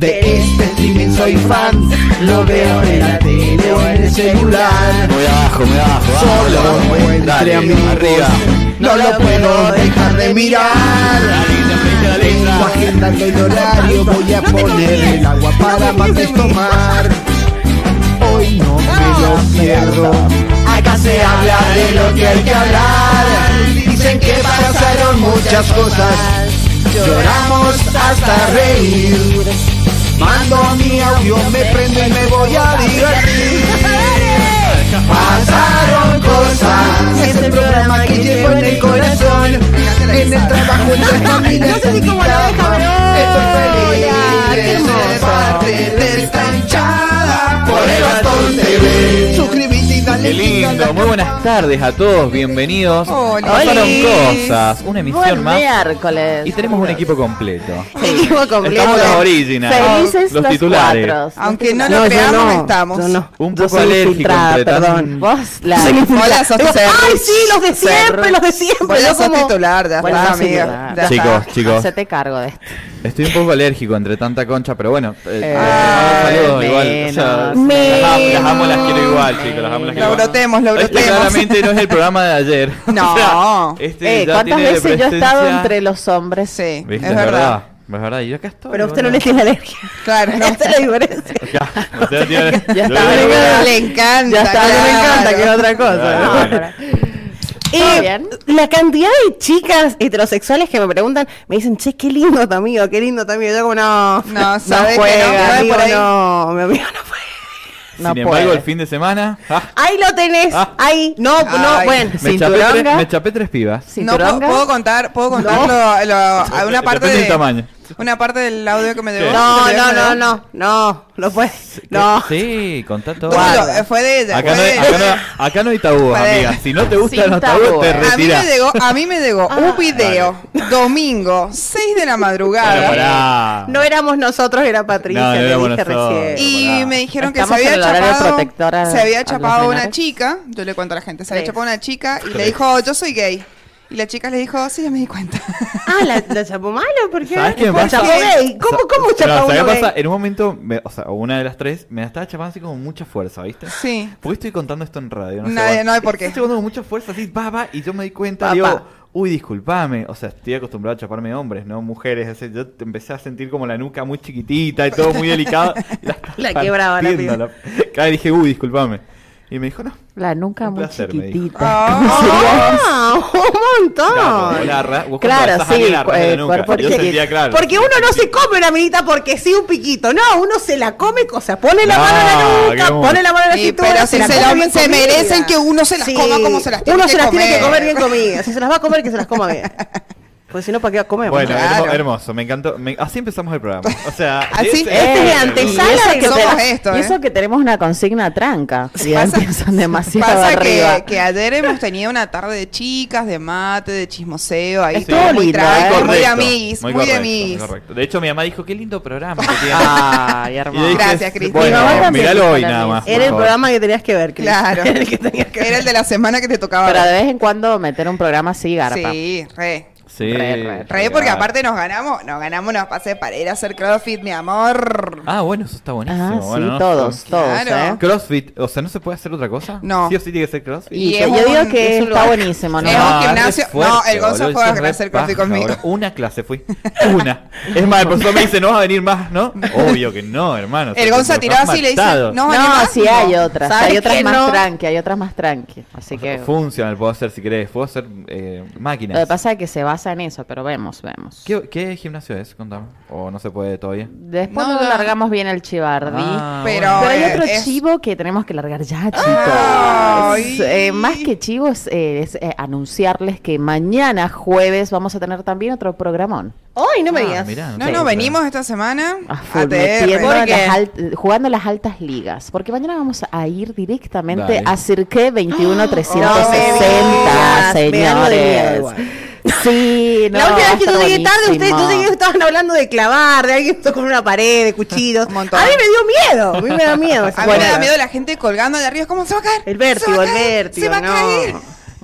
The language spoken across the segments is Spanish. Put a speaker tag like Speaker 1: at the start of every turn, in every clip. Speaker 1: De este streaming soy fan, lo veo en la tele o en el celular.
Speaker 2: Muy abajo, muy abajo. abajo, abajo,
Speaker 1: Solo entre
Speaker 2: dale,
Speaker 1: amigos,
Speaker 2: Arriba.
Speaker 1: no lo puedo dejar de mirar.
Speaker 2: Dale, dale, dale.
Speaker 1: Tengo agendando el horario, voy a
Speaker 3: No te
Speaker 1: poner
Speaker 3: confíes,
Speaker 1: el agua
Speaker 3: no
Speaker 1: para más
Speaker 3: confíes en mí.
Speaker 1: tomar. Hoy no me lo pierdo. Acá se habla de lo que hay que hablar. Dicen que pasaron muchas cosas. Lloramos hasta reír. Mando mi audio, me prendo y me voy a divertir. Pasaron cosas. Es el programa que llevo en el corazón. En el trabajo, en la familia.
Speaker 3: No sé si
Speaker 1: en mi
Speaker 3: como la deja,
Speaker 1: cama.
Speaker 3: pero- Hola,
Speaker 1: Estoy
Speaker 3: qué
Speaker 1: feliz de ser
Speaker 3: hermoso.
Speaker 1: parte de esta hinchada. Por el bastón TV. Suscribite y dale
Speaker 2: Qué
Speaker 1: click a la
Speaker 2: lindo, muy buenas tardes a todos, bienvenidos.
Speaker 3: Hola.
Speaker 2: Pasaron
Speaker 3: Hola.
Speaker 2: cosas, una emisión
Speaker 4: Buen
Speaker 2: más
Speaker 4: miércoles.
Speaker 2: y tenemos un equipo completo.
Speaker 3: Equipo completo.
Speaker 2: Estamos los originales,
Speaker 4: Felices
Speaker 2: los
Speaker 4: los
Speaker 2: titulares.
Speaker 4: cuatro.
Speaker 3: Aunque no lo creamos, estamos.
Speaker 4: yo no.
Speaker 2: Un
Speaker 4: Yo
Speaker 2: poco
Speaker 4: soy
Speaker 2: alérgico
Speaker 4: infiltrada,
Speaker 2: entre tan-
Speaker 4: perdón. Vos, la...
Speaker 3: Hola, sos
Speaker 4: Digo, Ay,
Speaker 3: Cerrus.
Speaker 4: sí, los de siempre,
Speaker 3: Cerrus.
Speaker 4: los de siempre.
Speaker 3: Bueno,
Speaker 4: yo
Speaker 3: sos
Speaker 4: como-
Speaker 3: titular, ya
Speaker 4: Bueno,
Speaker 3: está,
Speaker 4: sos
Speaker 3: amiga.
Speaker 4: titular.
Speaker 3: Ya
Speaker 2: Chicos,
Speaker 3: está.
Speaker 2: chicos.
Speaker 4: Se te cargo de esto.
Speaker 2: Estoy un poco alérgico entre tanta concha, pero bueno, eh, les
Speaker 3: Ay,
Speaker 2: mando saludos igual. o sea,
Speaker 4: menos,
Speaker 2: las, amo, las amo, las quiero igual, chicos, las amo, las quiero
Speaker 3: Lo
Speaker 2: igual.
Speaker 3: brotemos, lo
Speaker 2: Este
Speaker 3: brotemos.
Speaker 2: claramente no es el programa de ayer.
Speaker 3: No.
Speaker 2: este
Speaker 4: eh,
Speaker 2: ya
Speaker 4: ¿cuántas
Speaker 2: tiene
Speaker 4: veces yo he estado
Speaker 2: presencia.
Speaker 4: entre los hombres?
Speaker 3: Sí, es
Speaker 2: ¿Viste? Es
Speaker 3: verdad.
Speaker 2: verdad. Es verdad, y yo acá estoy.
Speaker 4: Pero usted no
Speaker 2: boludo.
Speaker 4: le tiene alergia.
Speaker 3: Claro, no.
Speaker 4: Esa ¿Este es la diferencia.
Speaker 2: Acá, usted tiene-
Speaker 4: Ya
Speaker 2: yo
Speaker 4: está,
Speaker 2: le-
Speaker 4: venga.
Speaker 3: Le encanta.
Speaker 4: Ya está, a mí me
Speaker 3: claro.
Speaker 4: encanta, que es otra
Speaker 2: Claro, claro.
Speaker 4: cosa.
Speaker 5: Eh,
Speaker 4: ¿Todo bien?
Speaker 5: La cantidad de chicas heterosexuales que me preguntan, me dicen, che, qué lindo tu amigo, qué lindo tu amigo. Yo como, no,
Speaker 3: No, sabés que no,
Speaker 5: juega,
Speaker 3: no es
Speaker 5: amigo,
Speaker 3: por ahí.
Speaker 5: no, mi amigo no juega.
Speaker 2: Sin
Speaker 4: No
Speaker 2: embargo,
Speaker 4: puede.
Speaker 2: el fin de semana. ah,
Speaker 5: Ahí lo tenés,
Speaker 2: Ah.
Speaker 5: ahí. No,
Speaker 3: Ay.
Speaker 5: no, bueno,
Speaker 2: me, chapé tres,
Speaker 5: cinturonga.
Speaker 2: me chapé tres pibas.
Speaker 3: No, ¿puedo-
Speaker 4: ¿Cinturonga?
Speaker 3: puedo contar, puedo contar
Speaker 5: No.
Speaker 3: lo- lo- a una parte
Speaker 2: Depende
Speaker 3: de,
Speaker 2: del tamaño.
Speaker 3: una parte del audio que me llegó.
Speaker 5: No,
Speaker 3: que me
Speaker 5: no,
Speaker 3: llegó.
Speaker 5: no, no, no, no puede. No.
Speaker 2: Sí, contá todo.
Speaker 3: Bueno, eh, fue de ella.
Speaker 2: Acá no,
Speaker 3: fue
Speaker 2: hay,
Speaker 3: de
Speaker 2: acá,
Speaker 3: ella.
Speaker 2: no, acá no hay tabú,
Speaker 3: Para-
Speaker 2: amiga. Si no te gusta
Speaker 4: Sin
Speaker 2: los tabúes, te
Speaker 4: tabúes.
Speaker 3: A mí me
Speaker 2: retiras.
Speaker 3: llegó, a mí me llegó
Speaker 4: Ah.
Speaker 3: un video domingo, 6 de la madrugada.
Speaker 2: Pará.
Speaker 5: No éramos nosotros, era
Speaker 2: No,
Speaker 5: Patricia,
Speaker 2: no
Speaker 5: te
Speaker 2: éramos
Speaker 5: dije
Speaker 2: nosotros.
Speaker 5: recién.
Speaker 3: Y
Speaker 2: Pará.
Speaker 3: me dijeron que se
Speaker 4: Estamos
Speaker 3: había
Speaker 4: en el horario
Speaker 3: chapado,
Speaker 4: protector a-
Speaker 3: se
Speaker 4: a
Speaker 3: había
Speaker 4: los
Speaker 3: chapado una
Speaker 4: menores.
Speaker 3: chica, yo le cuento a la gente, se había
Speaker 5: Tres.
Speaker 3: chapado una chica y le
Speaker 2: Tres.
Speaker 3: dijo, yo soy gay. Y la chica le dijo, sí, ya me di cuenta.
Speaker 5: Ah, la, la chapó malo, ¿por qué?
Speaker 2: ¿Sabes qué me
Speaker 5: ¿Por
Speaker 2: pasa?
Speaker 5: chapó gay? ¿Cómo, cómo
Speaker 2: Pero,
Speaker 5: chapó
Speaker 2: ¿sabes
Speaker 5: uno
Speaker 2: qué
Speaker 5: gay?
Speaker 2: pasa? En un momento, me- o sea, una de las tres me la estaba chapando así con mucha fuerza, ¿viste?
Speaker 3: Sí.
Speaker 2: Porque estoy contando esto en radio. No, sé,
Speaker 3: Nadie-
Speaker 2: bueno.
Speaker 3: no hay por qué.
Speaker 2: Estoy contando con mucha fuerza, así, va, va, y yo me di cuenta,
Speaker 5: Pa,
Speaker 2: digo,
Speaker 5: pa.
Speaker 2: uy, disculpame. O sea, estoy acostumbrado a chaparme hombres, no mujeres. O sea, yo te empecé a sentir como la nuca muy chiquitita y todo muy delicado. La,
Speaker 5: La quebraba la
Speaker 2: partiendo,
Speaker 5: piba.
Speaker 2: la- Claro, dije, uy, disculpame. Y me dijo, no.
Speaker 4: La nuca
Speaker 2: Un
Speaker 4: muy
Speaker 2: placer, me dijo.
Speaker 4: chiquitita.
Speaker 3: Ah,
Speaker 5: Ah, un
Speaker 2: Claro,
Speaker 5: montón. pues,
Speaker 2: la ra- vos cuando
Speaker 4: Claro,
Speaker 2: abrazás a
Speaker 4: sí.
Speaker 2: alguien, la arrancás
Speaker 4: eh,
Speaker 2: la nuca.
Speaker 4: cuerpo
Speaker 2: Yo
Speaker 4: chiquito.
Speaker 2: sentía claro.
Speaker 5: Porque uno no se come una minita porque sí un piquito. No, uno se la come, o sea, pone la
Speaker 2: No,
Speaker 5: mano en
Speaker 2: Ah, qué
Speaker 5: la nuca,
Speaker 2: bueno.
Speaker 5: pone la mano en la
Speaker 3: Sí,
Speaker 5: cintura.
Speaker 3: pero si
Speaker 5: la
Speaker 3: se,
Speaker 5: come
Speaker 3: la-
Speaker 5: bien
Speaker 3: se
Speaker 5: comida.
Speaker 3: merecen que uno se las
Speaker 5: Sí,
Speaker 3: coma como se las tiene
Speaker 5: Uno
Speaker 3: que
Speaker 5: se las
Speaker 3: comer.
Speaker 5: tiene que comer bien comidas. Si se las va a comer, que se las coma bien. Porque si no, ¿para qué comemos? Ah,
Speaker 2: Bueno,
Speaker 5: Bueno,
Speaker 2: hermo-
Speaker 3: Claro.
Speaker 2: hermoso, me encantó. me- así empezamos el programa. O sea,
Speaker 3: Así,
Speaker 2: ese-
Speaker 3: este
Speaker 5: es la
Speaker 4: y
Speaker 5: antesala
Speaker 4: eso
Speaker 5: de
Speaker 4: que
Speaker 3: somos
Speaker 4: te-
Speaker 3: esto,
Speaker 4: y
Speaker 3: ¿eh?
Speaker 4: eso que tenemos una consigna tranca. Si
Speaker 3: Pasa-
Speaker 4: empiezan demasiado
Speaker 3: Pasa
Speaker 4: arriba.
Speaker 3: que, que ayer hemos tenido una tarde de chicas, de mate, de chismoseo, ahí
Speaker 4: Estuvo
Speaker 3: todo muy
Speaker 4: lindo,
Speaker 3: tranqui,
Speaker 4: ¿eh?
Speaker 2: Correcto,
Speaker 3: muy de amiguis, muy, de
Speaker 2: correcto,
Speaker 3: amiguis.
Speaker 2: muy correcto. De hecho, mi mamá dijo, qué lindo programa que tiene".
Speaker 4: Ay,
Speaker 2: Y yo
Speaker 4: hermoso.
Speaker 2: dije,
Speaker 3: Gracias, Cristina.
Speaker 2: Bueno,
Speaker 4: Mi mamá también
Speaker 2: miralo
Speaker 4: dijo
Speaker 2: hoy
Speaker 4: lo
Speaker 2: nada
Speaker 4: mismo.
Speaker 2: más. por
Speaker 5: Era el
Speaker 2: favor.
Speaker 5: programa que tenías que ver, Cris.
Speaker 3: Claro.
Speaker 5: Era el que tenías que
Speaker 3: Era el
Speaker 5: ver.
Speaker 3: de la semana que te tocaba.
Speaker 4: Pero
Speaker 3: ver.
Speaker 4: de vez en cuando meter un programa así garpa.
Speaker 3: Sí, re.
Speaker 2: Sí.
Speaker 4: Re, re, re,
Speaker 3: Re, porque aparte nos ganamos, nos ganamos unos pases para ir a hacer CrossFit, mi amor.
Speaker 2: Ah, bueno, eso está buenísimo.
Speaker 4: Ah,
Speaker 2: bueno,
Speaker 4: sí,
Speaker 2: no,
Speaker 4: todos, todos,
Speaker 3: Claro.
Speaker 4: ¿eh?
Speaker 2: CrossFit, o sea, ¿no se puede hacer otra cosa?
Speaker 3: No.
Speaker 2: Sí o sí tiene que ser CrossFit.
Speaker 4: Y
Speaker 3: Y
Speaker 4: que
Speaker 3: es
Speaker 4: yo
Speaker 3: un-
Speaker 4: digo
Speaker 3: es
Speaker 4: que
Speaker 3: un
Speaker 4: está
Speaker 3: lugar.
Speaker 4: buenesimo, ¿no?
Speaker 3: Es un
Speaker 2: Ah,
Speaker 3: gimnasio.
Speaker 2: re fuerte,
Speaker 3: No, el Gonzo
Speaker 2: boludo,
Speaker 3: juega
Speaker 2: eso es
Speaker 3: a
Speaker 2: re
Speaker 3: hacer CrossFit
Speaker 2: paja,
Speaker 3: conmigo.
Speaker 2: boludo. Una clase fui. Una. Es más, el profesor me dice, no vas a venir más, ¿no? Obvio que no, hermano.
Speaker 3: El Gonza tiró así y le dice, no,
Speaker 4: No,
Speaker 3: animás?
Speaker 4: sí hay otras,
Speaker 5: ¿Sabes
Speaker 4: hay otras
Speaker 5: que
Speaker 4: más
Speaker 5: no?
Speaker 4: tranqui, hay otras más tranqui. Así que
Speaker 2: Funciona, puedo hacer si querés. Puedo hacer eh,
Speaker 4: lo que
Speaker 2: máquinas.
Speaker 4: pasa es que se basa en eso, pero vemos, vemos.
Speaker 2: ¿Qué, qué gimnasio es? Contame. ¿O no se puede todavía?
Speaker 4: Después
Speaker 3: No,
Speaker 4: no,
Speaker 3: no.
Speaker 4: largamos bien el chivardi.
Speaker 2: Ah,
Speaker 3: Pero,
Speaker 4: Pero hay
Speaker 3: eh,
Speaker 4: otro
Speaker 3: es-
Speaker 4: chivo que tenemos que largar ya, chicos.
Speaker 3: Ay.
Speaker 4: Eh, más que chivo es, eh, es, eh, anunciarles que mañana jueves vamos a tener también otro programón.
Speaker 5: Ay, no me
Speaker 2: Ah,
Speaker 5: digas.
Speaker 2: mirá,
Speaker 3: No,
Speaker 2: sé,
Speaker 3: no,
Speaker 2: pero-
Speaker 3: venimos esta semana
Speaker 4: A full,
Speaker 3: a TR.
Speaker 4: metiendo en
Speaker 5: ¿Por qué?
Speaker 4: las alt- jugando las altas ligas. Porque mañana vamos a ir directamente
Speaker 2: Dale.
Speaker 4: a Cirque 21
Speaker 5: Ah,
Speaker 4: 360,
Speaker 5: no me digas, me da algo de miedo
Speaker 4: señores.
Speaker 5: igual.
Speaker 4: Sí, no,
Speaker 5: la última
Speaker 4: va a
Speaker 5: vez que yo
Speaker 4: estar
Speaker 5: llegué tarde, ustedes, yo
Speaker 4: buenísimo.
Speaker 5: llegué, estaban hablando de clavar, de alguien con una pared, de cuchillos.
Speaker 3: Un montón.
Speaker 5: A mí me dio miedo, a mí me da miedo.
Speaker 3: A
Speaker 5: esa
Speaker 3: mí me da
Speaker 5: cosa.
Speaker 3: miedo la gente colgando de arriba. ¿Cómo se va a caer?
Speaker 5: El vértigo,
Speaker 3: Se va a
Speaker 5: el
Speaker 3: caer,
Speaker 5: vértigo.
Speaker 3: Se va a
Speaker 5: no.
Speaker 3: caer.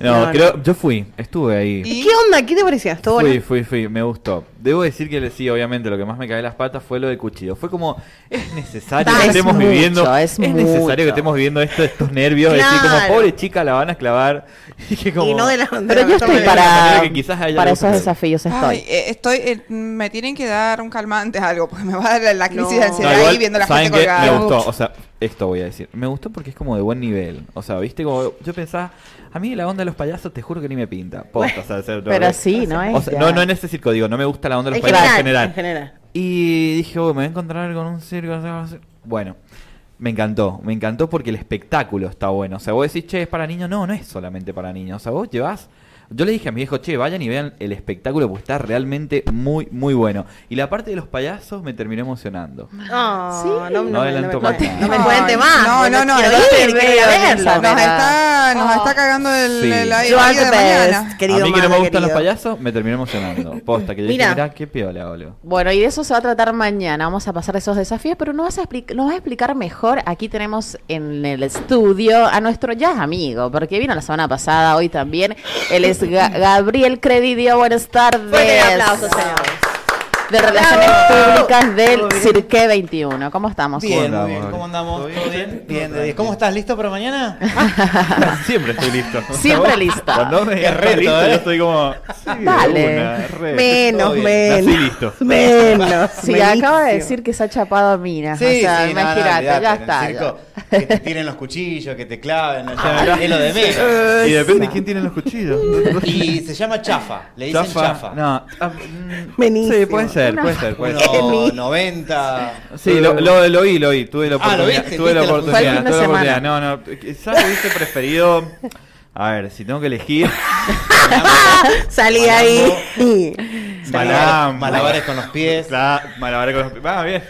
Speaker 2: No,
Speaker 5: No,
Speaker 2: creo, yo fui, estuve ahí.
Speaker 3: Y-
Speaker 5: ¿Qué onda? ¿Qué te parecía? ¿Estuvo
Speaker 2: Fui,
Speaker 5: bueno?
Speaker 2: fui, fui, me gustó. debo decir que sí, obviamente, lo que más me cae las patas fue lo del cuchillo. Fue como, es necesario
Speaker 4: Da,
Speaker 2: que
Speaker 4: es
Speaker 2: estemos
Speaker 4: mucho,
Speaker 2: viviendo.
Speaker 4: es mucho.
Speaker 2: necesario que estemos viviendo esto, estos nervios. Es decir,
Speaker 5: Claro.
Speaker 2: como, pobre chica, la van a clavar. Y que como,
Speaker 5: Y no de la de
Speaker 4: Pero
Speaker 5: la
Speaker 4: yo
Speaker 5: toma
Speaker 4: estoy
Speaker 5: de-
Speaker 4: para,
Speaker 2: manera que quizás a ella
Speaker 4: para
Speaker 2: le gusta
Speaker 4: esos
Speaker 2: hacer.
Speaker 4: desafíos,
Speaker 3: Ay,
Speaker 4: estoy.
Speaker 3: eh, estoy, eh, me tienen que dar un calmante, algo, porque me va a dar la, la crisis
Speaker 5: No.
Speaker 3: de
Speaker 2: No,
Speaker 3: ansiedad
Speaker 2: igual,
Speaker 3: ahí viendo a la
Speaker 2: ¿saben
Speaker 3: gente
Speaker 2: qué?
Speaker 3: colgada.
Speaker 2: Me gustó, o sea, esto voy a decir. Me gustó porque es como de buen nivel. O sea, viste, como yo pensaba, a mí la onda de los payasos te juro que ni me pinta. Posta, o sea, se-
Speaker 4: Pero sí, ¿no es?
Speaker 2: o sea,
Speaker 4: ya.
Speaker 2: no, no en este circo, digo, no me gusta la onda de los
Speaker 5: En
Speaker 2: payasos en
Speaker 5: general,
Speaker 2: general.
Speaker 5: en general.
Speaker 2: Y dije, "Uy, me voy a encontrar con un circo. no sé". Bueno, me encantó, me encantó porque el espectáculo está bueno. O sea, vos decís, che, es para niños. No, no es solamente para niños. O sea, vos llevás. Yo le dije a mi viejo, che, vayan y vean el espectáculo porque está realmente muy, muy bueno. Y la parte de los payasos me terminó emocionado.
Speaker 5: No,
Speaker 4: Sí.
Speaker 5: no,
Speaker 2: No adelanto
Speaker 5: me- no te-
Speaker 2: más
Speaker 5: no me
Speaker 3: Ay,
Speaker 5: cuente más.
Speaker 3: No, no, no.
Speaker 5: quiero
Speaker 3: no,
Speaker 5: ir,
Speaker 3: no,
Speaker 5: quiero ir a
Speaker 3: no,
Speaker 5: verla.
Speaker 4: verlo.
Speaker 3: Nos está, nos
Speaker 4: Oh.
Speaker 3: está cagando el,
Speaker 2: Sí.
Speaker 3: el- la
Speaker 5: You are
Speaker 3: vida
Speaker 5: the
Speaker 3: de mañana.
Speaker 5: best, querido
Speaker 2: a mí que no me
Speaker 5: madre,
Speaker 2: gustan los
Speaker 5: querido.
Speaker 2: payasos, me terminó emocionando. Posta, que yo
Speaker 5: Mira.
Speaker 2: dije, mirá, qué piola, boludo.
Speaker 4: Bueno, y de eso se va a tratar mañana. Vamos a pasar esos desafíos, pero nos vas a, explic- nos vas a explicar mejor. Aquí tenemos en el estudio a nuestro ya amigo, porque vino la semana pasada, hoy también. Él es Ga- Gabriel Credidio. Buenas tardes.
Speaker 5: Fuerte el aplauso, señores.
Speaker 4: De Relaciones Públicas del Cirque 21. ¿Cómo estamos?
Speaker 6: Bien, muy bien.
Speaker 2: andamos?
Speaker 6: ¿Cómo andamos?
Speaker 2: ¿Todo
Speaker 6: ¿Todo
Speaker 2: bien?
Speaker 6: bien? Bien,
Speaker 2: ¿Todo
Speaker 6: de
Speaker 2: tranquilo?
Speaker 6: 10. ¿Cómo estás? ¿Listo para mañana?
Speaker 2: Siempre estoy listo. O sea,
Speaker 4: Siempre
Speaker 2: vos-
Speaker 4: lista.
Speaker 2: Cuando me
Speaker 6: Es reto,
Speaker 2: listo,
Speaker 6: ¿eh?
Speaker 2: yo estoy como. sí, de
Speaker 4: Dale.
Speaker 2: una, re.
Speaker 5: Menos,
Speaker 6: Todo bien.
Speaker 2: Nací
Speaker 5: menos.
Speaker 2: listo.
Speaker 5: Menos.
Speaker 4: Sí, acaba de
Speaker 5: Buenísimo.
Speaker 4: decir que se ha chapado a minas.
Speaker 6: Sí,
Speaker 4: o sea,
Speaker 6: sí, no, no,
Speaker 4: imagínate,
Speaker 6: olvidate,
Speaker 4: ya
Speaker 6: en el
Speaker 4: está.
Speaker 6: circo, que te tiren los cuchillos, que te claven, o sea, es lo de menos.
Speaker 2: Y depende de quién tiene los cuchillos.
Speaker 6: Y se llama chafa, le dicen chafa.
Speaker 2: No. ah, mm,
Speaker 5: Buenísimo.
Speaker 2: Sí, puede ser, puede ser, puede ser.
Speaker 6: Uno, 90.
Speaker 2: Sí, lo, lo, lo oí, lo oí, tuve la
Speaker 6: Ah, ¿lo
Speaker 2: oportunidad.
Speaker 6: viste?
Speaker 2: tuve la
Speaker 6: ¿Viste la
Speaker 4: Fue el
Speaker 2: oportunidad,
Speaker 4: fin de
Speaker 2: tuve la
Speaker 4: semana.
Speaker 2: oportunidad. No, no, quizás hubiese preferido. A ver, si tengo que elegir.
Speaker 5: Salí ahí.
Speaker 2: Malam-
Speaker 6: eh, Malabares con los pies.
Speaker 2: Claro, malabar con los pies. Va, bien.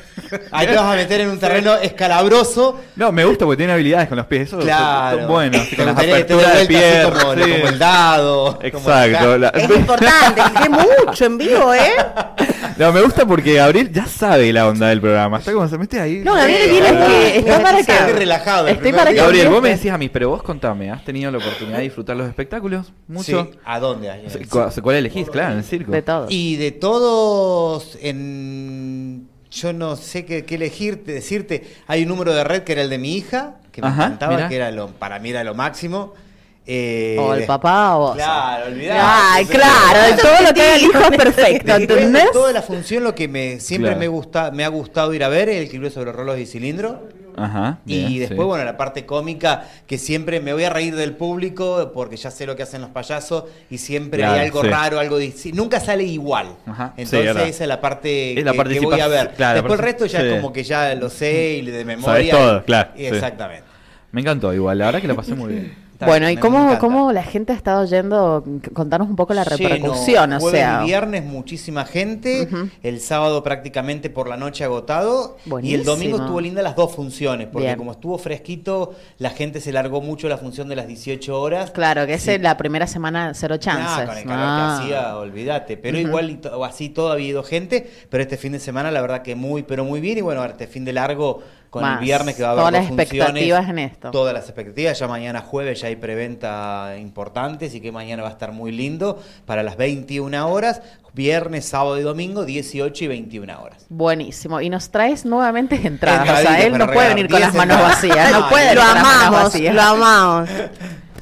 Speaker 6: Ahí te vas a meter en un terreno escalabroso.
Speaker 2: No, me gusta porque tiene habilidades con los pies. Eso
Speaker 6: Claro.
Speaker 2: son buenos.
Speaker 6: Te
Speaker 2: Con las
Speaker 6: gustaría que te dé
Speaker 2: aperturas de
Speaker 6: vuelta así
Speaker 2: piernas.
Speaker 6: como,
Speaker 2: sí.
Speaker 6: como el dado. como el
Speaker 2: Exacto.
Speaker 6: ca-
Speaker 2: la-
Speaker 5: Es importante, que mucho en vivo, ¿eh?
Speaker 2: No, me gusta porque Gabriel ya sabe la onda del programa. Está como se mete ahí.
Speaker 4: No, Gabriel
Speaker 5: Sí,
Speaker 4: viene
Speaker 5: claro.
Speaker 4: que está para
Speaker 5: Estoy
Speaker 4: que.
Speaker 6: relajado el
Speaker 4: Estoy
Speaker 6: primer
Speaker 4: para que.
Speaker 6: día.
Speaker 2: Gabriel, vos me
Speaker 4: contestes.
Speaker 2: decías a mí, pero vos contame, ¿has tenido la oportunidad de disfrutar los espectáculos? Mucho.
Speaker 6: Sí, ¿a dónde? Ahí en el
Speaker 2: ¿Cu- ¿Cuál elegís? Claro, en el circo.
Speaker 4: De todo.
Speaker 6: Y de todos, en, yo no sé qué, qué elegirte, decirte, hay un número de red que era el de mi hija, que me
Speaker 2: Ajá,
Speaker 6: encantaba,
Speaker 2: mirá.
Speaker 6: que era lo, para mí era lo máximo. Eh,
Speaker 4: O el
Speaker 6: de-
Speaker 4: papá o vos.
Speaker 6: Claro, olvidate.
Speaker 4: Ay,
Speaker 6: Entonces,
Speaker 4: claro, todo lo que haga el hijo es perfecto,
Speaker 6: Después de
Speaker 4: ¿entendés?
Speaker 6: toda la función, lo que me siempre
Speaker 2: Claro.
Speaker 6: me gusta, me ha gustado ir a ver, el equilibrio sobre los rolos y cilindro.
Speaker 2: Ajá. bien,
Speaker 6: Y después,
Speaker 2: sí.
Speaker 6: bueno, la parte cómica, que siempre me voy a reír del público porque ya sé lo que hacen los payasos y siempre
Speaker 2: Claro,
Speaker 6: hay algo
Speaker 2: sí.
Speaker 6: raro, algo disi- Nunca sale igual.
Speaker 2: Ajá, sí,
Speaker 6: Entonces
Speaker 2: verdad.
Speaker 6: esa es la parte
Speaker 2: Es la
Speaker 6: que, que voy a
Speaker 2: participación,
Speaker 6: ver.
Speaker 2: claro, la
Speaker 6: después el
Speaker 2: partici-
Speaker 6: resto ya
Speaker 2: sí.
Speaker 6: es como que ya lo sé y de memoria.
Speaker 2: todo, claro, sí.
Speaker 6: Exactamente.
Speaker 2: Me encantó igual, la verdad que la pasé muy bien.
Speaker 6: Está
Speaker 4: Bueno,
Speaker 6: bien,
Speaker 4: ¿y
Speaker 6: me- me
Speaker 4: cómo,
Speaker 6: encanta.
Speaker 4: cómo la gente ha estado yendo? C- Contanos un poco la
Speaker 6: Lleno,
Speaker 4: repercusión, o
Speaker 6: jueves
Speaker 4: sea.
Speaker 6: y viernes muchísima gente, el sábado prácticamente por la noche agotado y
Speaker 4: Buenísimo.
Speaker 6: el domingo estuvo linda las dos funciones, porque
Speaker 4: Bien.
Speaker 6: como estuvo fresquito, la gente se largó mucho la función de las 18 horas.
Speaker 4: Claro, que es la primera semana cero chances.
Speaker 6: Ah, con el calor
Speaker 4: Ah.
Speaker 6: que hacía, olvídate. Pero igual y to- así todo ha habido gente, pero este fin de semana la verdad que muy, pero muy bien. Y bueno, ahora este fin de largo con
Speaker 4: Más.
Speaker 6: el viernes que va a haber
Speaker 4: Todas
Speaker 6: dos
Speaker 4: las
Speaker 6: funciones,
Speaker 4: expectativas en esto.
Speaker 6: Todas las expectativas. Ya mañana jueves ya hay preventa importante, así que mañana va a estar muy lindo para las 21 horas. Viernes, sábado y domingo, 18 y 21 horas.
Speaker 4: Buenísimo. Y nos traes nuevamente entradas. O sea,
Speaker 6: Entradita
Speaker 4: él
Speaker 6: para
Speaker 4: no puede
Speaker 6: regalar.
Speaker 4: venir con las
Speaker 6: Diez
Speaker 4: manos
Speaker 6: entradas.
Speaker 4: vacías. No
Speaker 6: Ay,
Speaker 4: puede venir
Speaker 5: Lo
Speaker 4: con las manos
Speaker 5: amamos,
Speaker 4: vacías.
Speaker 5: lo amamos.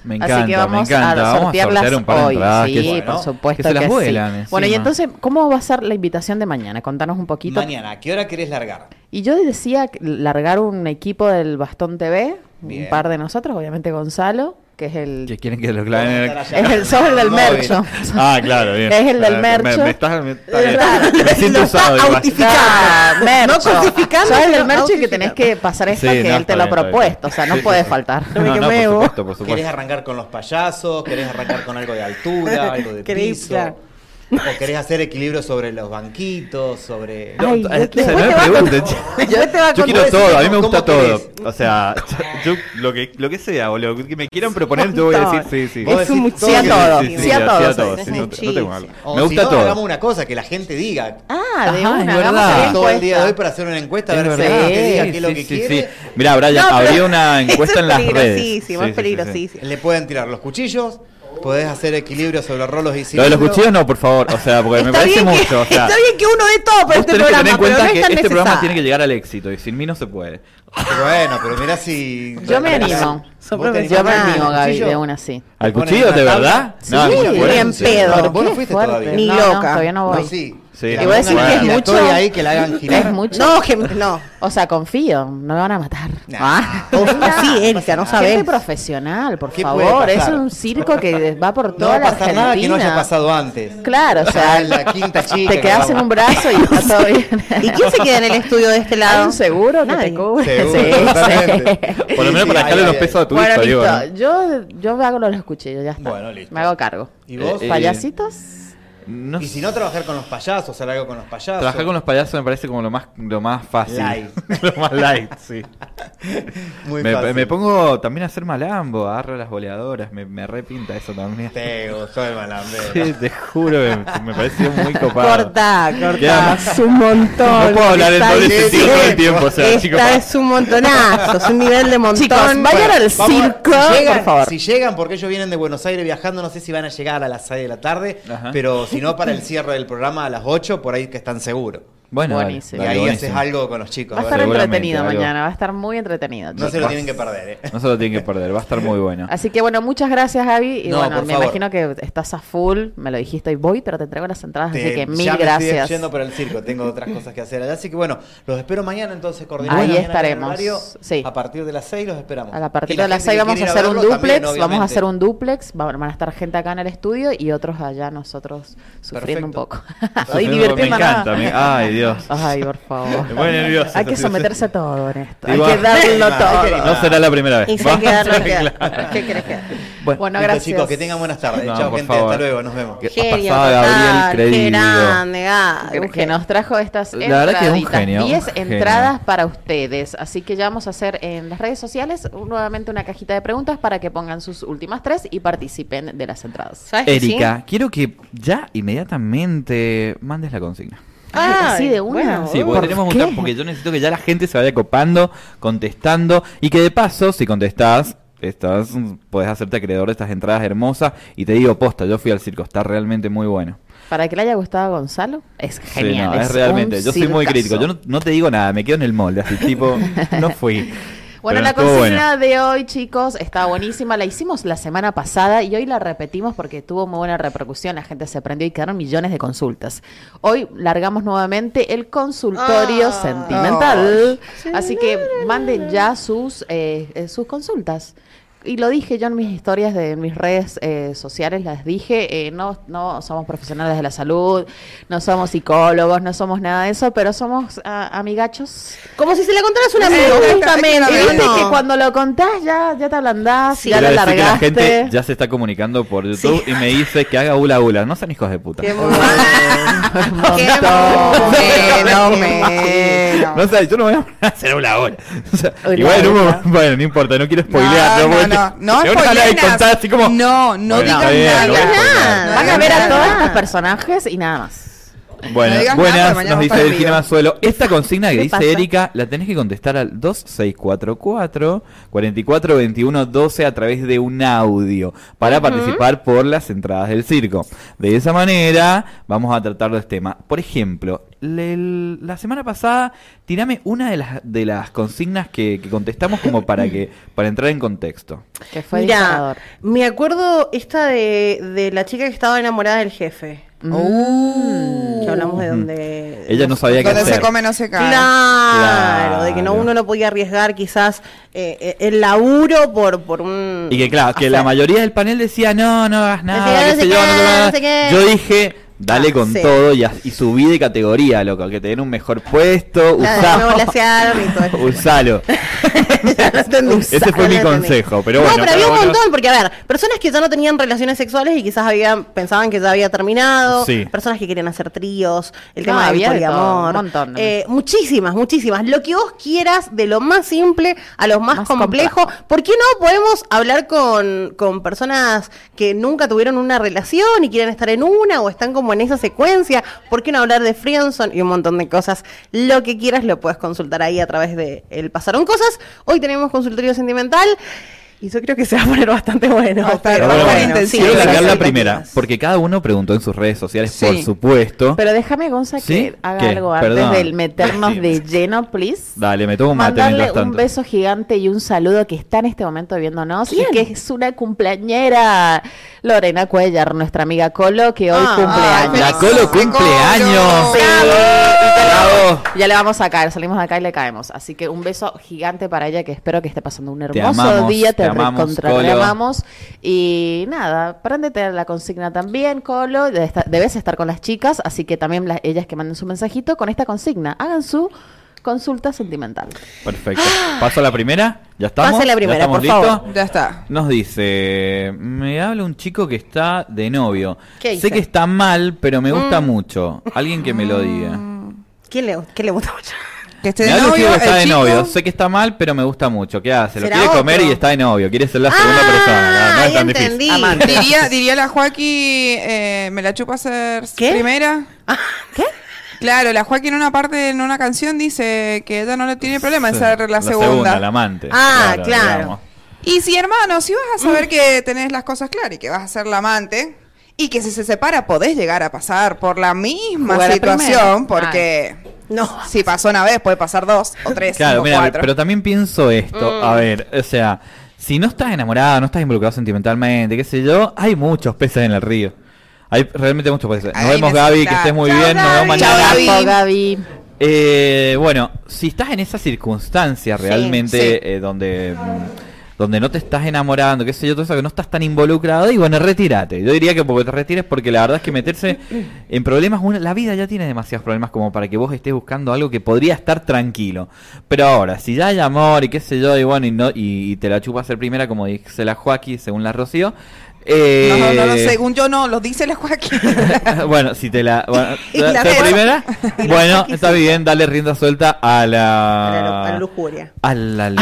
Speaker 2: Me
Speaker 4: Así
Speaker 2: encanta,
Speaker 4: que vamos
Speaker 2: me encanta.
Speaker 4: a
Speaker 2: vamos a
Speaker 4: sortearlas
Speaker 2: sortear un par de
Speaker 4: hoy.
Speaker 2: entradas
Speaker 4: sí,
Speaker 2: que-
Speaker 6: bueno,
Speaker 4: por supuesto
Speaker 2: que se las
Speaker 4: sí.
Speaker 2: vuelan
Speaker 4: Bueno, y
Speaker 2: encima.
Speaker 4: entonces, ¿cómo va a ser la invitación de mañana? Contanos un poquito.
Speaker 6: Mañana, ¿a qué hora querés largar?
Speaker 4: Y yo decía que largar un equipo del Bastón TV, un
Speaker 6: Bien.
Speaker 4: par de nosotros, obviamente Gonzalo, que es el
Speaker 2: que quieren que los claven en el-
Speaker 6: Vamos a estar
Speaker 4: es el sobre del
Speaker 6: Móvil.
Speaker 4: mercho.
Speaker 2: Ah, claro, bien.
Speaker 4: Es el del
Speaker 2: Claro, me-
Speaker 4: mercho.
Speaker 2: Me, estás- me- está bien.
Speaker 4: Claro.
Speaker 2: Me siento
Speaker 5: Lo está
Speaker 2: usado igual.
Speaker 5: autificando.
Speaker 4: Claro, mercho.
Speaker 5: No cosificando,
Speaker 4: Sos el
Speaker 5: sino
Speaker 4: del mercho y que tenés
Speaker 5: autificando.
Speaker 4: que pasar esto
Speaker 2: Sí, no,
Speaker 4: que él te
Speaker 2: está
Speaker 4: lo ha
Speaker 2: bien, está bien.
Speaker 4: propuesto. O sea, no
Speaker 2: Sí, sí,
Speaker 4: puede
Speaker 2: sí.
Speaker 4: faltar.
Speaker 5: No me quemé,
Speaker 2: por
Speaker 5: vos.
Speaker 2: supuesto, por
Speaker 6: ¿Querés
Speaker 2: supuesto.
Speaker 6: arrancar con los payasos? ¿Querés arrancar con algo de altura, algo de
Speaker 5: Querés,
Speaker 6: piso?
Speaker 5: claro.
Speaker 6: ¿O querés hacer equilibrio sobre los banquitos, sobre...?
Speaker 2: No,
Speaker 4: Ay,
Speaker 2: t-
Speaker 4: yo
Speaker 2: eh,
Speaker 4: quiero-
Speaker 2: se
Speaker 4: vos
Speaker 2: me
Speaker 4: te vas con-
Speaker 2: pregunten,
Speaker 5: Después te va a
Speaker 2: Yo quiero
Speaker 5: contar-
Speaker 2: todo, a mí me
Speaker 6: ¿cómo
Speaker 2: gusta todo.
Speaker 6: querés?
Speaker 2: O sea, yo lo que, lo que sea, boludo, que me quieran proponer, yo voy a decir sí, sí.
Speaker 5: Es
Speaker 6: Vos
Speaker 5: un
Speaker 6: decís
Speaker 5: muchísimo.
Speaker 6: todo
Speaker 5: Sí a
Speaker 6: que-
Speaker 5: todo,
Speaker 2: Sí, sí,
Speaker 5: sí a
Speaker 2: sí,
Speaker 5: todo.
Speaker 2: sí, todo,
Speaker 5: sí,
Speaker 2: sí,
Speaker 5: sí,
Speaker 2: no te- no
Speaker 5: sí,
Speaker 2: tengo algo.
Speaker 6: O
Speaker 2: Me
Speaker 6: si
Speaker 2: gusta
Speaker 6: no, hagamos
Speaker 2: todo.
Speaker 6: una cosa, que la gente diga.
Speaker 4: Ah, de
Speaker 2: Ajá, es
Speaker 4: una.
Speaker 2: verdad.
Speaker 4: hagamos la
Speaker 6: todo el día de hoy
Speaker 4: encuesta.
Speaker 6: para hacer una encuesta, a
Speaker 2: Es
Speaker 6: ver si la
Speaker 2: verdad.
Speaker 6: gente diga qué es lo
Speaker 2: Sí,
Speaker 6: que
Speaker 2: sí,
Speaker 6: quiere.
Speaker 2: sí. Mirá, Brian,
Speaker 5: No, pero
Speaker 2: habría una
Speaker 5: eso
Speaker 2: encuesta
Speaker 5: es
Speaker 2: en las redes. Sí,
Speaker 5: peligrosísimo, es
Speaker 2: sí, sí, sí.
Speaker 5: peligrosísimo.
Speaker 6: Le pueden tirar los cuchillos Podés hacer equilibrio sobre rolos y
Speaker 2: Lo de los
Speaker 6: cilindros.
Speaker 2: cuchillos no, por favor. O sea, porque pues, me
Speaker 5: Está
Speaker 2: parece
Speaker 5: bien que-
Speaker 2: mucho. o sea,
Speaker 5: está bien que uno dé todo para
Speaker 2: vos
Speaker 5: este
Speaker 2: tenés que tener en
Speaker 5: programa, pero no
Speaker 2: cuenta
Speaker 5: es
Speaker 2: que
Speaker 5: tan
Speaker 2: este programa
Speaker 5: necesario.
Speaker 2: tiene que llegar al éxito y sin mí no se puede.
Speaker 6: Pero bueno, pero mirá si.
Speaker 4: Yo me animo.
Speaker 5: Son
Speaker 6: ¿Vos tenés
Speaker 4: Yo me
Speaker 6: ganas de
Speaker 4: animo, Gaby,
Speaker 6: cuchillo?
Speaker 4: de una así.
Speaker 2: ¿Al
Speaker 6: ponen
Speaker 2: cuchillo,
Speaker 6: una
Speaker 2: de
Speaker 6: tabla?
Speaker 2: verdad?
Speaker 4: Sí,
Speaker 2: es una
Speaker 5: ni
Speaker 2: buena
Speaker 5: en
Speaker 2: idea.
Speaker 5: pedo.
Speaker 6: No, vos no
Speaker 4: Qué
Speaker 6: fuiste
Speaker 4: fuerte.
Speaker 6: todavía.
Speaker 5: Ni
Speaker 4: No, no,
Speaker 5: loca.
Speaker 4: todavía no voy.
Speaker 6: No, sí.
Speaker 2: Sí.
Speaker 6: Que
Speaker 2: Y
Speaker 6: la
Speaker 4: voy a decir
Speaker 6: pongan
Speaker 4: que es
Speaker 6: en la
Speaker 4: mucho.
Speaker 6: historia ahí que la hagan girar.
Speaker 4: Es mucho.
Speaker 5: No, que no.
Speaker 4: O sea, confío, no me van a matar.
Speaker 6: Nah.
Speaker 4: Ah.
Speaker 5: Así, Erika, no
Speaker 4: Gente
Speaker 5: sabes.
Speaker 4: profesional, por
Speaker 6: ¿Qué
Speaker 4: favor.
Speaker 6: puede
Speaker 4: Es
Speaker 6: pasar?
Speaker 4: un circo que va por
Speaker 6: No
Speaker 4: toda
Speaker 6: va a
Speaker 4: la
Speaker 6: pasar
Speaker 4: Argentina.
Speaker 6: nada que no haya pasado antes.
Speaker 4: Claro, o sea,
Speaker 6: Ah, la quinta chica
Speaker 4: te
Speaker 6: que
Speaker 4: quedas en
Speaker 6: vamos.
Speaker 4: un brazo y está todo bien.
Speaker 5: ¿Y quién se queda en el estudio de este
Speaker 4: Hay
Speaker 5: lado?
Speaker 4: un seguro que te
Speaker 5: Nadie.
Speaker 4: cubre.
Speaker 6: Seguro,
Speaker 4: Sí,
Speaker 6: totalmente.
Speaker 4: sí.
Speaker 2: Por lo menos
Speaker 6: Sí,
Speaker 2: para
Speaker 6: ahí,
Speaker 2: dejarle
Speaker 6: ahí,
Speaker 2: los
Speaker 6: ahí.
Speaker 2: pesos a tu
Speaker 4: Bueno,
Speaker 2: hijo, digo.
Speaker 4: listo.
Speaker 2: ¿no?
Speaker 4: Yo, yo me hago los cuchillos, ya está.
Speaker 6: Bueno, listo.
Speaker 4: Me hago cargo.
Speaker 6: ¿Y vos?
Speaker 2: Eh,
Speaker 4: ¿Payasitos?
Speaker 2: No
Speaker 6: Y si
Speaker 2: sé.
Speaker 6: no trabajar con los payasos, hacer algo con los payasos.
Speaker 2: Trabajar con los payasos me parece como lo más, lo más fácil.
Speaker 6: Light.
Speaker 2: lo más light, sí.
Speaker 6: Muy
Speaker 2: Me,
Speaker 6: fácil.
Speaker 2: me pongo también a hacer malambo, agarro las boleadoras, me, me repinta eso también.
Speaker 6: Te gustó el malambero.
Speaker 2: Sí, te juro que me pareció muy copado.
Speaker 5: Corta,
Speaker 2: Ya,
Speaker 5: corta.
Speaker 2: más-
Speaker 5: Es un montón.
Speaker 2: No puedo hablar en
Speaker 5: Está
Speaker 2: doble
Speaker 5: bien.
Speaker 2: sentido todo el tiempo, o sea,
Speaker 5: Esta
Speaker 2: chicos.
Speaker 5: es un montonazo, es un nivel de montón.
Speaker 4: Chicos, vayan al
Speaker 6: Vamos a-
Speaker 4: circo,
Speaker 6: si llegan,
Speaker 4: por favor.
Speaker 6: Si llegan, porque ellos vienen de Buenos Aires viajando, no sé si van a llegar a las 6 de la tarde,
Speaker 2: Ajá.
Speaker 6: pero si no, para el cierre del programa a las 8, por ahí que están seguros.
Speaker 2: Bueno, dale,
Speaker 4: Buenísimo.
Speaker 6: Y
Speaker 2: dale,
Speaker 6: ahí haces
Speaker 2: buenísimo.
Speaker 6: algo con los chicos.
Speaker 4: Va a estar
Speaker 6: ¿verdad?
Speaker 2: Seguramente,
Speaker 4: entretenido
Speaker 2: algo.
Speaker 4: mañana, va a estar muy entretenido.
Speaker 6: No se lo tienen que perder, ¿eh?
Speaker 2: No se lo tienen que perder, va a estar muy bueno.
Speaker 4: Así que bueno, muchas gracias Gaby. Y
Speaker 6: No,
Speaker 4: bueno,
Speaker 6: por
Speaker 4: me
Speaker 6: favor.
Speaker 4: imagino que estás a full, me lo dijiste y voy, pero te entrego las entradas,
Speaker 6: Te-
Speaker 4: así que mil
Speaker 6: ya me
Speaker 4: gracias.
Speaker 6: estoy yendo para el circo, tengo otras cosas que hacer allá. Así que bueno, los espero mañana entonces, coordinamos.
Speaker 4: Ahí
Speaker 6: mañana en el
Speaker 4: estaremos,
Speaker 6: horario.
Speaker 4: sí.
Speaker 6: A partir de las 6 los esperamos.
Speaker 4: A la
Speaker 6: Y
Speaker 4: partir de las
Speaker 6: gente
Speaker 4: 6
Speaker 6: que
Speaker 4: vamos a
Speaker 6: quiere ir
Speaker 4: hacer un
Speaker 6: verlo también,
Speaker 4: duplex, vamos a hacer
Speaker 6: obviamente.
Speaker 4: un duplex, va- van a estar gente acá en el estudio y otros allá nosotros sufriendo un
Speaker 6: Perfecto.
Speaker 4: poco.
Speaker 2: Sufriendo
Speaker 4: y
Speaker 2: porque
Speaker 4: divirtiendo
Speaker 2: me encanta, me- ay, Dios.
Speaker 4: Ay, por favor.
Speaker 2: Me pone nervioso
Speaker 4: Hay que
Speaker 2: esta
Speaker 4: someterse a todo en esto.
Speaker 2: Digo,
Speaker 4: Hay que darlo todo.
Speaker 2: No será la primera vez.
Speaker 5: Y se queda, no queda.
Speaker 2: Claro.
Speaker 5: ¿Qué querés que
Speaker 2: Bueno,
Speaker 4: Bueno,
Speaker 6: Listo,
Speaker 4: gracias.
Speaker 6: chicos, que tengan buenas tardes.
Speaker 2: No,
Speaker 6: Chao,
Speaker 2: por
Speaker 6: gente.
Speaker 2: favor.
Speaker 6: Hasta luego, nos vemos.
Speaker 2: Que-
Speaker 5: Genio,
Speaker 2: pasaba
Speaker 5: total,
Speaker 2: Gabriel
Speaker 5: Qué
Speaker 2: creído.
Speaker 5: grande, Gaby.
Speaker 4: que nos trajo estas
Speaker 2: La verdad que es un
Speaker 4: entraditas.
Speaker 2: genio, un
Speaker 4: 10
Speaker 2: genio.
Speaker 4: entradas para ustedes. Así que ya vamos a hacer en las redes sociales un- nuevamente una cajita de preguntas para que pongan sus últimas tres y participen de las entradas.
Speaker 5: ¿Sabes que sí?
Speaker 2: Erika, quiero que ya inmediatamente mandes la consigna.
Speaker 5: Ah,
Speaker 4: Así de una.
Speaker 5: bueno.
Speaker 2: Sí, porque
Speaker 4: ¿Por
Speaker 2: tenemos un
Speaker 4: qué?
Speaker 2: tra- porque yo necesito que ya la gente se vaya copando, contestando y que de paso, si contestás, estás podés hacerte acreedor de estas entradas hermosas y te digo, posta, yo fui al circo, está realmente muy bueno.
Speaker 4: Para que le haya gustado a Gonzalo, es
Speaker 2: Sí,
Speaker 4: genial.
Speaker 2: no, es
Speaker 4: un
Speaker 2: realmente, yo soy muy
Speaker 4: circazo.
Speaker 2: crítico, yo no, no te digo nada, me quedo en el molde, así tipo, no fui.
Speaker 4: Bueno,
Speaker 2: Pero
Speaker 4: la
Speaker 2: estuvo
Speaker 4: consigna
Speaker 2: bueno.
Speaker 4: de hoy, chicos, está buenísima. La hicimos la semana pasada y hoy la repetimos porque tuvo muy buena repercusión. La gente se prendió y quedaron millones de consultas. Hoy largamos nuevamente el consultorio
Speaker 5: Ah.
Speaker 4: sentimental. Así que manden ya sus, eh, eh, sus consultas. Y lo dije yo en mis historias de en mis redes eh, sociales, las dije, eh, no, no somos profesionales de la salud, no somos psicólogos, no somos nada de eso, pero somos ah, amigachos.
Speaker 5: Como si se la contaras a un
Speaker 3: Sí,
Speaker 5: amigo,
Speaker 3: sí,
Speaker 5: justamente.
Speaker 4: Y
Speaker 3: Pero
Speaker 4: viste
Speaker 5: ¿no?
Speaker 4: que cuando lo contás ya, ya te ablandás, ya
Speaker 2: Quiero
Speaker 4: lo
Speaker 2: decir que la
Speaker 4: largaste.
Speaker 2: gente ya se está comunicando por YouTube y me dice que haga hula hula. No sean hijos de puta.
Speaker 5: Qué bueno. Qué
Speaker 3: Bueno,
Speaker 5: bueno.
Speaker 2: No sé, yo no voy a hacer hula hula. O sea,
Speaker 4: Hula
Speaker 2: igual en un
Speaker 4: hula.
Speaker 2: momento- bueno, no importa, no quiero spoilear.
Speaker 3: no,
Speaker 2: porque-
Speaker 3: no, no,
Speaker 2: de una manera de
Speaker 3: spoilees nada.
Speaker 2: contar así como-
Speaker 3: No, no
Speaker 2: Bueno,
Speaker 3: digas
Speaker 2: está bien,
Speaker 3: nada.
Speaker 2: no voy a spoilear.
Speaker 5: No
Speaker 4: Van a
Speaker 5: digas
Speaker 4: ver a
Speaker 5: nada.
Speaker 4: todos estos personajes y nada más.
Speaker 2: Bueno,
Speaker 3: No
Speaker 2: buenas,
Speaker 3: digas nada, porque mañana
Speaker 2: nos
Speaker 3: vamos
Speaker 2: dice
Speaker 3: para
Speaker 2: Delfina
Speaker 3: arriba.
Speaker 2: Mazuelo. Esta consigna que
Speaker 4: ¿Qué
Speaker 2: dice
Speaker 4: pasa?
Speaker 2: Erika la tenés que contestar al 2644 442112 a través de un audio para participar por las entradas del circo. De esa manera vamos a tratar los temas. Por ejemplo, le- el- la semana pasada tirame una de las, de las consignas que, que contestamos como para que para entrar en contexto.
Speaker 4: Que fue
Speaker 5: Mirá,
Speaker 4: disparador.
Speaker 5: me acuerdo esta de, de la chica que estaba enamorada del jefe.
Speaker 4: Mm.
Speaker 3: Uh.
Speaker 5: Que hablamos de donde.
Speaker 2: Ella no sabía qué
Speaker 3: Donde se
Speaker 2: hacer.
Speaker 3: come no se cae.
Speaker 5: Claro,
Speaker 2: Claro.
Speaker 5: de que no, uno no podía arriesgar quizás eh, eh, el laburo por, por un...
Speaker 2: Y que claro, que la
Speaker 5: afer.
Speaker 2: mayoría del panel decía, no, no hagas
Speaker 5: Decía,
Speaker 2: nada,
Speaker 5: no
Speaker 2: qué
Speaker 5: sé
Speaker 2: sé yo,
Speaker 5: qué,
Speaker 2: no te va a-
Speaker 5: no sé qué.
Speaker 2: Yo dije, dale
Speaker 5: Ah,
Speaker 2: con
Speaker 5: sí.
Speaker 2: todo y, as- y subí de categoría, loco, que te den un mejor puesto,
Speaker 5: Claro, de nuevo
Speaker 2: usalo.
Speaker 5: glasearon y todo eso.
Speaker 2: usalo.
Speaker 5: Ya no entendí.
Speaker 2: Ese fue
Speaker 5: No
Speaker 2: mi
Speaker 5: entendí.
Speaker 2: consejo, pero bueno.
Speaker 5: No, pero había un
Speaker 2: bueno.
Speaker 5: montón, porque a ver, personas que ya no tenían relaciones sexuales y quizás habían pensaban que ya había terminado,
Speaker 2: Sí.
Speaker 5: personas que querían hacer tríos, el
Speaker 4: No,
Speaker 5: tema del
Speaker 4: había de todo,
Speaker 5: poliamor.
Speaker 4: Ah, un montón.
Speaker 5: Eh, muchísimas, muchísimas. Lo que vos quieras, de lo más simple a lo más,
Speaker 4: Más
Speaker 5: complejo. ¿Por qué no podemos hablar con, con personas que nunca tuvieron una relación y quieren estar en una o están como en esa secuencia? ¿Por qué no hablar de Friendson y un montón de cosas? Lo que quieras lo puedes consultar ahí a través de el Pasaron Cosas. Hoy tenemos consultorio sentimental. Y yo creo que se va a poner bastante bueno.
Speaker 3: Va a estar-
Speaker 5: pero
Speaker 3: va a estar
Speaker 5: bueno,
Speaker 3: intensivo.
Speaker 2: Quiero
Speaker 5: sí,
Speaker 2: largar la
Speaker 5: sí,
Speaker 2: primera,
Speaker 5: sí.
Speaker 2: porque cada uno preguntó en sus redes sociales,
Speaker 3: Sí.
Speaker 2: por supuesto.
Speaker 4: Pero déjame, Gonza,
Speaker 2: ¿Sí?
Speaker 4: que haga
Speaker 2: ¿Qué?
Speaker 4: algo antes
Speaker 2: Perdón.
Speaker 4: del meternos
Speaker 2: Sí.
Speaker 4: de lleno, please.
Speaker 2: Dale, me tomo un mate
Speaker 4: Mandarle
Speaker 2: mientras
Speaker 4: un
Speaker 2: tanto.
Speaker 4: beso gigante y un saludo que está en este momento viéndonos y
Speaker 5: ¿Quién?
Speaker 4: que es una cumpleañera, Lorena Cuellar, nuestra amiga Colo, que hoy
Speaker 5: Ah,
Speaker 4: cumple
Speaker 2: La
Speaker 4: años.
Speaker 3: feliz
Speaker 2: Colo
Speaker 3: Colo.
Speaker 2: cumpleaños.
Speaker 4: Sí.
Speaker 2: Bravo.
Speaker 4: Ya le vamos a caer, salimos de acá y le caemos. Así que un beso gigante para ella que espero que esté pasando un hermoso
Speaker 2: amamos,
Speaker 4: día.
Speaker 2: te amamos,
Speaker 4: recontra-
Speaker 2: Colo.
Speaker 4: te amamos. Y nada, préndete la consigna también, Colo. Debe esta- Debes estar con las chicas, así que también las, ellas que manden su mensajito con esta consigna. Hagan su consulta sentimental.
Speaker 2: Perfecto. Paso a la primera. ¿Ya estamos?
Speaker 5: Pase la
Speaker 2: ¿Ya
Speaker 5: primera,
Speaker 2: estamos
Speaker 5: por favor.
Speaker 2: listos?
Speaker 3: Ya está.
Speaker 2: Nos dice, me habla un chico que está de novio.
Speaker 5: ¿Qué
Speaker 2: Sé
Speaker 5: dice? Mm.
Speaker 2: que está mal, pero me gusta mucho. Alguien que me lo diga.
Speaker 5: ¿Quién le, ¿Quién le gusta mucho?
Speaker 3: Que esté
Speaker 2: Me
Speaker 3: de
Speaker 2: habla un chico
Speaker 3: novio,
Speaker 2: que
Speaker 3: el
Speaker 2: está de
Speaker 3: chico-
Speaker 2: novio. Sé que está mal, pero me gusta mucho. ¿Qué hace? Lo
Speaker 5: ¿Será
Speaker 2: quiere comer
Speaker 5: otro? Ah,
Speaker 2: y está de novio. Quiere ser la segunda persona. No, no
Speaker 5: ahí
Speaker 2: es tan difícil.
Speaker 5: entendí.
Speaker 4: Amante.
Speaker 3: Diría, diría la Joaquín, eh, me la chupa ser
Speaker 5: ¿Qué?
Speaker 3: primera.
Speaker 5: ¿Qué?
Speaker 3: Claro, la Joaquín en una parte, en una canción, dice que ella no le tiene problema en
Speaker 2: Sí,
Speaker 3: ser la segunda.
Speaker 2: la amante.
Speaker 5: Ah, claro.
Speaker 2: digamos.
Speaker 3: Y si, hermano, si vas a saber que tenés las cosas claras y que vas a ser la amante, y que si se separa podés llegar a pasar por la misma
Speaker 4: Jugar a
Speaker 3: situación,
Speaker 4: primera.
Speaker 3: porque
Speaker 5: No.
Speaker 3: si pasó una vez puede pasar dos o tres
Speaker 2: Claro,
Speaker 3: o
Speaker 2: mira,
Speaker 3: cuatro.
Speaker 2: pero también pienso esto.
Speaker 5: Mm.
Speaker 2: A ver, o sea, si no estás enamorado, no estás involucrado sentimentalmente, qué sé yo, hay muchos peces en el río. Hay realmente muchos peces. Nos
Speaker 3: Ahí
Speaker 2: vemos, Gaby, que
Speaker 3: necesitas.
Speaker 2: estés muy
Speaker 3: Chao,
Speaker 2: bien. Nos vemos
Speaker 3: Gaby.
Speaker 2: mañana.
Speaker 3: Chao, Gaby.
Speaker 4: Capo, Gaby.
Speaker 2: Eh, bueno, si estás en esa circunstancia realmente
Speaker 3: sí.
Speaker 2: eh, donde mm, donde no te estás enamorando, qué sé yo, todo eso, que no estás tan involucrado, y bueno, retírate. Yo diría que porque te retires, porque la verdad es que meterse en problemas, una- la vida ya tiene demasiados problemas como para que vos estés buscando algo que podría estar tranquilo. Pero ahora, si ya hay amor y qué sé yo, y bueno, y, no, y, y te la chupas ser primera, como dice la Joaquín, según la Rocío. eh,
Speaker 3: No, no, no, no, según yo no, los dice la Joaquín.
Speaker 2: bueno, si te la. Bueno,
Speaker 5: Y la
Speaker 2: ¿te
Speaker 5: cero.
Speaker 2: primera?
Speaker 5: Y la
Speaker 2: Bueno,
Speaker 5: saqué
Speaker 2: está
Speaker 5: sin-
Speaker 2: bien, dale rienda suelta a
Speaker 5: A la,
Speaker 2: la.
Speaker 5: a la lujuria.
Speaker 2: A la, a la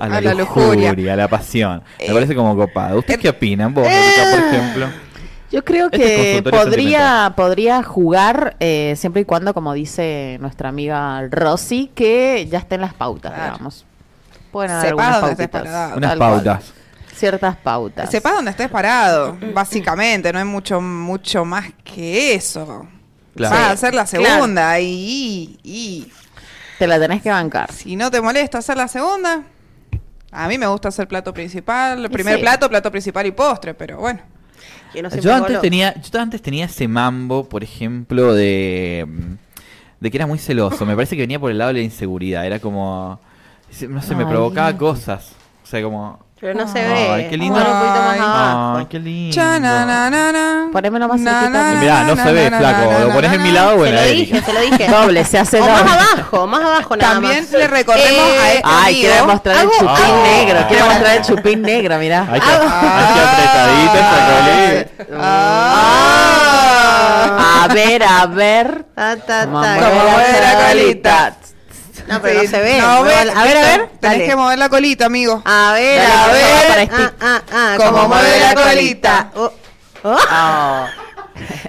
Speaker 3: A la
Speaker 2: lujuria,
Speaker 3: lujuria.
Speaker 2: a la pasión. Me
Speaker 3: Eh,
Speaker 2: parece como copado. ¿Ustedes qué opinan, vos, Erika, por ejemplo?
Speaker 4: Yo creo
Speaker 2: Este
Speaker 4: que
Speaker 2: consultorio
Speaker 4: podría,
Speaker 2: sentimental.
Speaker 4: podría jugar eh, siempre y cuando, como dice nuestra amiga Rosy, que ya estén las pautas,
Speaker 3: Claro.
Speaker 4: digamos. Pueden haber
Speaker 3: Sepa
Speaker 4: algunas
Speaker 3: dónde estés
Speaker 4: pautitas.
Speaker 3: parado.
Speaker 2: Unas
Speaker 4: tal cual.
Speaker 2: pautas.
Speaker 4: Ciertas pautas.
Speaker 3: Sepas dónde estés parado,
Speaker 5: Mm.
Speaker 3: básicamente, no hay mucho, mucho más que eso.
Speaker 2: Claro.
Speaker 3: Vas
Speaker 2: Sí,
Speaker 3: a ser la
Speaker 5: claro.
Speaker 3: segunda y, y
Speaker 4: Te la tenés que bancar.
Speaker 3: si no te molesta hacer la segunda, a mí me gusta hacer plato principal, primer
Speaker 4: sí.
Speaker 3: plato, plato principal y postre, pero bueno.
Speaker 5: Que no siempre
Speaker 2: Yo antes
Speaker 5: golo-
Speaker 2: tenía, yo antes tenía ese mambo, por ejemplo, de mm, de que era muy celoso. Me parece que venía por el lado de la inseguridad. Era como, no sé, me
Speaker 4: Ay.
Speaker 2: provocaba cosas. O sea, como,
Speaker 5: Pero no se
Speaker 2: Ay,
Speaker 5: ve.
Speaker 2: qué lindo.
Speaker 5: Ponlo Un poquito más
Speaker 3: Ay.
Speaker 5: abajo.
Speaker 2: ay, qué lindo.
Speaker 3: Cha, na, na, na, na.
Speaker 4: Ponémelo más
Speaker 3: Na,
Speaker 4: cerquita.
Speaker 3: na,
Speaker 2: Mm, Y Mirá, no
Speaker 3: na,
Speaker 2: se ve,
Speaker 3: na,
Speaker 2: flaco.
Speaker 3: na,
Speaker 2: lo
Speaker 3: na,
Speaker 2: pones
Speaker 3: na,
Speaker 2: en
Speaker 3: na.
Speaker 2: mi lado,
Speaker 5: se
Speaker 2: bueno,
Speaker 5: lo
Speaker 2: Erika.
Speaker 5: dije, se lo dije.
Speaker 4: Doble, se hace
Speaker 5: O
Speaker 4: doble.
Speaker 5: más abajo, más Eh, abajo nada
Speaker 3: También
Speaker 5: más.
Speaker 3: le recordemos a este
Speaker 4: Eh, Ay,
Speaker 3: amigo-
Speaker 4: quiere mostrar el
Speaker 5: hago-
Speaker 4: chupín
Speaker 2: hago-
Speaker 4: negro. Quiere
Speaker 2: Ah.
Speaker 4: mostrar el chupín negro, mirá.
Speaker 2: Hay que, hay que apretadita esa colita.
Speaker 3: Ah.
Speaker 4: A ver, a ver.
Speaker 5: Ta, ta,
Speaker 4: Como
Speaker 5: ta.
Speaker 4: mueve
Speaker 3: Como mueve la
Speaker 4: colita.
Speaker 5: No, pero
Speaker 3: Sí.
Speaker 5: no se ve.
Speaker 3: No,
Speaker 5: Mueve
Speaker 3: ve,
Speaker 5: la- a ver, a ver.
Speaker 3: Tenés
Speaker 5: dale. Ah,
Speaker 3: que mover la colita, amigo.
Speaker 5: A ver,
Speaker 4: Dale,
Speaker 5: a
Speaker 4: por favor, para
Speaker 5: ver.
Speaker 4: Steve.
Speaker 5: Ah, ah, ah,
Speaker 3: Como mueve la colita.
Speaker 5: Oh, oh.
Speaker 4: Ah.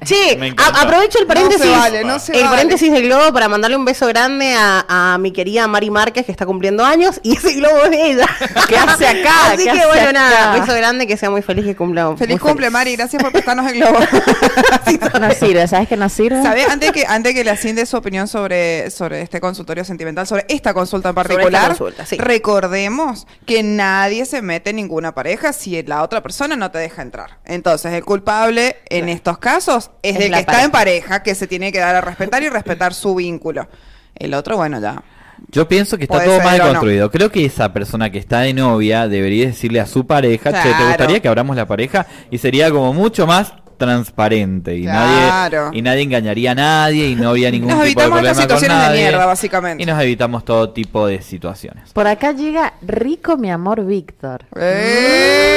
Speaker 5: Che,
Speaker 2: Me encanta.
Speaker 5: a- aprovecho el
Speaker 3: No se
Speaker 5: paréntesis,
Speaker 3: vale, no se
Speaker 5: el
Speaker 3: vale.
Speaker 5: paréntesis del globo para mandarle un beso grande a, a mi querida Mari Márquez que está cumpliendo años y ese globo es de ella.
Speaker 4: ¿Qué hace acá?
Speaker 5: Así
Speaker 4: ¿Qué
Speaker 5: que
Speaker 4: hace
Speaker 5: bueno,
Speaker 4: acá?
Speaker 5: nada, beso grande, que sea muy feliz que cumpla.
Speaker 3: Feliz
Speaker 5: muy
Speaker 3: cumple, Mari. Gracias por prestarnos el globo.
Speaker 4: No sirve, ¿sabes que no sirve?
Speaker 3: ¿Sabes? Antes que, antes que le asciende su opinión sobre, sobre este consultorio sentimental, sobre esta consulta en
Speaker 5: Sobre esta
Speaker 3: particular,
Speaker 5: consulta, sí.
Speaker 3: recordemos que nadie se mete en ninguna pareja si la otra persona no te deja entrar. Entonces, el culpable en estos casos es,
Speaker 4: Es
Speaker 3: el
Speaker 4: la
Speaker 3: que está en pareja, que se tiene que dar a respetar y respetar su vínculo. El otro, bueno, ya.
Speaker 2: Yo pienso que está
Speaker 3: Puede
Speaker 2: todo
Speaker 3: ser
Speaker 2: mal
Speaker 3: o no.
Speaker 2: construido. Creo que esa persona que está de novia debería decirle a su pareja, che, ¿te
Speaker 3: Claro.
Speaker 2: gustaría que abramos la pareja? Y sería como mucho más transparente y
Speaker 3: Claro.
Speaker 2: nadie y nadie engañaría a nadie y no había ningún tipo
Speaker 3: Nos
Speaker 2: de
Speaker 3: evitamos
Speaker 2: problema
Speaker 3: estas
Speaker 2: con
Speaker 3: situaciones de
Speaker 2: nadie.
Speaker 3: mierda, básicamente.
Speaker 2: y nos evitamos todo tipo de situaciones
Speaker 4: Por acá llega Rico, mi amor, Víctor.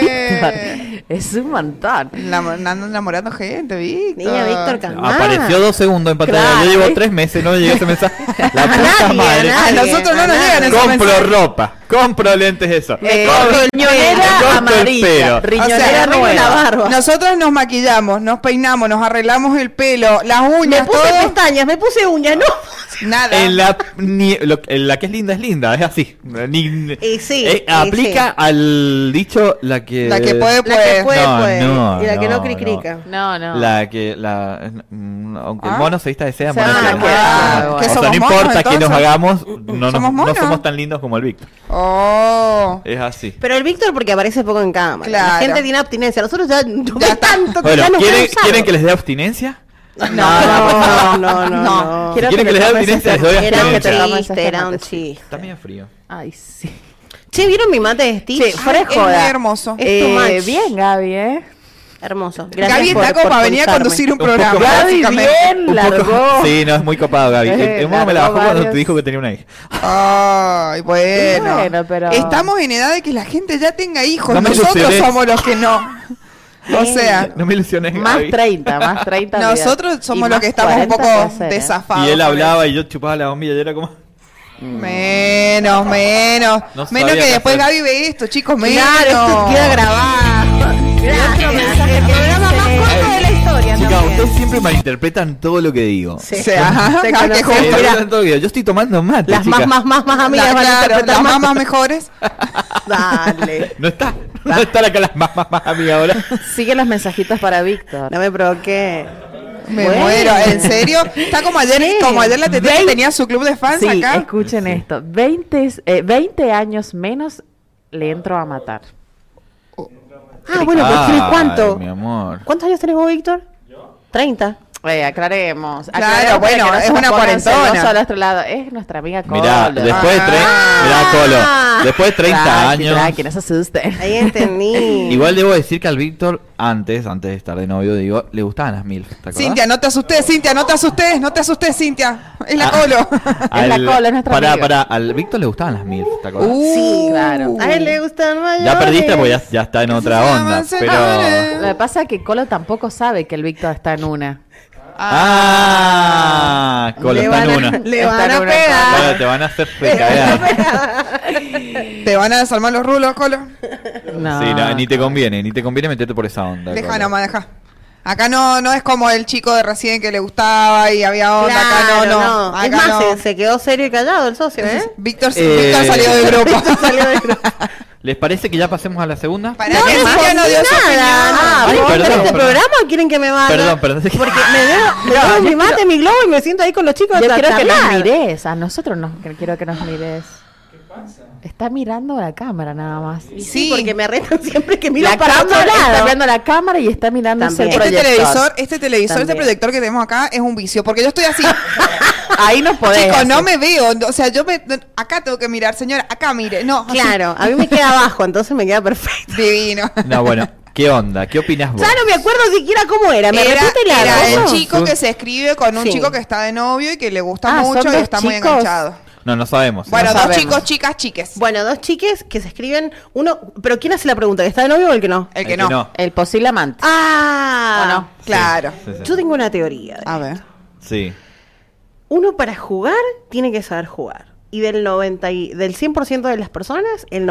Speaker 4: Víctor,
Speaker 3: ¡Eh!
Speaker 4: es un montón.
Speaker 3: Enamo- Andando enamorando gente, Víctor.
Speaker 5: Niña Víctor Cam-
Speaker 3: Ah.
Speaker 5: Mamá.
Speaker 2: apareció dos segundos en pantalla
Speaker 4: Claro,
Speaker 2: yo llevo
Speaker 4: ¿ves?
Speaker 2: tres meses no llegué ese mensaje la puta
Speaker 5: A nadie,
Speaker 2: madre
Speaker 3: A Ah, nosotros no nos llegan esos
Speaker 2: compro
Speaker 3: mensajes.
Speaker 2: ropa compro lentes eso
Speaker 3: Eh,
Speaker 2: Me corto el
Speaker 4: Riñonera amarilla.
Speaker 2: pelo.
Speaker 4: Riñonera
Speaker 3: arreglo
Speaker 4: nueva.
Speaker 5: la barba.
Speaker 3: Nosotros nos maquillamos, nos peinamos, nos arreglamos el pelo, las
Speaker 5: Me
Speaker 3: uñas,
Speaker 5: puse
Speaker 3: todo.
Speaker 5: pestañas, me puse uñas, no.
Speaker 3: Nada.
Speaker 2: En la, ni- lo- en la que es linda es linda, es así. Ni-
Speaker 5: Y sí,
Speaker 2: eh,
Speaker 5: y
Speaker 2: aplica
Speaker 5: sí.
Speaker 2: al dicho la que.
Speaker 3: La que puede,
Speaker 5: La que
Speaker 3: puede.
Speaker 5: puede,
Speaker 2: No,
Speaker 5: puede.
Speaker 2: no,
Speaker 5: y la que no
Speaker 2: no,
Speaker 5: cricrica.
Speaker 4: No, no.
Speaker 2: La que. La, mm, aunque
Speaker 3: Ah.
Speaker 2: el mono se vista de seda,
Speaker 4: Se van
Speaker 2: mono
Speaker 4: a
Speaker 2: es
Speaker 4: la
Speaker 2: lindo.
Speaker 4: cueva. Ah,
Speaker 2: O
Speaker 4: ¿Qué
Speaker 2: sea,
Speaker 3: somos
Speaker 2: no
Speaker 3: monos,
Speaker 2: importa qué nos
Speaker 3: entonces?
Speaker 2: hagamos, no, nos-
Speaker 3: ¿Somos
Speaker 2: no
Speaker 3: monos?
Speaker 2: somos tan lindos como el Víctor.
Speaker 3: Oh.
Speaker 2: Es así.
Speaker 5: Pero el Víctor porque aparece poco en cámara. La
Speaker 3: Claro.
Speaker 5: gente tiene abstinencia. Nosotros ya no
Speaker 3: Ya está.
Speaker 5: tanto que
Speaker 2: Bueno,
Speaker 5: ya nos
Speaker 2: ¿quieren,
Speaker 5: han usado.
Speaker 2: ¿quieren que les dé abstinencia?
Speaker 5: No, no, no, no. no.
Speaker 2: Si quieren que les dé abstinencia, les doy
Speaker 5: Era un
Speaker 2: abstinencia.
Speaker 4: tomemos esas
Speaker 5: chiste, era un
Speaker 4: mates.
Speaker 5: chiste.
Speaker 2: Está medio frío.
Speaker 4: Ay, sí.
Speaker 5: Che, ¿vieron mi mate de Stitch?
Speaker 4: Sí, fuera de
Speaker 3: es
Speaker 4: joda.
Speaker 3: muy hermoso.
Speaker 5: Es too
Speaker 4: Eh,
Speaker 5: much.
Speaker 4: bien, Gaby, ¿eh?
Speaker 5: Hermoso.
Speaker 3: Gaby está como para venir a
Speaker 5: consultarme.
Speaker 3: conducir un
Speaker 2: poco
Speaker 3: programa.
Speaker 2: más.
Speaker 4: Gaby,
Speaker 3: básicamente.
Speaker 4: bien, largó. Eh,
Speaker 2: Sí, no, es muy copado, Gaby. El, el mono me la
Speaker 4: Largó
Speaker 2: bajó cuando
Speaker 4: varios.
Speaker 2: te dijo que tenía una hija.
Speaker 3: Ay, bueno.
Speaker 4: Bueno, pero-
Speaker 3: Estamos en edad de que la gente ya tenga hijos.
Speaker 2: No me
Speaker 3: Nosotros
Speaker 2: sucedés.
Speaker 3: somos los que no. O sea,
Speaker 2: No me ilusiones,
Speaker 4: Más
Speaker 2: Gaby.
Speaker 4: 30, más 30. olvidate.
Speaker 3: nosotros somos
Speaker 4: Y
Speaker 3: los que
Speaker 4: más
Speaker 3: estamos un
Speaker 4: 40
Speaker 3: poco
Speaker 4: puede ser, ¿eh?
Speaker 3: desafados.
Speaker 2: Y él hablaba y yo chupaba la bombilla y era como...
Speaker 3: Menos, menos.
Speaker 2: No
Speaker 3: menos
Speaker 2: sabía
Speaker 3: que
Speaker 2: qué
Speaker 3: después
Speaker 2: hacer.
Speaker 3: Gaby ve esto, chicos. Menos.
Speaker 5: Claro, esto queda grabado.
Speaker 4: Otro mensaje que dice-
Speaker 5: de la historia.
Speaker 2: Chicas,
Speaker 5: también.
Speaker 2: ustedes siempre malinterpretan todo lo que digo.
Speaker 3: O sea, ajá,
Speaker 5: Se
Speaker 3: qué
Speaker 5: conoce.
Speaker 3: justo.
Speaker 2: Eh,
Speaker 5: mira.
Speaker 2: malinterpretan todo lo que digo. Yo estoy tomando mate,
Speaker 5: Las más,
Speaker 2: chicas.
Speaker 5: más, más, más
Speaker 3: La-
Speaker 5: amigas van a
Speaker 3: claro,
Speaker 5: interpretar
Speaker 3: las
Speaker 5: más.
Speaker 3: mamás mejores.
Speaker 5: Dale.
Speaker 2: No está.
Speaker 4: Ah.
Speaker 2: No está acá las más, más, más amiga ahora.
Speaker 4: Sigue los mensajitos para Víctor.
Speaker 5: No me provoqué.
Speaker 3: Me
Speaker 5: Bueno.
Speaker 3: muero, en serio. Está como ayer,
Speaker 4: Sí.
Speaker 3: como ayer la Tete que
Speaker 4: Vein-
Speaker 3: tenía su club de fans
Speaker 4: Sí,
Speaker 3: acá.
Speaker 4: escuchen esto. 20, es- eh, 20 años menos le entro a matar.
Speaker 5: Ah, bueno, pero
Speaker 2: Ay,
Speaker 5: ¿tiene cuánto?
Speaker 2: mi amor.
Speaker 5: ¿Cuántos años tenés vos, Víctor? ¿Yo? 30.
Speaker 4: Eh, aclaremos.
Speaker 3: Claro,
Speaker 4: aclaremos para
Speaker 3: bueno,
Speaker 4: que no
Speaker 3: es
Speaker 4: se nos
Speaker 3: una
Speaker 4: pongan
Speaker 3: cuarentona.
Speaker 4: celosos al otro lado. Es nuestra amiga Colo. Ah.
Speaker 2: Mirá, después de, tre- mirá, Colo, después de 30
Speaker 4: Tranqui,
Speaker 2: años...
Speaker 4: Tranqui, no se asusten.
Speaker 5: Ahí entendí.
Speaker 2: Igual debo decir que al Víctor, antes, antes de estar de novio, digo, le gustaban las mil. ¿Te acordás?
Speaker 3: Cintia, no te asustes, Cintia, no te asustes, no te asustes, Cintia. Es la
Speaker 2: Ah.
Speaker 3: colo.
Speaker 4: Es la
Speaker 2: Al-
Speaker 4: cola, es nuestra
Speaker 2: Pará,
Speaker 4: amiga.
Speaker 2: pará, al Víctor le gustaban las mil, ¿te acordás?
Speaker 3: Uh,
Speaker 4: Sí, claro.
Speaker 5: A él le gustan mayores.
Speaker 2: ya perdiste porque ya, ya está en otra onda, pero...
Speaker 4: Lo que pasa es que Colo tampoco sabe que el Víctor está en una.
Speaker 2: Ah, Colo,
Speaker 5: Le
Speaker 2: está en
Speaker 5: van a-
Speaker 2: una.
Speaker 5: Le van a
Speaker 4: Está en una
Speaker 5: pegar.
Speaker 2: Colo, te van a hacer recagar.
Speaker 3: Te van a desarmar los rulos, colo.
Speaker 4: No.
Speaker 2: Sí, no, ni te conviene, ni te conviene meterte por esa onda.
Speaker 3: Deja
Speaker 2: Colo.
Speaker 3: nomás, deja. Acá no, no es como el chico de recién que le gustaba y había onda. acá
Speaker 5: Claro,
Speaker 3: no, no.
Speaker 5: Es
Speaker 3: Acá
Speaker 5: más,
Speaker 3: no.
Speaker 5: se, se quedó serio y callado el socio, ¿eh?
Speaker 3: Víctor,
Speaker 2: Eh,
Speaker 3: Víctor salió del grupo.
Speaker 5: Esto salió de-
Speaker 2: ¿Les parece que ya pasemos a la segunda?
Speaker 3: Para
Speaker 5: No
Speaker 3: que Mario no
Speaker 5: respondí
Speaker 3: dio su opinión.
Speaker 5: nada.
Speaker 2: Ay,
Speaker 5: ¿Vamos a
Speaker 2: perdón,
Speaker 5: este
Speaker 2: perdón.
Speaker 5: programa o quieren que me vaya?
Speaker 2: Perdón, perdón.
Speaker 5: Porque me veo, me veo mi mate, mi globo y me siento ahí con los chicos.
Speaker 4: Yo
Speaker 5: a
Speaker 4: quiero que nos
Speaker 5: charlar.
Speaker 4: mires. A nosotros nos, que- quiero que nos mires. Está mirando la cámara nada más.
Speaker 5: Sí, porque me retan siempre que miro
Speaker 4: la
Speaker 5: para otro
Speaker 4: cámara, Está
Speaker 5: lado.
Speaker 4: mirando la cámara y está mirando el
Speaker 5: También.
Speaker 3: Este
Speaker 4: proyector.
Speaker 3: televisor, este televisor, este
Speaker 4: También.
Speaker 3: proyector que tenemos acá es un vicio, porque yo estoy así.
Speaker 4: Ahí no podés.
Speaker 3: Chicos, no
Speaker 4: hacer.
Speaker 3: me veo. no, O sea, yo me. no, Acá tengo que mirar, señora. Acá mire. No. así.
Speaker 5: Claro, a mí me queda abajo, entonces me queda perfecto.
Speaker 3: Divino.
Speaker 2: No, bueno, ¿qué onda? ¿Qué opinas vos?
Speaker 5: Ya no me acuerdo siquiera cómo era. Me
Speaker 3: Era,
Speaker 5: repite la
Speaker 3: era el
Speaker 5: cosa?
Speaker 3: chico que se escribe con un
Speaker 5: Sí.
Speaker 3: chico que está de novio y que le gusta
Speaker 4: Ah, ¿son
Speaker 3: mucho y
Speaker 4: dos
Speaker 3: está muy
Speaker 4: chicos?
Speaker 3: enganchado.
Speaker 2: No, no sabemos.
Speaker 3: Bueno,
Speaker 2: No
Speaker 3: dos
Speaker 2: sabemos.
Speaker 3: chicos, chicas, chiques.
Speaker 5: Bueno, dos chiques que se escriben. Uno, pero ¿quién hace la pregunta? ¿Que está de novio o el que no?
Speaker 3: el que no.
Speaker 4: El posible amante.
Speaker 5: Ah,
Speaker 3: Claro.
Speaker 2: Sí, sí, sí.
Speaker 5: yo tengo una teoría.
Speaker 4: Ah.
Speaker 3: A ver.
Speaker 2: Sí.
Speaker 5: Uno para jugar tiene que saber jugar. Y del 90 y- del 100% de las personas, el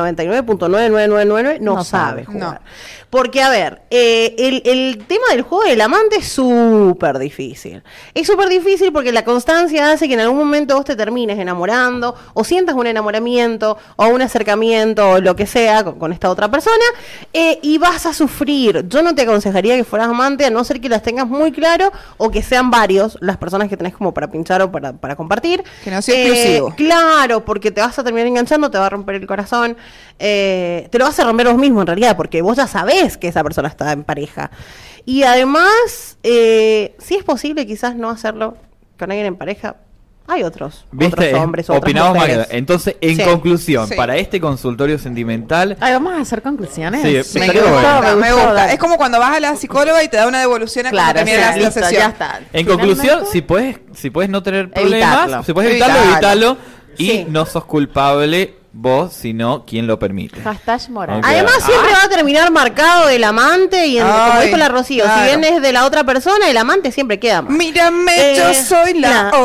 Speaker 5: 99.9999 no,
Speaker 4: No
Speaker 5: sabe
Speaker 4: sabe.
Speaker 5: jugar.
Speaker 3: No.
Speaker 5: Porque, a ver, eh, el, el tema del juego del amante es súper difícil. Es súper difícil porque la constancia hace que en algún momento vos te termines enamorando o sientas un enamoramiento o un acercamiento o lo que sea con, con esta otra persona eh, y vas a sufrir. Yo no te aconsejaría que fueras amante a no ser que las tengas muy claro o que sean varios las personas que tenés como para pinchar o para, para compartir.
Speaker 3: Que no sea exclusivo.
Speaker 5: Claro, porque te vas a terminar enganchando, te va a romper el corazón, eh, te lo vas a romper vos mismo en realidad, porque vos ya sabés que esa persona está en pareja. Y además, eh, si es posible quizás no hacerlo con alguien en pareja, hay otros,
Speaker 2: ¿Viste?
Speaker 5: otros hombres, otras
Speaker 2: Opinamos mal.
Speaker 5: mujeres.
Speaker 2: Entonces, en
Speaker 5: Sí,
Speaker 2: conclusión,
Speaker 3: sí.
Speaker 2: para este consultorio sentimental,
Speaker 4: Ay, vamos a hacer conclusiones.
Speaker 2: Sí,
Speaker 3: Me,
Speaker 2: Estaría
Speaker 3: gusta,
Speaker 2: bueno.
Speaker 3: me
Speaker 4: gustó,
Speaker 3: gusta.
Speaker 4: dale.
Speaker 3: Es como cuando vas a la psicóloga y te da una devolución a cuando
Speaker 4: Claro, o
Speaker 3: termina
Speaker 4: sea,
Speaker 3: la- la
Speaker 4: listo,
Speaker 3: sesión.
Speaker 4: ya está.
Speaker 2: en conclusión,
Speaker 4: Finalmente-
Speaker 2: si puedes, si puedes no tener problemas,
Speaker 4: Evitarlo.
Speaker 2: si puedes evitarlo,
Speaker 3: Evitarlo.
Speaker 2: evítalo. Y
Speaker 5: Sí.
Speaker 2: no sos culpable vos, sino quien lo permite.
Speaker 4: Hashtag moral.
Speaker 2: Ok.
Speaker 5: Además siempre
Speaker 2: Ah.
Speaker 5: va a terminar marcado el amante y en- como
Speaker 3: Ay,
Speaker 5: dijo la Rocío, si
Speaker 3: claro.
Speaker 5: bien es de la otra persona, el amante siempre queda mal.
Speaker 3: Mírame,
Speaker 5: Eh,
Speaker 3: yo soy la,
Speaker 5: la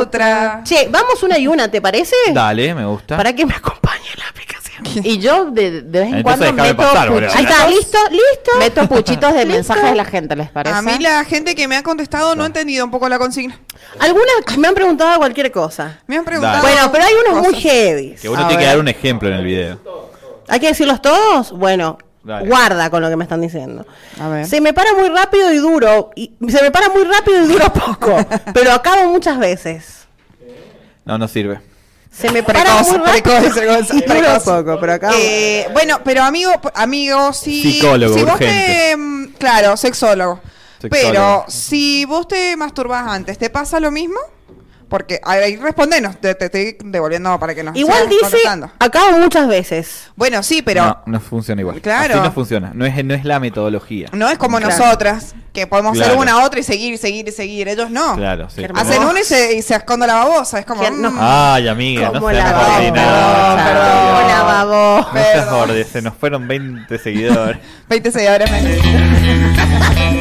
Speaker 3: otra.
Speaker 5: Che, vamos una y una, ¿te parece?
Speaker 2: Dale, me gusta.
Speaker 5: Para que me acompañe la aplicación.
Speaker 4: Y yo de, de vez en
Speaker 2: Entonces
Speaker 4: cuando
Speaker 2: déjame
Speaker 4: meto,
Speaker 2: pasar, boludo.
Speaker 5: Ahí está, listo, listo.
Speaker 4: meto puchitos de mensajes de la gente, ¿les parece?
Speaker 3: A mí la gente que me ha contestado no ha entendido un poco la consigna.
Speaker 5: Algunas me han preguntado cualquier cosa.
Speaker 3: Me han preguntado.
Speaker 2: Ah,
Speaker 5: Bueno, pero hay unos muy
Speaker 3: cosas.
Speaker 5: heavy.
Speaker 2: Que uno
Speaker 3: A
Speaker 2: tiene que
Speaker 3: ver.
Speaker 2: dar un ejemplo en el video.
Speaker 5: ¿Hay que decirlos todos? Bueno,
Speaker 2: Dale.
Speaker 5: guarda con lo que me están diciendo.
Speaker 3: A ver.
Speaker 5: Se me para muy rápido y duro. Y se me para muy rápido y duro poco. pero acabo muchas veces.
Speaker 2: No, no sirve.
Speaker 5: Se me para
Speaker 3: Precoz,
Speaker 5: muy rápido
Speaker 3: precoz, precoz,
Speaker 5: y duro
Speaker 3: precoz.
Speaker 5: poco, pero acabo.
Speaker 3: Eh, bueno, pero amigo, amigo, si,
Speaker 2: Psicólogo
Speaker 3: si vos
Speaker 2: urgente.
Speaker 3: te, mm, claro, sexólogo.
Speaker 2: Sexólogo.
Speaker 3: Pero si vos te masturbás antes, ¿te pasa lo mismo? Porque ahí respondenos, te, te estoy devolviendo para que nos
Speaker 5: Igual
Speaker 3: sigas
Speaker 5: dice,
Speaker 3: contestando.
Speaker 5: acabo muchas veces.
Speaker 3: Bueno, sí, pero
Speaker 2: no,
Speaker 3: no,
Speaker 2: no funciona igual.
Speaker 3: Claro.
Speaker 2: Así no funciona. No es, no es la metodología.
Speaker 3: es como
Speaker 5: Claro.
Speaker 3: nosotras, que podemos hacer
Speaker 2: Claro.
Speaker 3: una a otra y seguir, seguir, seguir. Ellos no.
Speaker 2: Claro, sí.
Speaker 5: Qué hermoso.
Speaker 3: Hacen una y se, y se esconde la babosa. Es como.
Speaker 5: Que no-
Speaker 3: mm,
Speaker 2: Ay, amiga, no
Speaker 5: Como
Speaker 2: seas
Speaker 5: la
Speaker 2: ordinaria.
Speaker 5: babosa, como la babosa.
Speaker 2: No seas
Speaker 3: Perdón.
Speaker 2: orde, se nos fueron 20 seguidores.
Speaker 3: 20 seguidores menos.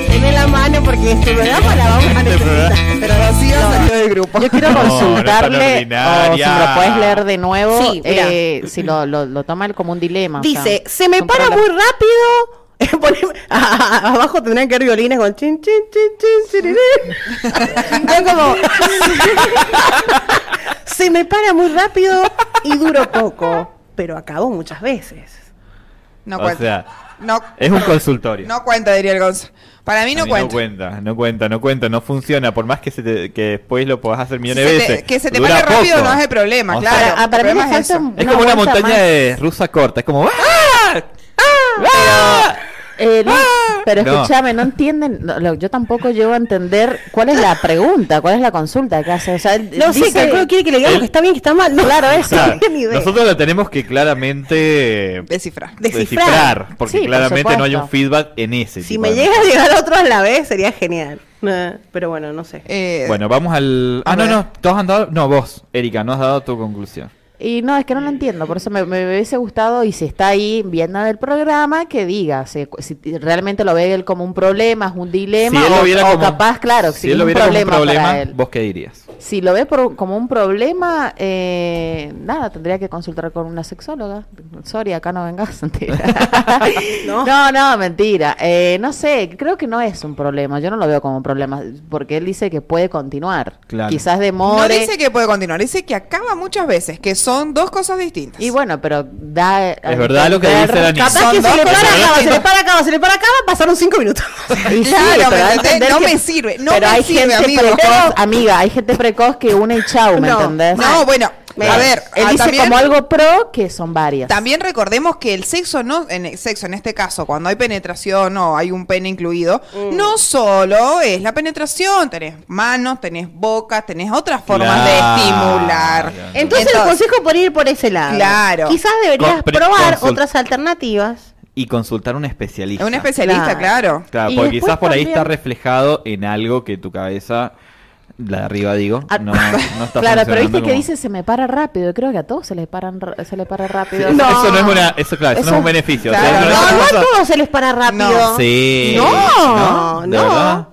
Speaker 5: Tiene la mano porque este programa la vamos a
Speaker 2: Este
Speaker 5: necesitar.
Speaker 2: programa-
Speaker 3: Pero Rocío salió del grupo.
Speaker 4: Yo quiero
Speaker 2: No, no es tan
Speaker 4: consultarle, o si
Speaker 2: ordinaria.
Speaker 4: me lo puedes leer de nuevo,
Speaker 5: Sí, mira.
Speaker 4: eh, si lo, lo, lo toma él como un dilema. o sea,
Speaker 5: Dice, se me
Speaker 4: es un
Speaker 5: para muy
Speaker 4: problema.
Speaker 5: rápido. Poneme- abajo tendrán que haber violines con chin, chin, chin, chin, chirirín. Yo como... se me para muy rápido y duro poco, pero acabo muchas veces.
Speaker 3: No
Speaker 2: O
Speaker 3: cuenta.
Speaker 2: sea,
Speaker 3: no,
Speaker 2: Es un consultorio.
Speaker 3: no cuenta, diría el Gonzo. Para mí
Speaker 2: A
Speaker 3: no
Speaker 2: mí
Speaker 3: cuenta.
Speaker 2: cuenta, no cuenta, no cuenta, no funciona. Por más que, se te- que después lo puedas hacer millones de
Speaker 3: Se te-
Speaker 2: veces.
Speaker 3: que se te
Speaker 2: dura
Speaker 3: pare rápido
Speaker 2: poco.
Speaker 3: no es el problema,
Speaker 2: O
Speaker 3: claro.
Speaker 2: sea,
Speaker 4: Ah, para
Speaker 3: El
Speaker 4: mí me
Speaker 3: problema es
Speaker 4: falta
Speaker 3: eso.
Speaker 2: es como una
Speaker 4: vuelta
Speaker 2: montaña
Speaker 4: más.
Speaker 2: de rusa corta. Es como. ¡Ah! ¡Ah!
Speaker 4: Eh, Lu, pero
Speaker 2: No.
Speaker 4: escúchame, no entienden, no, lo- yo tampoco llego a entender cuál es la pregunta, cuál es la consulta que hace. O sea, él
Speaker 5: No sé,
Speaker 4: Eh, dice-
Speaker 5: calculo que quiere que le digamos
Speaker 2: Él-
Speaker 5: que está bien, que está mal. No,
Speaker 4: Ah,
Speaker 5: claro, eso.
Speaker 2: Claro,
Speaker 5: no tiene idea.
Speaker 2: nosotros lo tenemos que claramente
Speaker 3: Descifrar.
Speaker 5: Descifrar.
Speaker 2: porque
Speaker 4: Sí, por
Speaker 2: claramente no hay un
Speaker 4: supuesto.
Speaker 2: feedback en ese.
Speaker 5: Si
Speaker 2: tipo
Speaker 5: me
Speaker 2: de
Speaker 5: llega a llegar otro a la vez sería genial. Eh, Pero bueno, no sé.
Speaker 3: Eh,
Speaker 2: Bueno, vamos al. Ah,
Speaker 3: A
Speaker 2: no,
Speaker 3: ver.
Speaker 2: no, todos han dado. No, vos, Erika, no has dado tu conclusión.
Speaker 4: Y no, es que no
Speaker 2: Eh.
Speaker 4: lo entiendo, por eso me, me hubiese gustado y si está ahí viendo el programa, que diga si, si realmente lo ve él como un problema, es un dilema, o, o capaz, claro, si,
Speaker 2: si él
Speaker 4: es
Speaker 2: lo
Speaker 4: un
Speaker 2: viera como un
Speaker 4: problema,
Speaker 2: problema,
Speaker 4: para él.
Speaker 2: vos qué dirías.
Speaker 4: Si lo ve por- como un problema, eh, nada, tendría que consultar con una sexóloga. Sorry, acá no vengas.
Speaker 5: No.
Speaker 4: no. no, mentira. Eh, no sé, creo que no es un problema. Yo no lo veo como un problema, porque él dice que puede continuar.
Speaker 2: Claro.
Speaker 4: Quizás
Speaker 3: no
Speaker 4: demore.
Speaker 3: dice que puede continuar, dice que acaba muchas veces, que son dos cosas distintas.
Speaker 4: Y bueno, pero da. a
Speaker 2: Es verdad lo que
Speaker 4: entender-
Speaker 2: dice Dani.
Speaker 5: Capaz
Speaker 3: Son
Speaker 5: que
Speaker 3: dos
Speaker 5: se le para
Speaker 3: cosas
Speaker 5: acá, se le
Speaker 3: distintas.
Speaker 5: para acá, se le para acá, pasaron cinco minutos.
Speaker 4: Y sí,
Speaker 3: Claro,
Speaker 4: pero
Speaker 3: ¿me
Speaker 4: da a
Speaker 3: entendés?
Speaker 4: entender
Speaker 3: No
Speaker 4: que-
Speaker 3: me sirve, no
Speaker 4: pero
Speaker 3: me
Speaker 4: hay
Speaker 3: sirve,
Speaker 4: gente
Speaker 3: amigo.
Speaker 4: precoz, amiga, hay gente precoz que une y chau, ¿me
Speaker 5: No,
Speaker 4: entendés?
Speaker 3: no, bueno,
Speaker 5: Me-
Speaker 3: a ver,
Speaker 4: Él
Speaker 3: ah,
Speaker 4: dice
Speaker 3: también,
Speaker 4: como algo pro que son varias.
Speaker 3: también recordemos que el sexo no, en el sexo en este caso, cuando hay penetración o hay un pene incluido, no solo es la penetración, tenés manos, tenés boca, tenés otras formas
Speaker 2: Claro.
Speaker 3: de estimular.
Speaker 5: Entonces, el consejo por ir por ese lado.
Speaker 3: Claro.
Speaker 5: Quizás deberías
Speaker 2: Con- pre-
Speaker 5: probar
Speaker 2: consult-
Speaker 5: otras alternativas.
Speaker 2: Y consultar a un especialista.
Speaker 3: un especialista, claro.
Speaker 2: Claro,
Speaker 4: Y
Speaker 2: porque
Speaker 4: después
Speaker 2: quizás por ahí
Speaker 4: también-
Speaker 2: está reflejado en algo que tu cabeza, la de arriba digo,
Speaker 4: Ah,
Speaker 2: no, no está
Speaker 4: claro,
Speaker 2: funcionando
Speaker 4: pero viste que
Speaker 2: como-
Speaker 4: dice se me para rápido. Creo que a todos se les paran, ra- se les para rápido.
Speaker 2: Eso- Eso no es una, eso claro, eso, no
Speaker 4: Eso-
Speaker 2: es un beneficio.
Speaker 3: claro,
Speaker 2: eso
Speaker 5: No,
Speaker 3: Pero
Speaker 5: no,
Speaker 2: es una
Speaker 5: a
Speaker 2: cosa-
Speaker 5: todos se les para rápido.
Speaker 3: No.
Speaker 2: Sí.
Speaker 5: No,
Speaker 2: ¿De
Speaker 5: no.
Speaker 2: verdad?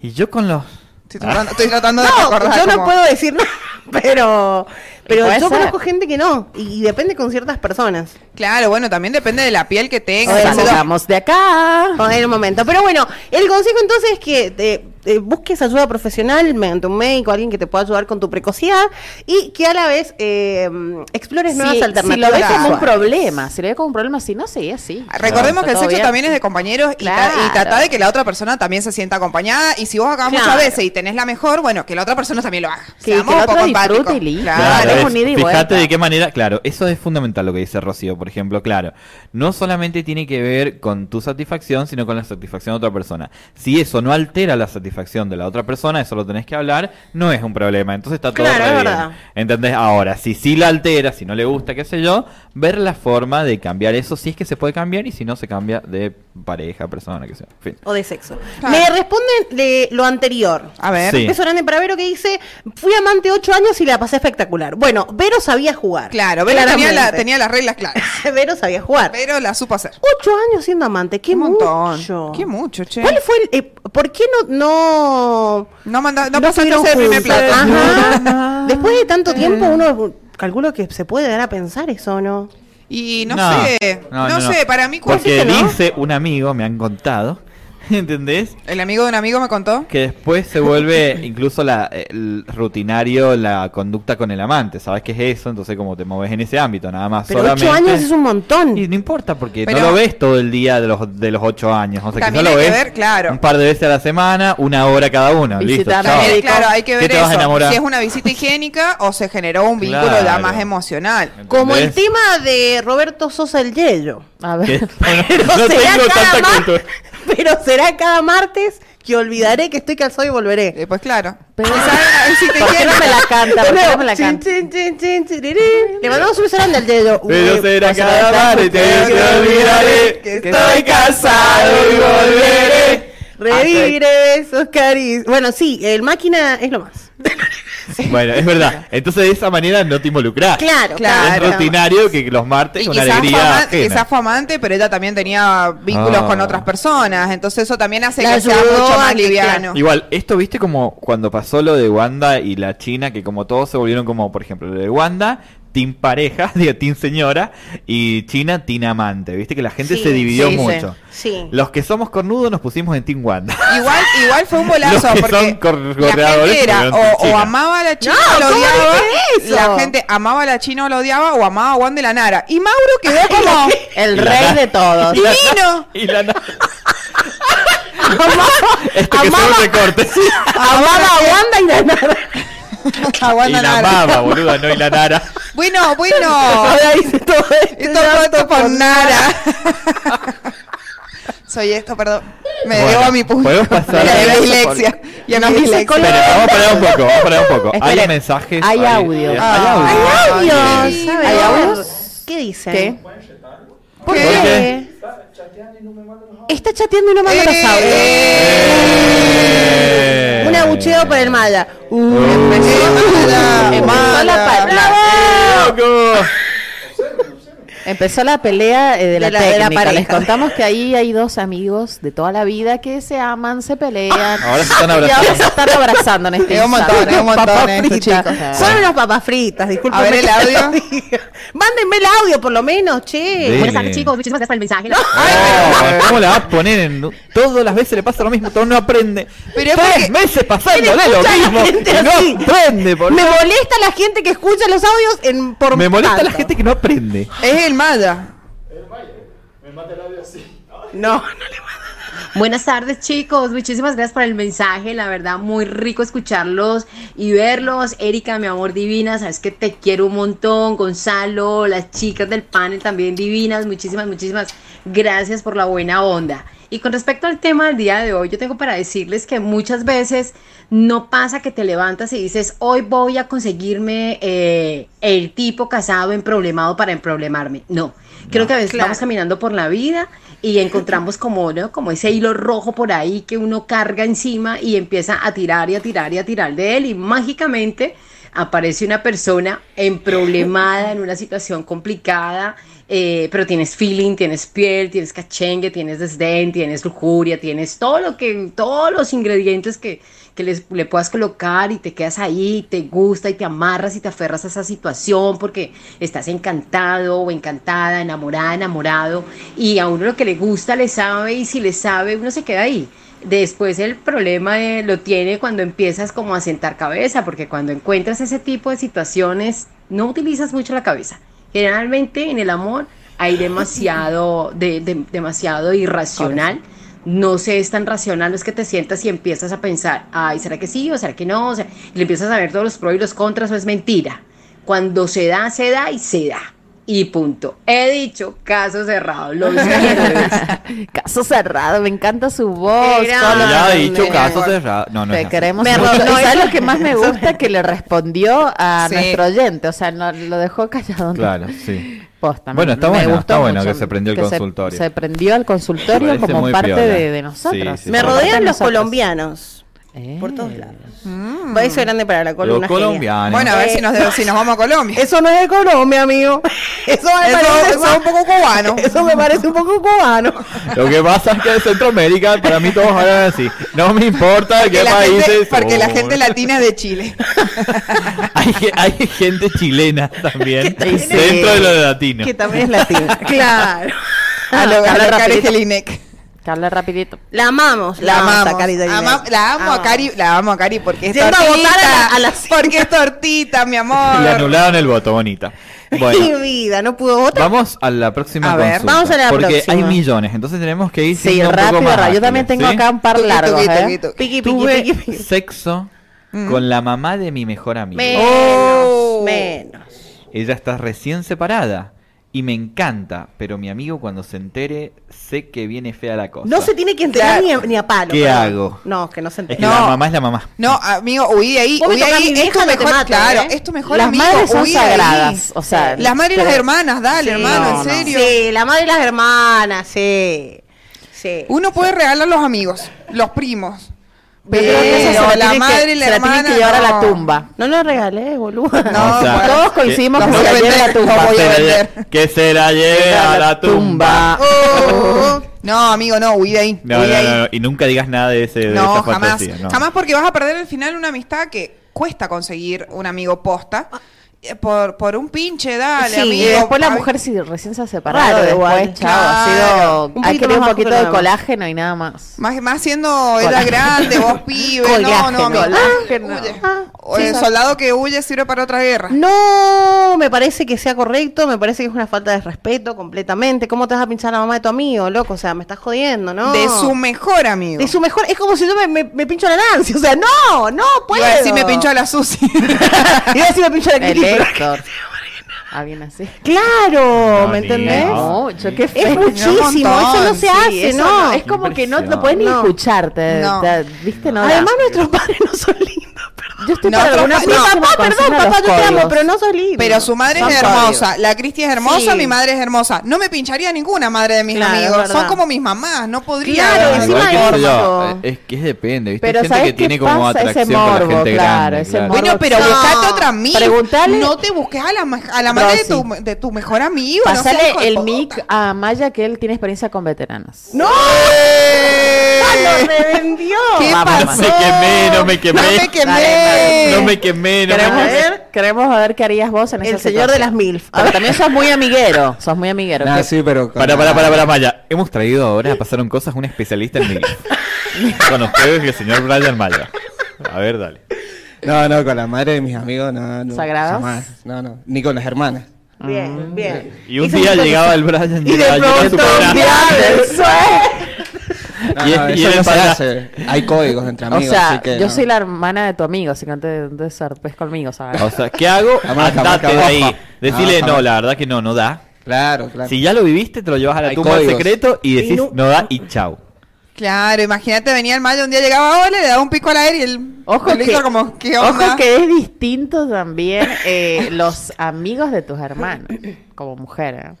Speaker 2: Y yo con los
Speaker 3: Estoy tratando, estoy tratando de
Speaker 5: No,
Speaker 3: recordar
Speaker 5: yo no
Speaker 3: cómo-
Speaker 5: puedo decir nada, pero, pero
Speaker 4: Puede
Speaker 5: yo
Speaker 4: ser.
Speaker 5: conozco gente que no, y, y depende con ciertas personas.
Speaker 3: Claro, bueno, también depende de la piel que tengas.
Speaker 5: Oye,
Speaker 3: del
Speaker 5: Salgamos.
Speaker 3: sudor.
Speaker 4: Salgamos de acá.
Speaker 5: Con el momento. Pero bueno, el consejo entonces es que eh, eh, busques ayuda profesional mediante un médico, alguien que te pueda ayudar con tu precocidad y que a la vez eh, explores
Speaker 4: Si,
Speaker 5: nuevas
Speaker 4: si
Speaker 5: alternativas.
Speaker 4: lo ve como un
Speaker 5: sexuales.
Speaker 4: problema, si lo ve como un problema, si no, seguía así.
Speaker 3: Recordemos
Speaker 4: Está
Speaker 3: que el
Speaker 4: todo
Speaker 3: sexo
Speaker 4: bien.
Speaker 3: también es de compañeros y, ta- y
Speaker 4: Claro.
Speaker 3: tratar de que la otra persona también se sienta acompañada. Y si vos acabas
Speaker 5: Claro.
Speaker 3: muchas veces y tenés la mejor, bueno, que la otra persona también lo haga.
Speaker 4: Sí, que la
Speaker 3: un poco
Speaker 4: otra disfrute
Speaker 3: empáticos.
Speaker 4: y listo.
Speaker 3: Claro.
Speaker 4: Claro. es
Speaker 2: ves,
Speaker 4: un ida y
Speaker 2: Fíjate
Speaker 4: vuelta.
Speaker 2: de qué manera, claro, eso es fundamental lo que dice Rocío, por ejemplo, claro. No solamente tiene que ver con tu satisfacción, sino con la satisfacción de otra persona. Si eso no altera la satisfacción de la otra persona, eso lo tenés que hablar, no es un problema. Entonces está todo
Speaker 5: Claro,
Speaker 2: re
Speaker 5: es
Speaker 2: bien.
Speaker 5: verdad.
Speaker 2: ¿Entendés? Ahora, si sí la altera, si no le gusta, qué sé yo, ver la forma de cambiar eso, si es que se puede cambiar y si no se cambia de pareja, persona, qué sé yo. En fin.
Speaker 5: O de sexo.
Speaker 3: Claro.
Speaker 5: Me responden de lo anterior.
Speaker 3: A ver.
Speaker 2: Sí.
Speaker 5: Beso grande para Vero que dice, fui amante ocho años y la pasé espectacular. Bueno, Vero sabía jugar.
Speaker 3: Claro, Vero tenía, la-
Speaker 5: Claramente.
Speaker 3: tenía las reglas claras.
Speaker 5: Vero sabía jugar.
Speaker 3: Pero la supo hacer.
Speaker 5: Ocho años siendo amante, qué
Speaker 3: Un montón.
Speaker 5: mucho.
Speaker 3: Qué mucho, che.
Speaker 5: ¿Cuál fue el, eh, ¿Por qué no, no,
Speaker 3: No, manda, no,
Speaker 5: no
Speaker 3: pasaste
Speaker 5: estuvieron
Speaker 3: ese primer
Speaker 5: juntos?
Speaker 3: plato.
Speaker 5: Ajá. Después de tanto tiempo uno calculo que se puede dar a pensar eso, ¿no?
Speaker 3: Y no, sé, no, sé, para mí cuál
Speaker 2: Porque
Speaker 5: es que no?
Speaker 2: dice un amigo, me han contado, ¿entendés?
Speaker 3: El amigo de un amigo me contó.
Speaker 2: Que después se vuelve incluso la, el rutinario la conducta con el amante. ¿Sabes qué es eso? Entonces, como te moves en ese ámbito, nada más.
Speaker 5: Pero
Speaker 2: solamente.
Speaker 5: ocho años es un montón.
Speaker 2: Y no importa porque
Speaker 3: Pero-
Speaker 2: no lo ves todo el día de los de los ocho años. O sea, que
Speaker 3: También
Speaker 2: no lo
Speaker 3: hay que
Speaker 2: ves
Speaker 3: ver, claro.
Speaker 2: un par de veces a la semana, una hora cada uno. Listo,
Speaker 4: Visitar
Speaker 2: chao.
Speaker 4: médico.
Speaker 3: Claro, hay que
Speaker 2: ¿Qué
Speaker 3: ver
Speaker 2: te vas a
Speaker 3: eso.
Speaker 2: enamorar?
Speaker 3: Si es una visita higiénica o se generó un vínculo ya
Speaker 2: Claro.
Speaker 3: más emocional.
Speaker 5: Como el
Speaker 2: ¿Entendés?
Speaker 5: tema de Roberto Sosa el Yello.
Speaker 4: A
Speaker 2: Que-
Speaker 4: ver.
Speaker 5: Pero
Speaker 2: no
Speaker 5: será
Speaker 2: tengo
Speaker 5: cada
Speaker 2: tanta
Speaker 5: mar-
Speaker 2: cultura.
Speaker 5: Pero será cada martes que olvidaré que estoy calzado y volveré.
Speaker 3: Eh, pues claro.
Speaker 4: Pero-
Speaker 3: Quizá una visita
Speaker 4: ¿Por qué no me
Speaker 3: higiénica.
Speaker 4: la canta? ¿Por qué no me la
Speaker 5: Chin,
Speaker 4: canta?
Speaker 5: chin, chin, chin, chirirín. Le mandamos un beso grande al Yello.
Speaker 2: Pero
Speaker 5: Uy,
Speaker 2: será
Speaker 5: pasa
Speaker 2: cada
Speaker 5: de tanto.
Speaker 2: martes que te olvidaré que estoy casado y volveré.
Speaker 5: Reviviré esos caris. Bueno, sí, el máquina es lo más.
Speaker 2: Bueno, es verdad. Entonces de esa manera no te involucras.
Speaker 5: Claro,
Speaker 3: Claro.
Speaker 2: Ah, Es rutinario que los martes
Speaker 3: Y
Speaker 2: una
Speaker 3: quizás fue,
Speaker 2: alegría
Speaker 3: ama-
Speaker 2: ajena.
Speaker 3: quizás fue amante, pero ella también tenía vínculos
Speaker 2: Ah.
Speaker 3: con otras personas. Entonces eso también hace
Speaker 5: La
Speaker 3: que sea
Speaker 5: ayudó
Speaker 3: mucho
Speaker 5: a
Speaker 3: más
Speaker 5: que-
Speaker 3: liviano.
Speaker 2: Igual, esto viste como cuando pasó lo de Wanda y la China, que como todos se volvieron como, por ejemplo, lo de Wanda, team pareja, digo, team señora, y China, team amante. Viste que la gente
Speaker 5: Sí,
Speaker 2: se dividió
Speaker 5: sí, sí.
Speaker 2: mucho.
Speaker 5: Sí.
Speaker 2: Los que somos cornudos nos pusimos en team Wanda.
Speaker 3: Igual, igual fue un
Speaker 2: Los
Speaker 3: bolazo
Speaker 2: que son
Speaker 3: porque
Speaker 2: cor-
Speaker 3: la
Speaker 2: corredores
Speaker 3: gente era
Speaker 2: fueron
Speaker 3: o, o
Speaker 2: China.
Speaker 3: amaba a la china
Speaker 5: No,
Speaker 3: o la
Speaker 5: ¿cómo
Speaker 3: odiaba.
Speaker 5: dices eso?
Speaker 3: La gente amaba a la china o la odiaba o amaba a Juan de la Nara. Y Mauro quedó como
Speaker 4: El
Speaker 2: Y la
Speaker 4: rey
Speaker 2: na-
Speaker 4: de todos.
Speaker 3: divino.
Speaker 2: Y la na- Esto que se
Speaker 5: amaba-
Speaker 2: un recorte.
Speaker 5: Amaba a Wanda y la nada.
Speaker 3: A Juan
Speaker 2: Y
Speaker 3: de
Speaker 2: la
Speaker 3: la Nara.
Speaker 2: amaba, boluda, no y la nara.
Speaker 3: Bueno, bueno.
Speaker 5: Ahora dice todo este
Speaker 3: Esto
Speaker 5: llanto
Speaker 3: fue esto por
Speaker 5: con-
Speaker 3: Nara. Soy esto, perdón. Me
Speaker 2: Bueno,
Speaker 3: debo a mi punto.
Speaker 2: podemos pasar
Speaker 3: Y
Speaker 2: a-
Speaker 3: a mi dislexia. Y a mi
Speaker 5: dice
Speaker 3: dislexia.
Speaker 5: Colo-
Speaker 2: Espera, vamos a parar un poco, vamos a parar un poco.
Speaker 4: Esperen,
Speaker 2: hay mensajes.
Speaker 4: hay audio.
Speaker 2: Hay
Speaker 3: Ah,
Speaker 2: audio.
Speaker 3: hay
Speaker 5: Ay, Dios,
Speaker 3: Ay,
Speaker 5: a ver.
Speaker 4: ¿Hay audios?
Speaker 5: ¿Qué dicen?
Speaker 4: ¿Qué?
Speaker 5: ¿Por
Speaker 3: ¿Qué?
Speaker 5: qué? Está chateando y no manda los
Speaker 3: Eh,
Speaker 5: audios.
Speaker 2: Eh.
Speaker 5: Un abucheo por el mala. Uh,
Speaker 3: Empezó mala,
Speaker 4: Empezó la
Speaker 3: mala.
Speaker 4: pa- la-
Speaker 2: ¡Loco!
Speaker 4: Empezó la pelea eh, de la,
Speaker 5: De la- de la
Speaker 4: técnica. Les
Speaker 5: pareja.
Speaker 4: contamos que ahí hay dos amigos de toda la vida que se aman, se pelean.
Speaker 2: Ahora se están
Speaker 4: Y ahora
Speaker 2: abrazando.
Speaker 4: se están abrazando en este
Speaker 3: Es un montón,
Speaker 4: instante.
Speaker 3: es un montón
Speaker 5: papas
Speaker 3: esto,
Speaker 5: fritas.
Speaker 3: chicos.
Speaker 5: Son unas papas fritas, disculpen.
Speaker 3: A ver el audio.
Speaker 5: Mándenme el audio, por lo menos, che.
Speaker 2: Sí.
Speaker 7: Buenas tardes, chicos. Muchísimas gracias por el mensaje. La-
Speaker 2: Oh, ¿Cómo la vas a poner en.? Todas las veces le pasa lo mismo, todo no aprende.
Speaker 3: Pero es
Speaker 2: Tres
Speaker 3: porque-
Speaker 2: meses pasando de lo
Speaker 5: Escucha a la
Speaker 2: mismo.
Speaker 5: gente
Speaker 2: y
Speaker 5: así.
Speaker 2: no aprende, boludo.
Speaker 5: Me molesta la gente que escucha los audios en por
Speaker 2: Me molesta la
Speaker 5: tanto.
Speaker 2: gente que no aprende.
Speaker 3: Es el Maya.
Speaker 5: No, no le
Speaker 7: Buenas tardes, chicos. Muchísimas gracias por el mensaje. La verdad, muy rico escucharlos y verlos. Erika, mi amor divina, sabes que te quiero un montón. Gonzalo, las chicas del panel también divinas. Muchísimas, muchísimas gracias por la buena onda. Y con respecto al tema del día de hoy, yo tengo para decirles que muchas veces no pasa que te levantas y dices, hoy voy a conseguirme eh, el tipo casado en problemado para emproblemarme. No, creo que a veces vamos caminando por la vida y encontramos como, ¿no? como ese hilo rojo por ahí que uno carga encima y empieza a tirar y a tirar y a tirar de él y mágicamente aparece una persona emproblemada en una situación complicada, eh, pero tienes feeling, tienes piel, tienes cachengue, tienes desdén, tienes lujuria, tienes todo lo que, todos los ingredientes que, que les- le puedas colocar y te quedas ahí, y te gusta y te amarras y te aferras a esa situación porque estás encantado o encantada, enamorada, enamorado y a uno lo que le gusta le sabe y si le sabe uno se queda ahí. Después el problema eh, lo tiene cuando empiezas como a sentar cabeza, porque cuando encuentras ese tipo de situaciones no utilizas mucho la cabeza. Generalmente en el amor hay demasiado, de- de- demasiado irracional. No sé, es tan racional, no es que te sientas y empiezas a pensar, ay, ¿será que sí o será que no? O sea, y le empiezas a ver todos los pros y los contras, o es mentira. Cuando se da, se da y se da. Y punto. He dicho, caso cerrado. Los quiero.
Speaker 4: Caso cerrado, me encanta su voz.
Speaker 5: Era-
Speaker 4: Colo,
Speaker 2: Ya
Speaker 4: Colo.
Speaker 2: he dicho
Speaker 3: no,
Speaker 2: casos
Speaker 3: no.
Speaker 2: cerrados. No, no. es
Speaker 4: Te
Speaker 2: así.
Speaker 4: queremos
Speaker 5: Me
Speaker 4: mucho.
Speaker 5: robó
Speaker 4: Y sabes
Speaker 5: eso.
Speaker 4: lo que más me gusta que le respondió a
Speaker 3: Sí.
Speaker 4: nuestro oyente, o sea, no, lo dejó callado.
Speaker 2: Claro, sí.
Speaker 4: Posta, me-
Speaker 2: Bueno, está
Speaker 4: me
Speaker 2: bueno,
Speaker 4: gustó
Speaker 2: está bueno
Speaker 4: mucho
Speaker 2: que se prendió el
Speaker 4: que se-
Speaker 2: consultorio.
Speaker 4: Se, prendió al
Speaker 2: Me
Speaker 4: consultorio
Speaker 2: parece
Speaker 4: como
Speaker 2: muy
Speaker 4: parte
Speaker 2: piola.
Speaker 4: de, de nosotros.
Speaker 2: Sí, sí,
Speaker 5: Me
Speaker 2: sí.
Speaker 4: Como parte de
Speaker 5: rodean los
Speaker 4: nosotros. Eh.
Speaker 5: colombianos. Por todos lados. Beso grande para la columna.
Speaker 2: Los
Speaker 5: genia.
Speaker 2: colombianos.
Speaker 3: Bueno, a ver si nos, de- si nos vamos a Colombia.
Speaker 5: Eso no es de Colombia, amigo. Eso me
Speaker 3: Eso-
Speaker 5: parece
Speaker 3: eso es un poco cubano.
Speaker 5: Eso me parece un poco cubano.
Speaker 2: Lo que pasa es que de Centroamérica, para mí todos hablan así. No me importa de qué
Speaker 3: Porque la,
Speaker 2: países.
Speaker 3: gente, porque la
Speaker 2: son.
Speaker 3: gente latina es de Chile.
Speaker 2: hay, ge- hay gente chilena también.
Speaker 5: también es-
Speaker 2: dentro de lo de latino.
Speaker 5: Que también es latina. claro.
Speaker 3: A lo, a
Speaker 4: Ah, habla
Speaker 3: lo Cari
Speaker 4: rapidito.
Speaker 3: Jelinek.
Speaker 4: Te habla rapidito.
Speaker 5: La amamos.
Speaker 3: E La amamos.
Speaker 5: a Cari David.
Speaker 3: Ama- la amo a Cari, la amo a Cari porque es
Speaker 5: E Yendo a
Speaker 3: tortita.
Speaker 5: votar a la- a las cinco.
Speaker 3: porque es tortita, mi amor.
Speaker 2: Le anularon el voto, bonita.
Speaker 5: Mi
Speaker 2: Bueno.
Speaker 5: vida, no pudo votar.
Speaker 2: Vamos a la próxima
Speaker 3: A ver,
Speaker 2: consulta,
Speaker 5: vamos a la
Speaker 2: Porque
Speaker 5: próxima.
Speaker 2: hay millones, entonces tenemos que ir
Speaker 4: Sí,
Speaker 2: siendo un poco
Speaker 4: rápido,
Speaker 2: más
Speaker 4: rápido. Yo también
Speaker 2: ágiles,
Speaker 4: tengo
Speaker 2: ¿sí?
Speaker 4: acá un par
Speaker 3: Tuqui,
Speaker 4: largos,
Speaker 3: tuqui, tuqui,
Speaker 4: ¿eh?
Speaker 3: tuqui.
Speaker 5: Piqui, piqui,
Speaker 2: Tuve
Speaker 5: piqui, piqui.
Speaker 2: sexo con la mamá de mi mejor amigo.
Speaker 5: Menos.
Speaker 3: Oh.
Speaker 5: Menos.
Speaker 2: Ella está recién separada y me encanta, pero mi amigo cuando se entere sé que viene fea la cosa.
Speaker 5: No se tiene que enterar ni, a, ni a palo.
Speaker 2: ¿Qué
Speaker 5: pero-
Speaker 2: hago?
Speaker 5: No, que no se
Speaker 2: Es
Speaker 5: entere.
Speaker 2: que la mamá es la mamá.
Speaker 3: No, amigo, huí de ahí,
Speaker 5: Vos me
Speaker 3: huí de
Speaker 5: tocás
Speaker 3: ahí.
Speaker 5: mi
Speaker 3: Es tu
Speaker 5: vieja, no te
Speaker 3: mejor,
Speaker 5: mato,
Speaker 3: claro,
Speaker 5: ¿eh?
Speaker 3: es tu mejor
Speaker 4: Las
Speaker 3: amigo.
Speaker 4: madres son
Speaker 3: huí de ahí.
Speaker 4: sagradas, o sea,
Speaker 3: las madres y las
Speaker 4: pero-
Speaker 3: hermanas, dale, hermano,
Speaker 4: no,
Speaker 3: en
Speaker 4: no.
Speaker 3: serio.
Speaker 5: Sí, la madre y las hermanas, sí. Sí.
Speaker 3: Uno puede regalar a los amigos, los primos.
Speaker 4: Yo creo que eso se
Speaker 3: Pero
Speaker 4: la
Speaker 3: la
Speaker 4: tiene que-
Speaker 3: madre y la
Speaker 4: se la tiene
Speaker 3: hermana.
Speaker 4: que llevar a la
Speaker 3: no.
Speaker 4: tumba.
Speaker 5: No lo regalé, boludo.
Speaker 4: Ah,
Speaker 3: No,
Speaker 2: O sea,
Speaker 3: bueno.
Speaker 4: Todos coincidimos
Speaker 3: Los
Speaker 4: que se la
Speaker 3: voy a
Speaker 4: lleve a la
Speaker 3: vender,
Speaker 4: tumba.
Speaker 3: los voy
Speaker 2: se
Speaker 3: a
Speaker 2: la
Speaker 3: vender.
Speaker 2: lle- que se la lleve a la tumba.
Speaker 3: Oh. No, amigo, no, huí de ahí.
Speaker 2: No,
Speaker 3: huí
Speaker 2: no,
Speaker 3: de ahí.
Speaker 2: no, no, y nunca digas nada de ese de
Speaker 3: No,
Speaker 2: esa
Speaker 3: jamás.
Speaker 2: fantasía, no.
Speaker 3: Jamás porque vas a perder al final una amistad que cuesta conseguir un amigo posta. eh, Por, por un pinche, dale,
Speaker 4: Sí,
Speaker 3: amigo.
Speaker 4: y después la
Speaker 3: Ay,
Speaker 4: mujer si recién se ha separado,
Speaker 5: Raro
Speaker 4: después,
Speaker 5: igual.
Speaker 4: chao,
Speaker 3: Claro.
Speaker 4: ha sido,
Speaker 5: Un
Speaker 4: ha
Speaker 5: poquito
Speaker 4: querido un
Speaker 5: más
Speaker 4: poquito
Speaker 5: maduro
Speaker 4: de
Speaker 5: nada más.
Speaker 4: colágeno y nada más.
Speaker 3: Más, más siendo edad grande, vos pibe. No, no,
Speaker 5: Colágeno,
Speaker 3: amigo.
Speaker 5: colágeno.
Speaker 3: Huye.
Speaker 5: Ah,
Speaker 3: O
Speaker 5: sí,
Speaker 3: el
Speaker 5: sabe.
Speaker 3: soldado que huye sirve para otra guerra.
Speaker 5: No me parece que sea correcto, me parece que es una falta de respeto completamente. ¿Cómo te vas a pinchar a la mamá de tu amigo, loco? O sea, me estás jodiendo, ¿no?
Speaker 3: De su mejor amigo.
Speaker 5: De su mejor. Es como si yo me, me- me pincho a la Nancy. O sea, no, no puedo.
Speaker 3: Iba a decir, me pincho a la Susi.
Speaker 5: Iba a decir, me pincho a la
Speaker 4: El
Speaker 5: Kitty, pero-
Speaker 4: Héctor. Alguien así.
Speaker 5: Claro,
Speaker 2: No,
Speaker 5: ¿me
Speaker 2: ni-
Speaker 5: entendés?
Speaker 2: no.
Speaker 4: Mucho, qué
Speaker 5: Es
Speaker 4: feo.
Speaker 5: muchísimo, eso no
Speaker 3: montón,
Speaker 5: se
Speaker 3: sí,
Speaker 5: hace,
Speaker 3: eso
Speaker 5: ¿no?
Speaker 4: Es como que no lo puedes ni
Speaker 5: No.
Speaker 4: escuchar, te-
Speaker 3: No.
Speaker 4: te- ¿viste? No da.
Speaker 5: Además, nuestros padres no son lindos, perdón.
Speaker 4: yo estoy
Speaker 3: no,
Speaker 4: para
Speaker 3: otro
Speaker 4: alguna
Speaker 5: Mi
Speaker 3: pa- no,
Speaker 4: cosa que
Speaker 5: papá,
Speaker 4: me
Speaker 5: perdón,
Speaker 4: consigna
Speaker 5: papá,
Speaker 4: los
Speaker 5: yo te amo,
Speaker 4: códigos.
Speaker 5: pero no sos lindo.
Speaker 3: Pero su madre
Speaker 5: Son
Speaker 3: es hermosa, la Cristi es hermosa,
Speaker 5: Sí.
Speaker 3: mi madre es hermosa. No me pincharía ninguna madre de mis
Speaker 5: Claro, es
Speaker 3: amigos, son
Speaker 5: verdad.
Speaker 3: como mis mamás, no podría.
Speaker 5: Claro,
Speaker 2: Igual
Speaker 5: encima
Speaker 2: que
Speaker 5: hay
Speaker 2: eso ya,
Speaker 5: morbo.
Speaker 2: eh, es que es depende, ¿viste?
Speaker 4: Pero
Speaker 2: Hay gente
Speaker 4: ¿sabes
Speaker 2: que tiene
Speaker 4: qué
Speaker 2: como
Speaker 4: pasa? Ese
Speaker 2: atracción con
Speaker 4: morbo,
Speaker 2: la gente
Speaker 4: claro,
Speaker 2: grande.
Speaker 4: ese morbo.
Speaker 3: Bueno, pero
Speaker 4: No.
Speaker 3: buscate otra mía.
Speaker 4: Preguntale-
Speaker 3: No te busques a la, ma- a la madre de tu, de tu mejor amigo. no seas
Speaker 4: Pasale
Speaker 3: hijo de
Speaker 4: el
Speaker 3: puta.
Speaker 4: mic a Maya que él tiene experiencia con veteranos.
Speaker 5: ¡No! ¡Ah, ¡Lo revendió!
Speaker 3: ¿Qué
Speaker 4: Vamos,
Speaker 3: pasó?
Speaker 4: no
Speaker 2: me quemé, no me quemé.
Speaker 3: No me quemé.
Speaker 4: Dale,
Speaker 2: No me quemé, no me
Speaker 4: Queremos
Speaker 2: quemé.
Speaker 4: ver, queremos ver qué harías vos en ese
Speaker 5: El señor de las MILF. A
Speaker 4: Pero
Speaker 5: ver.
Speaker 4: también sos muy amiguero, sos muy amiguero.
Speaker 1: Nah,
Speaker 4: que-
Speaker 1: sí, pero.
Speaker 2: Para, para, para, para, Maya. Hemos traído ahora, pasaron cosas, un especialista en mi Con ustedes, el señor Brian Maya. A ver, dale.
Speaker 1: No, no, con la madre de mis amigos, no. no
Speaker 4: ¿Sagradas?
Speaker 1: jamás. No, no. Ni con las hermanas.
Speaker 5: Bien, bien.
Speaker 2: Y un
Speaker 5: Hizo
Speaker 2: día
Speaker 5: mucho-
Speaker 2: llegaba el Brian y, era lleno de
Speaker 5: pronto,
Speaker 2: superhéroes.
Speaker 1: No,
Speaker 2: Y-
Speaker 1: no,
Speaker 2: y
Speaker 1: eso
Speaker 2: él
Speaker 1: no se
Speaker 2: para-
Speaker 1: hace. Hay códigos entre
Speaker 4: O
Speaker 1: amigos. así
Speaker 4: sea,
Speaker 1: que
Speaker 4: yo
Speaker 1: no.
Speaker 4: soy la hermana de tu amigo, así que no te, no te zarpes pues, conmigo, ¿sabes?
Speaker 2: O sea, ¿qué hago?
Speaker 1: Jamás, jamás,
Speaker 2: Andate de
Speaker 1: jamás.
Speaker 2: ahí. Decirle,
Speaker 1: No,
Speaker 2: no,
Speaker 1: jamás.
Speaker 2: la verdad que no, no da.
Speaker 1: Claro, claro.
Speaker 2: Si ya lo viviste, te lo llevas a la
Speaker 1: Hay
Speaker 2: tumba en
Speaker 1: códigos.
Speaker 2: secreto y decís,
Speaker 5: no-
Speaker 2: no da y chau.
Speaker 3: Claro, imagínate, venía el mayo, un día llegaba Ole, le daba un pico al aire y el
Speaker 4: Ojo
Speaker 3: el
Speaker 4: que,
Speaker 3: Víctor como, ¿qué onda?
Speaker 4: ojo que es distinto también eh, los amigos de tus hermanos, como mujer. ¿eh?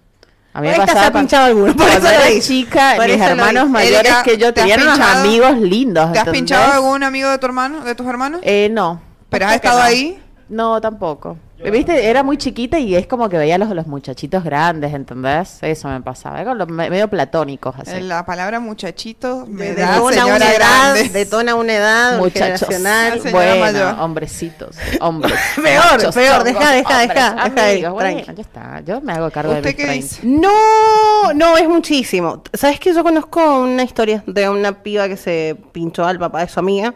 Speaker 4: A mí me
Speaker 5: Esta se ha
Speaker 4: pasaba
Speaker 5: pinchado
Speaker 4: cuando,
Speaker 5: alguno, por
Speaker 4: cuando
Speaker 5: eso lo
Speaker 4: era
Speaker 5: hice.
Speaker 4: chica,
Speaker 5: Por
Speaker 4: mis
Speaker 5: eso lo
Speaker 4: hermanos
Speaker 5: hice.
Speaker 4: mayores
Speaker 3: Erika,
Speaker 4: que yo
Speaker 3: ¿te has
Speaker 4: tenían unos
Speaker 3: pinchado?
Speaker 4: amigos lindos.
Speaker 3: ¿Te has
Speaker 4: ¿entendés?
Speaker 3: pinchado algún amigo de tu hermano, de tus hermanos?
Speaker 4: Eh, no.
Speaker 3: ¿Pero has
Speaker 4: Creo que
Speaker 3: estado
Speaker 4: no.
Speaker 3: ahí?
Speaker 4: No, tampoco. Viste, era muy chiquita y es como que veía a los, los muchachitos grandes, ¿entendés? Eso me pasaba, con los me- medio platónicos así.
Speaker 3: Eh, La palabra muchachito me da
Speaker 5: Detona una
Speaker 3: señora
Speaker 5: edad,
Speaker 3: grande.
Speaker 5: detona una edad
Speaker 4: Muchachos,
Speaker 5: generacional.
Speaker 3: señora
Speaker 4: bueno,
Speaker 3: mayor.
Speaker 4: hombrecitos, hombres.
Speaker 5: Peor,
Speaker 4: machos,
Speaker 5: peor,
Speaker 4: chongos,
Speaker 5: deja, deja,
Speaker 4: hombres,
Speaker 5: deja, deja ahí,
Speaker 4: amigos, bueno,
Speaker 5: tranqui.
Speaker 4: ya está, yo me hago cargo de
Speaker 3: ¿Usted
Speaker 4: mis
Speaker 3: qué
Speaker 4: 30.
Speaker 3: dice?
Speaker 5: No, no, es muchísimo. ¿Sabes que Yo conozco una historia de una piba que se pinchó al papá de su amiga.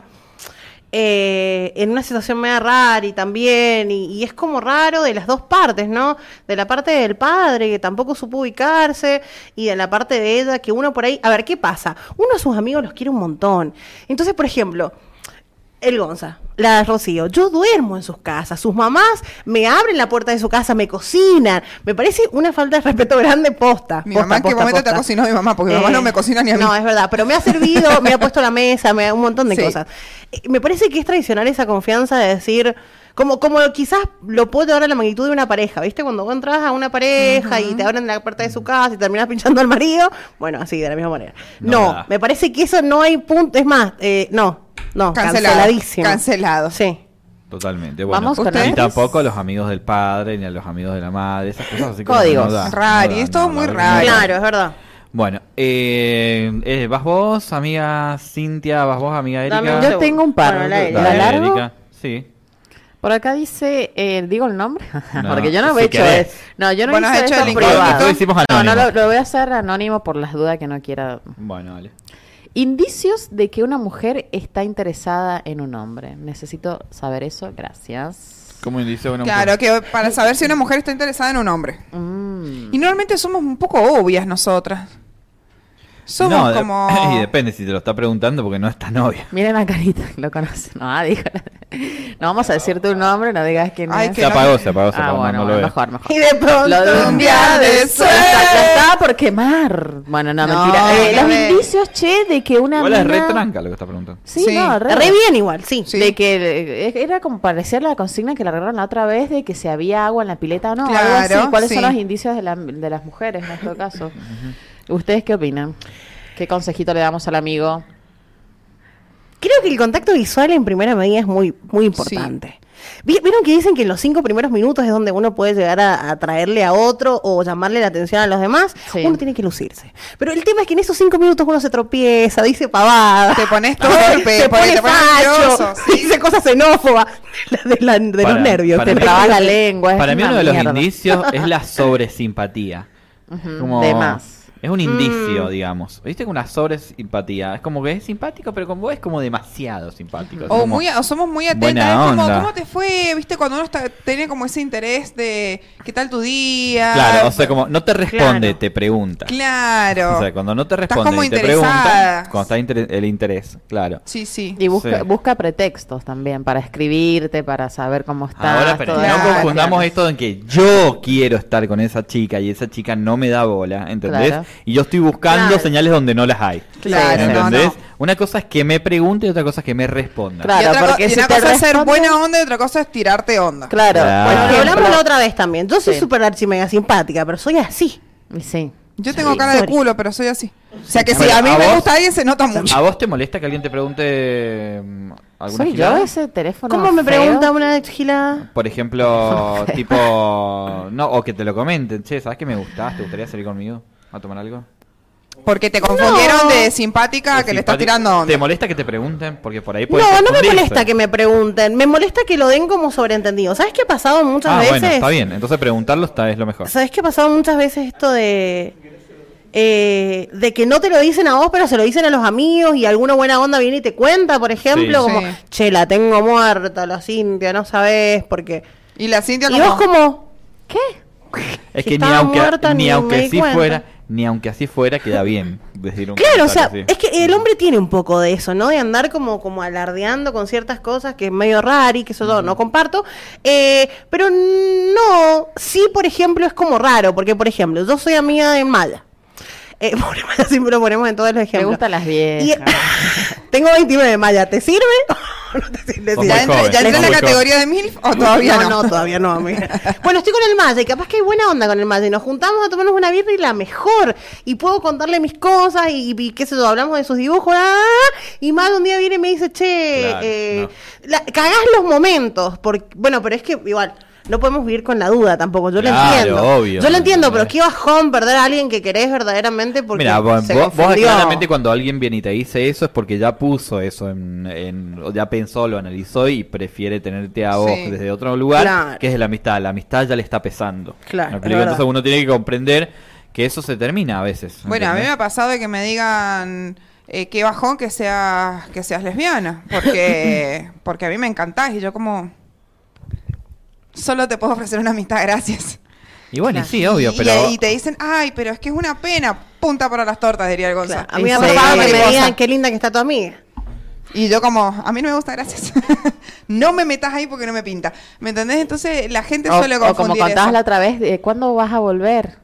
Speaker 5: eh, en una situación media rara y también, y, y es como raro de las dos partes, ¿no? De la parte del padre que tampoco supo ubicarse y de la parte de ella que uno por ahí, a ver, ¿qué pasa? Uno a sus amigos los quiere un montón. Entonces, por ejemplo, el Gonza, la Rocío. Yo duermo en sus casas. Sus mamás me abren la puerta de su casa, me cocinan. Me parece una falta de respeto grande posta.
Speaker 3: Mi
Speaker 5: posta,
Speaker 3: mamá en qué
Speaker 5: posta,
Speaker 3: momento te
Speaker 5: posta.
Speaker 3: ha cocinado mi mamá, porque mi mamá
Speaker 5: Eh,
Speaker 3: no me cocina ni a mí.
Speaker 5: No, es verdad, pero me ha servido, me ha puesto la mesa, me ha un montón de
Speaker 3: Sí.
Speaker 5: cosas. Eh, Me parece que es tradicional esa confianza de decir, como, como quizás lo puedo llevar a la magnitud de una pareja, ¿viste? Cuando vos entras a una pareja y te abren la puerta de su casa y terminas pinchando al marido, bueno, así, de la misma manera.
Speaker 2: No,
Speaker 5: No,
Speaker 2: nada.
Speaker 5: me parece que eso no hay punto, es más, eh, no. No,
Speaker 3: Cancelado,
Speaker 5: canceladísimo.
Speaker 3: cancelado.
Speaker 5: Sí.
Speaker 2: Totalmente. Bueno,
Speaker 4: Vamos con
Speaker 2: y
Speaker 4: antes.
Speaker 2: tampoco a los amigos del padre, ni a los amigos de la madre, esas cosas así como
Speaker 4: Códigos.
Speaker 2: no da,
Speaker 3: Rari,
Speaker 2: no da,
Speaker 3: es todo
Speaker 2: no,
Speaker 3: muy
Speaker 2: la verdad
Speaker 3: raro.
Speaker 2: no da.
Speaker 5: Claro, es verdad.
Speaker 2: Bueno, eh, eh, vas vos, amiga Cintia, vas vos, amiga Erika.
Speaker 5: Dame un
Speaker 4: Yo tengo un par.
Speaker 5: Bueno, la
Speaker 4: ¿La,
Speaker 5: Erika.
Speaker 2: Dale,
Speaker 4: largo?
Speaker 2: Erika. Sí.
Speaker 4: Por acá dice, eh, digo el nombre,
Speaker 2: No,
Speaker 4: porque yo no
Speaker 2: si
Speaker 4: he hecho
Speaker 2: querés.
Speaker 4: eso. No, yo no
Speaker 3: Bueno, has
Speaker 4: hice
Speaker 3: hecho
Speaker 4: eso
Speaker 3: el
Speaker 4: en
Speaker 3: incógnito.
Speaker 4: privado.
Speaker 2: Lo hicimos
Speaker 4: no, no
Speaker 2: anónimo.
Speaker 4: lo, lo voy a hacer anónimo por las dudas que no quiera.
Speaker 2: Bueno, dale.
Speaker 4: Indicios de que una mujer está interesada en un hombre. Necesito saber eso, gracias.
Speaker 2: ¿Cómo dice una
Speaker 3: Claro, que para saber si una mujer está interesada en un hombre.
Speaker 4: Mm.
Speaker 3: Y normalmente somos un poco obvias nosotras. Somos
Speaker 2: No, de-
Speaker 3: como...
Speaker 2: Y depende si te lo está preguntando porque no es tan obvio.
Speaker 4: Miren la carita, lo conocen. No, ah, dijo- no vamos a decir tu nombre, no digas quién
Speaker 3: Ay,
Speaker 4: es.
Speaker 3: Que
Speaker 2: Se
Speaker 3: no-
Speaker 2: apagó, se apagó, se
Speaker 4: Ah,
Speaker 2: apagó.
Speaker 4: bueno,
Speaker 2: no,
Speaker 4: bueno,
Speaker 2: lo
Speaker 4: mejor, mejor.
Speaker 5: Y de pronto
Speaker 4: Lo de un día de suerte está por quemar. Bueno, no,
Speaker 3: No,
Speaker 4: mentira. Eh,
Speaker 3: no
Speaker 4: los
Speaker 3: ve.
Speaker 4: indicios, che, de que
Speaker 2: ve.
Speaker 4: una
Speaker 2: Igual es re
Speaker 4: mina-
Speaker 2: tranca lo que está preguntando.
Speaker 4: Sí,
Speaker 3: Sí.
Speaker 4: no, re,
Speaker 5: Re bien igual, sí.
Speaker 3: Sí.
Speaker 4: De que eh, era como parecer la consigna que la agarraron la otra vez de que si había agua en la pileta o no. algo así.
Speaker 3: Claro,
Speaker 4: ¿Cuáles
Speaker 3: sí.
Speaker 4: son los indicios de, la- de las mujeres en nuestro caso? ¿Ustedes qué opinan? ¿Qué consejito le damos al amigo?
Speaker 5: Creo que el contacto visual en primera medida es muy, muy importante. Vi- ¿Vieron que dicen que en los cinco primeros minutos es donde uno puede llegar a atraerle a otro o llamarle la atención a los demás?
Speaker 4: Sí.
Speaker 5: Uno tiene que lucirse. Pero el tema es que en esos cinco minutos uno se tropieza, dice pavada.
Speaker 3: Te pones
Speaker 5: todo
Speaker 3: torpe,
Speaker 5: se
Speaker 3: porque
Speaker 5: pone
Speaker 3: te pones
Speaker 5: facho,
Speaker 3: nervioso, sí.
Speaker 5: dice cosas xenófobas de, la- de
Speaker 2: Para-
Speaker 5: los nervios.
Speaker 2: para
Speaker 5: te
Speaker 4: Te
Speaker 2: mí-
Speaker 5: la-
Speaker 4: trabas la lengua. Pues es
Speaker 2: Para mí
Speaker 4: una
Speaker 2: uno de los
Speaker 4: mierda.
Speaker 2: indicios es la sobresimpatía.
Speaker 4: Ujú,
Speaker 2: Como-
Speaker 4: De más.
Speaker 2: Es
Speaker 3: Mm.
Speaker 2: un indicio, digamos. ¿Viste? Una sobreempatía. Es como que es simpático, pero con vos es como demasiado simpático. Es
Speaker 3: O,
Speaker 2: como-
Speaker 3: muy, o somos muy atentas.
Speaker 2: buena
Speaker 3: Es como,
Speaker 2: onda.
Speaker 3: ¿cómo te fue? ¿Viste? Cuando uno está- tiene como ese interés de, ¿qué tal tu día?
Speaker 2: Claro, o sea, como no te responde,
Speaker 5: Claro.
Speaker 2: te pregunta.
Speaker 3: Claro.
Speaker 2: O sea, cuando no te
Speaker 3: Estás
Speaker 2: responde
Speaker 3: como
Speaker 2: y te
Speaker 3: interesada.
Speaker 2: pregunta, cuando está inter- el interés, claro.
Speaker 3: Sí, sí.
Speaker 4: Y busca,
Speaker 2: Sí.
Speaker 4: busca pretextos también para escribirte, para saber cómo estás.
Speaker 2: Ahora, pero
Speaker 4: todo
Speaker 2: no
Speaker 3: claro,
Speaker 4: eso.
Speaker 2: confundamos esto en que yo quiero estar con esa chica y esa chica no me da bola, ¿entendés?
Speaker 4: Claro.
Speaker 2: Y yo estoy buscando
Speaker 5: Claro.
Speaker 2: señales donde no las hay.
Speaker 3: Claro, no,
Speaker 2: ¿Entendés?
Speaker 3: no.
Speaker 2: Una cosa es que me pregunte y otra cosa es que me responda.
Speaker 4: Claro.
Speaker 3: y otra, co-
Speaker 4: porque
Speaker 3: y
Speaker 4: si
Speaker 3: una
Speaker 4: te
Speaker 3: cosa es ser
Speaker 4: responden-
Speaker 3: buena onda y otra cosa es tirarte onda.
Speaker 4: Claro.
Speaker 2: Claro.
Speaker 5: Bueno,
Speaker 4: por
Speaker 5: lo
Speaker 4: ejemplo-
Speaker 5: hablamos la otra vez también. Yo soy
Speaker 4: Ah, Sí.
Speaker 5: súper archi mega simpática, pero soy así.
Speaker 4: Y Sí.
Speaker 3: Yo tengo cara de
Speaker 5: sorry.
Speaker 3: culo, pero soy así. O sea que
Speaker 2: A
Speaker 3: si
Speaker 2: ver,
Speaker 3: a mí
Speaker 2: ¿a
Speaker 3: me
Speaker 2: vos?
Speaker 3: gusta alguien, se nota mucho.
Speaker 2: ¿A vos te molesta que alguien te pregunte mm, alguna
Speaker 4: ¿Soy yo
Speaker 2: gilada?
Speaker 4: ese teléfono?
Speaker 5: ¿Cómo me
Speaker 4: feo?
Speaker 5: pregunta una gilada?
Speaker 2: Por ejemplo, tipo, no, o que te lo comenten, che, ¿sabes que me gustás? ¿Te gustaría salir conmigo a tomar algo?
Speaker 3: Porque te confundieron de simpática que le estás
Speaker 2: Simpático.
Speaker 3: tirando
Speaker 2: ¿Te
Speaker 3: onda.
Speaker 2: molesta que te pregunten? Porque por ahí puede
Speaker 5: No, no me molesta que me pregunten, me molesta que lo den como sobreentendido. ¿Sabes qué ha pasado muchas
Speaker 2: Ah,
Speaker 5: veces?
Speaker 2: bueno, está bien. Entonces preguntarlo está, es lo mejor.
Speaker 5: ¿Sabes qué ha pasado muchas veces esto de eh, de que no te lo dicen a vos, pero se lo dicen a los amigos y alguna buena onda viene y te cuenta, por ejemplo,
Speaker 2: Sí.
Speaker 5: como,
Speaker 3: Sí.
Speaker 5: che, la tengo muerta, la Cintia, no sabes porque
Speaker 3: Y la Cintia
Speaker 5: Y vos
Speaker 3: como...
Speaker 5: como, ¿qué?
Speaker 2: Es
Speaker 5: Si
Speaker 2: que ni
Speaker 5: estaba
Speaker 2: aunque,
Speaker 5: muerta,
Speaker 2: ni
Speaker 5: ni
Speaker 2: aunque
Speaker 5: me di
Speaker 2: así
Speaker 5: cuenta.
Speaker 2: fuera, ni aunque así fuera, queda bien. Decir un
Speaker 5: Claro, o sea,
Speaker 2: comentario así.
Speaker 5: es que el hombre tiene un poco de eso, ¿no? De andar como, como alardeando con ciertas cosas que es medio raro y que eso yo no comparto. Eh, pero no, sí, por ejemplo, es como raro, porque, por ejemplo, yo soy amiga de Maya. Eh, pobre Maya, siempre lo ponemos en todos los
Speaker 4: Me
Speaker 5: ejemplos.
Speaker 4: gustan las
Speaker 5: Y-
Speaker 4: viejas.
Speaker 5: tengo 29, Maya, ¿te sirve? o no te sirve?
Speaker 2: Son
Speaker 5: Sí,
Speaker 3: ¿Ya
Speaker 2: muy
Speaker 3: entré,
Speaker 2: joven,
Speaker 3: ya entré
Speaker 2: son
Speaker 3: en la
Speaker 2: muy
Speaker 3: categoría de MILF o todavía no?
Speaker 5: no, todavía no, amiga. bueno, estoy con el Maya y capaz que hay buena onda con el Maya. y Nos juntamos a tomarnos una birra y la mejor. Y puedo contarle mis cosas y, y qué sé yo, hablamos de sus dibujos. ah, y Maya un día viene y me dice, che,
Speaker 2: Claro,
Speaker 5: eh,
Speaker 2: no.
Speaker 5: la- cagás los momentos. Porque, bueno, pero es que igual. No podemos vivir con la duda tampoco, yo lo
Speaker 2: Claro,
Speaker 5: entiendo.
Speaker 2: obvio.
Speaker 5: yo lo entiendo, pero
Speaker 2: Claro.
Speaker 5: qué bajón perder a alguien que querés verdaderamente porque
Speaker 2: Mira, vos,
Speaker 5: se
Speaker 2: vos- vos
Speaker 5: confundió.
Speaker 2: claramente cuando alguien viene y te dice eso es porque ya puso eso en, en- o ya pensó, lo analizó y prefiere tenerte a vos
Speaker 3: Sí.
Speaker 2: desde otro lugar,
Speaker 5: Claro.
Speaker 2: que es de la amistad. La amistad ya le está pesando.
Speaker 5: Claro,
Speaker 2: ¿Me
Speaker 5: es
Speaker 2: explico?
Speaker 5: verdad.
Speaker 2: Entonces uno tiene que comprender que eso se termina a veces.
Speaker 3: Bueno, a mí me
Speaker 2: ¿entendés?
Speaker 3: ha pasado de que me digan eh, qué bajón que seas que seas lesbiana, porque porque a mí me encantás y yo como solo te puedo ofrecer una amistad, gracias.
Speaker 2: Y bueno, y sí, obvio,
Speaker 3: y,
Speaker 2: pero...
Speaker 3: y te dicen, "Ay, pero es que es una pena, punta para las tortas", diría el Gonzalo.
Speaker 5: Claro, a mí me
Speaker 3: Y
Speaker 5: ha
Speaker 3: por
Speaker 5: pasado
Speaker 3: favor,
Speaker 5: que me
Speaker 3: mariposa.
Speaker 5: digan qué linda que está tu amiga.
Speaker 3: Y yo como, a mí no me gusta, gracias. no me metas ahí porque no me pinta. ¿Me entendés? Entonces la gente
Speaker 4: O,
Speaker 3: suele
Speaker 4: o como
Speaker 3: confundir
Speaker 4: contabas
Speaker 3: eso.
Speaker 4: la otra vez, eh, ¿cuándo vas a volver?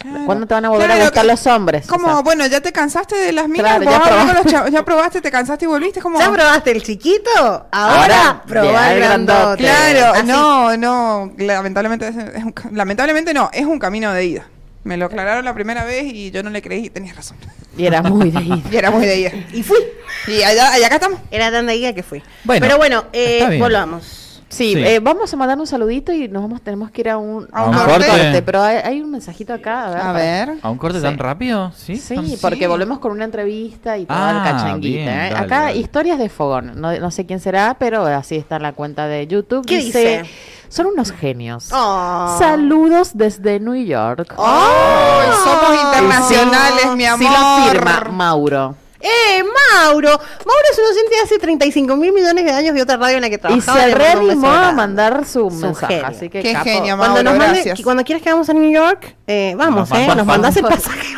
Speaker 3: Claro.
Speaker 4: ¿Cuándo te van a volver
Speaker 3: Claro
Speaker 4: a buscar
Speaker 3: que-
Speaker 4: los hombres?
Speaker 3: Como,
Speaker 4: O sea,
Speaker 3: bueno, ya te cansaste de las minas,
Speaker 4: Claro,
Speaker 3: vos
Speaker 4: ya
Speaker 3: hablás con
Speaker 4: probaste.
Speaker 3: los chavos, ya probaste, te cansaste y volviste, es como...
Speaker 5: ¿Ya probaste el chiquito?
Speaker 4: Ahora,
Speaker 5: Ahora,
Speaker 4: bien,
Speaker 5: probá
Speaker 4: al
Speaker 5: el grandote.
Speaker 4: grandote.
Speaker 3: Claro,
Speaker 4: Ah,
Speaker 5: Así.
Speaker 3: no, no, lamentablemente, es- es un ca- lamentablemente no, es un camino de ida. Me lo aclararon la primera vez y yo no le creí y tenías razón.
Speaker 4: Y era muy de ir.
Speaker 3: Y era muy de ida.
Speaker 5: Y fui.
Speaker 3: Y allá, allá acá estamos.
Speaker 5: Era tan de guía que fui.
Speaker 2: Bueno,
Speaker 5: Pero bueno, eh,
Speaker 2: está bien.
Speaker 5: volvamos.
Speaker 4: Sí,
Speaker 2: Sí.
Speaker 4: eh, vamos a mandar un saludito y nos vamos, tenemos que ir a un,
Speaker 3: A un
Speaker 2: corte.
Speaker 4: Pero hay, hay un mensajito acá, a ver.
Speaker 3: A ver.
Speaker 2: ¿A un corte
Speaker 4: Sí.
Speaker 2: tan rápido? Sí,
Speaker 4: Sí,
Speaker 2: tan-
Speaker 4: porque volvemos con una entrevista y toda la
Speaker 2: Ah,
Speaker 4: cachanguita.
Speaker 2: bien,
Speaker 4: ¿eh?
Speaker 2: dale,
Speaker 4: Acá
Speaker 2: dale.
Speaker 4: historias de fogón. No, no sé quién será, pero así está en la cuenta de YouTube.
Speaker 5: ¿Qué dice?
Speaker 4: Son unos genios.
Speaker 5: Oh.
Speaker 4: Saludos desde New York.
Speaker 3: ¡Ay, Pues somos internacionales, mi
Speaker 4: Sí
Speaker 3: amor.
Speaker 4: lo firma Mauro.
Speaker 5: ¡Eh, Mauro! Mauro es un docente de hace 35 mil millones de años de otra radio en la que
Speaker 4: Y
Speaker 5: trabajaba.
Speaker 4: se
Speaker 5: le mando un beso
Speaker 4: reanimó a
Speaker 5: grande.
Speaker 4: mandar
Speaker 5: Su
Speaker 4: su mensaje.
Speaker 5: genio.
Speaker 4: Así que
Speaker 3: Qué
Speaker 4: capo.
Speaker 3: genio, Mauro.
Speaker 5: Cuando, nos mande-
Speaker 3: gracias.
Speaker 5: y cuando quieras que vamos a New York, eh, vamos,
Speaker 2: Nos
Speaker 5: eh,
Speaker 2: vamos,
Speaker 5: nos mandás el
Speaker 4: vamos.
Speaker 5: pasaje.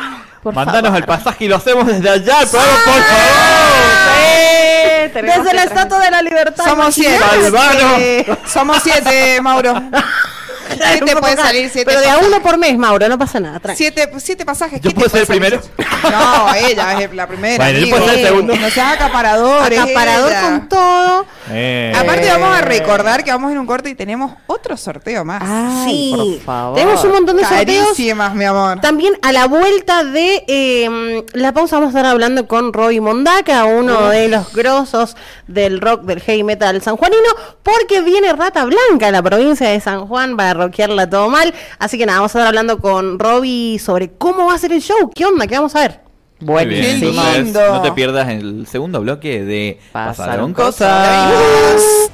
Speaker 4: Por
Speaker 2: Mandanos
Speaker 4: favor.
Speaker 2: el pasaje y lo hacemos desde allá, el programa, por favor.
Speaker 4: Eh,
Speaker 5: Desde
Speaker 4: tenemos que
Speaker 5: la
Speaker 4: transmitir.
Speaker 5: Estatua de la Libertad.
Speaker 3: Somos siete.
Speaker 5: imagínate.
Speaker 3: Somos siete, Mauro.
Speaker 5: Claro,
Speaker 3: Siete
Speaker 5: un
Speaker 3: pueden
Speaker 5: poco-
Speaker 3: salir, siete.
Speaker 5: Pero de a
Speaker 3: pasajes.
Speaker 5: uno por mes, Mauro, no pasa nada. tranqui.
Speaker 3: Siete, pues, siete pasajes.
Speaker 2: Yo
Speaker 3: ¿qué te
Speaker 2: puedo ser el
Speaker 3: pasa,
Speaker 2: primero.
Speaker 3: muchacho? No, ella es la primera.
Speaker 2: Bueno, yo
Speaker 3: amigo.
Speaker 2: puedo ser el segundo.
Speaker 3: No seas acaparador. es
Speaker 5: Acaparador
Speaker 3: ella.
Speaker 5: con todo.
Speaker 2: Eh,
Speaker 3: Aparte, vamos a recordar que vamos en un corte y tenemos otro sorteo más.
Speaker 4: Ay,
Speaker 5: sí.
Speaker 4: por favor.
Speaker 5: Tenemos un montón de sorteos.
Speaker 3: Carísimas, mi amor.
Speaker 5: También a la vuelta de eh, la pausa vamos a estar hablando con Roy Mondaca, uno de los grosos del rock del heavy metal sanjuanino, porque viene Rata Blanca a la provincia de San Juan para rockearla todo mal. Así que nada, vamos a estar hablando con Roby sobre cómo va a ser el show, qué onda, qué vamos a ver.
Speaker 2: muy
Speaker 4: Bueno,
Speaker 2: bien,
Speaker 3: Qué
Speaker 2: entonces,
Speaker 3: lindo.
Speaker 2: No te pierdas el segundo bloque de Pasaron
Speaker 4: Pasaron
Speaker 2: cosas.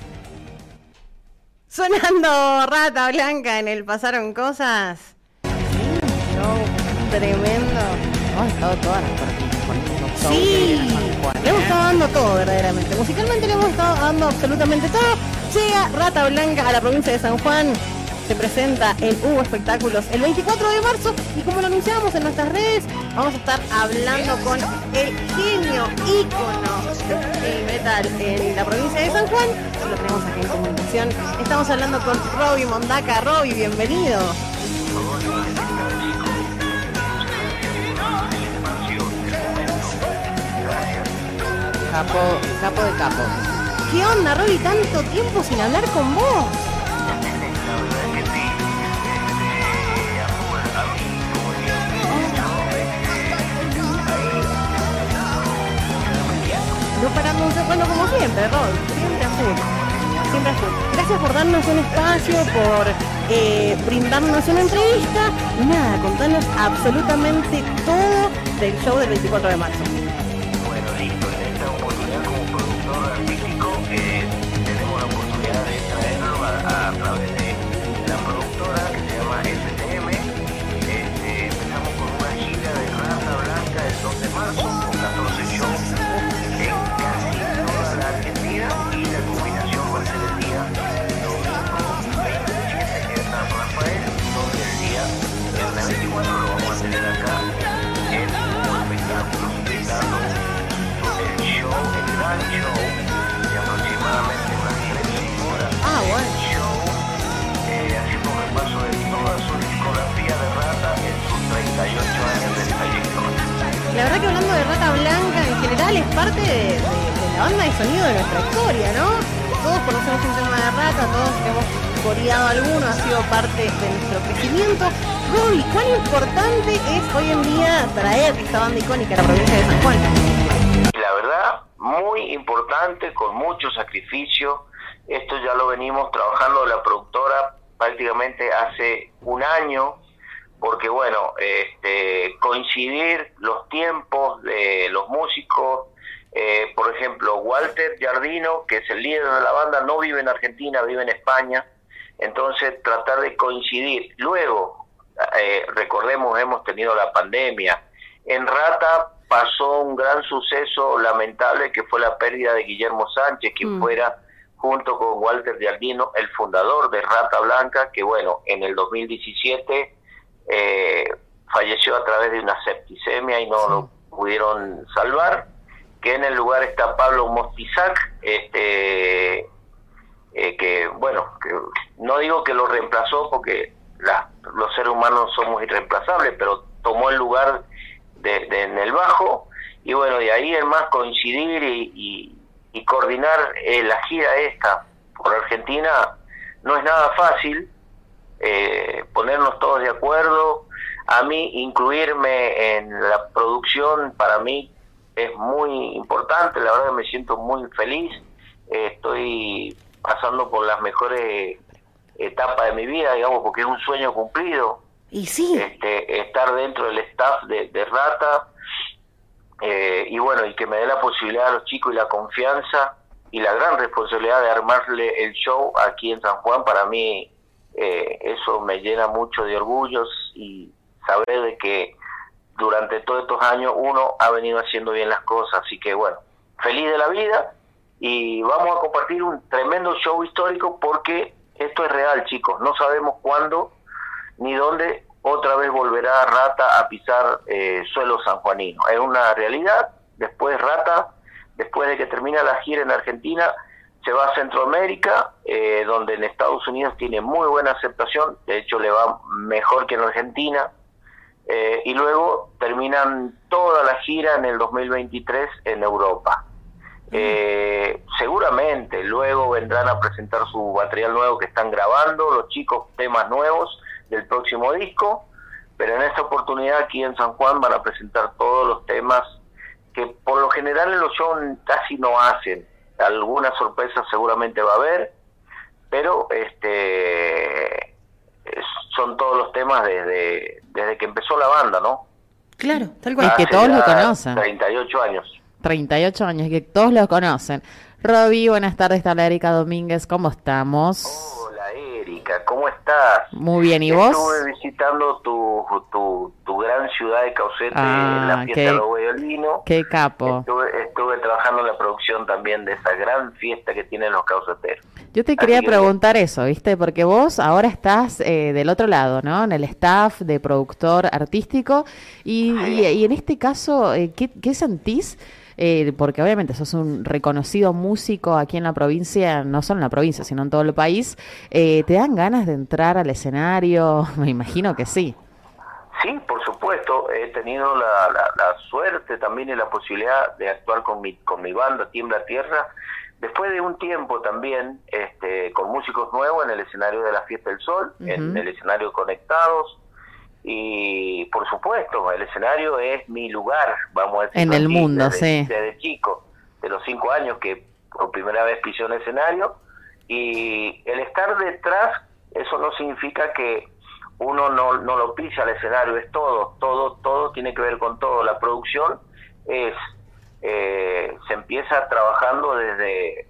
Speaker 5: Sonando Rata Blanca en el Pasaron Cosas. Show tremendo.
Speaker 4: Hemos estado todas las cortinas con el mismo show que
Speaker 5: Sí,
Speaker 4: viene San Juan,
Speaker 5: le hemos
Speaker 4: ¿eh?
Speaker 5: estado dando todo verdaderamente. Musicalmente le hemos estado dando absolutamente todo. Llega Rata Blanca a la provincia de San Juan. Se presenta en Hugo Espectáculos el 24 de marzo y como lo anunciamos en nuestras redes, vamos a estar hablando con el genio ícono del metal en la provincia de San Juan. Lo tenemos aquí en comunicación. Estamos hablando con Robbie Mondaca. Robbie, bienvenido.
Speaker 4: Capo, capo de capo.
Speaker 5: ¿Qué onda, Robbie? Tanto tiempo sin hablar con vos. No paramos de bueno como siempre, Rob. Siempre azul. Siempre azul. Gracias por darnos un espacio, por eh, brindarnos una entrevista. Y nada, contanos absolutamente todo del show del 24 de marzo.
Speaker 8: Bueno, listo. En esta oportunidad como productor artístico eh, tenemos la oportunidad de traerlo a, a través de la productora que se llama STM. Este, empezamos con una gira de raza blanca el 2 de marzo con 14 shows en casi toda la Argentina y la combinación va a ser el día domingo 27 en San Rafael, todo el día. El 24 lo vamos a tener acá en un espectáculo brindando el show, el gran show, de aproximadamente unas 3 horas.
Speaker 5: Ah, bueno.
Speaker 8: El show, eh, haciendo un repaso de toda su discografía de rata en sus 38 años de trayectoria.
Speaker 5: La verdad que hablando de Rata Blanca en general es parte de, de- de la banda de sonido de nuestra historia, ¿no? Todos conocemos un tema de Rata, todos hemos coreado alguno, ha sido parte de nuestro crecimiento. Robbie, ¿cuán importante es hoy en día traer esta banda icónica a la provincia de San Juan?
Speaker 8: Y la verdad, muy importante, con mucho sacrificio. Esto ya lo venimos trabajando la productora prácticamente hace un año, porque bueno, este, coincidir los tiempos de los músicos. eh, por ejemplo, Walter Giardino, que es el líder de la banda, no vive en Argentina, vive en España. Entonces, tratar de coincidir. Luego, eh, recordemos, hemos tenido la pandemia. En Rata pasó un gran suceso lamentable que fue la pérdida de Guillermo Sánchez, quien fuera junto con Walter Giardino el fundador de Rata Blanca, que bueno, en el 2017 eh, falleció a través de una septicemia y no lo pudieron salvar. Que en el lugar está Pablo Mostizac, este, eh, que bueno, que no digo que lo reemplazó porque la- los seres humanos somos irreemplazables, pero tomó el lugar de, de- en el bajo y bueno, de ahí en más coincidir y, y- y coordinar eh, la gira esta por Argentina no es nada fácil, eh, ponernos todos de acuerdo, A mí incluirme en la producción para mí es muy importante, la verdad que me siento muy feliz, Eh, estoy pasando por las mejores etapas de mi vida, digamos, porque es un sueño cumplido,
Speaker 5: Y sí,
Speaker 8: este, estar dentro del staff de, de Rata eh, y bueno, y que me dé la posibilidad a los chicos y la confianza y la gran responsabilidad de armarle el show aquí en San Juan, para mí eh, eso me llena mucho de orgullos y saber de que durante todos estos años uno ha venido haciendo bien las cosas, así que bueno, feliz de la vida y vamos a compartir un tremendo show histórico porque esto es real chicos, no sabemos cuándo ni dónde otra vez volverá Rata a pisar eh, suelo sanjuanino. Es una realidad. Después Rata, después de que termina la gira en Argentina, se va a Centroamérica, eh, donde en Estados Unidos tiene muy buena aceptación. De hecho, le va mejor que en Argentina. Eh, y luego terminan toda la gira en el 2023 en Europa. Eh, seguramente luego vendrán a presentar su material nuevo que están grabando, los chicos temas nuevos del próximo disco, pero en esta oportunidad aquí en San Juan van a presentar todos los temas que por lo general en los shows casi no hacen. Alguna sorpresa seguramente va a haber, pero este es- son todos los temas desde, desde que empezó la banda, ¿no?
Speaker 5: claro, tal
Speaker 4: Y
Speaker 5: cual.
Speaker 4: que
Speaker 8: Hace
Speaker 4: todos lo
Speaker 8: ya
Speaker 4: conocen.
Speaker 8: 38 años.
Speaker 4: 38 años, que todos los conocen. Roby, buenas tardes, tal Erika Domínguez, ¿cómo estamos?
Speaker 8: Hola Erika, ¿cómo estás?
Speaker 4: Muy bien, ¿y vos?
Speaker 8: Estuve visitando tu, tu, tu gran ciudad de Caucete,
Speaker 4: Ah,
Speaker 8: la fiesta
Speaker 4: qué
Speaker 8: de los Guayolinos.
Speaker 4: Qué capo.
Speaker 8: Estuve, estuve trabajando en la producción también de esa gran fiesta que tienen los cauceteros.
Speaker 4: Yo te
Speaker 8: Así
Speaker 4: quería
Speaker 8: que-
Speaker 4: preguntar eso, ¿viste? Porque vos ahora estás eh, del otro lado, ¿no? En el staff de productor artístico. Y,
Speaker 8: Ah,
Speaker 4: y- y en este caso, eh, ¿qué, qué sentís? Eh, porque obviamente sos un reconocido músico aquí en la provincia, no solo en la provincia, sino en todo el país. Eh, ¿Te dan ganas de entrar al escenario? Me imagino que sí.
Speaker 8: Sí, por supuesto, he tenido la, la- la suerte también y la posibilidad de actuar con mi, con mi banda Tiembla Tierra. Después de un tiempo también este, con músicos nuevos en el escenario de la Fiesta del Sol, en
Speaker 4: Ujú.
Speaker 8: el escenario Conectados. Y por supuesto, el escenario es mi lugar, vamos a decir.
Speaker 4: En el
Speaker 8: así,
Speaker 4: mundo,
Speaker 8: desde-
Speaker 4: sí.
Speaker 8: Desde chico, de los cinco años que por primera vez pisé un escenario. Y el estar detrás, eso no significa que uno no, no lo pisa el escenario, es todo, todo, todo tiene que ver con todo. La producción es, eh, se empieza trabajando desde,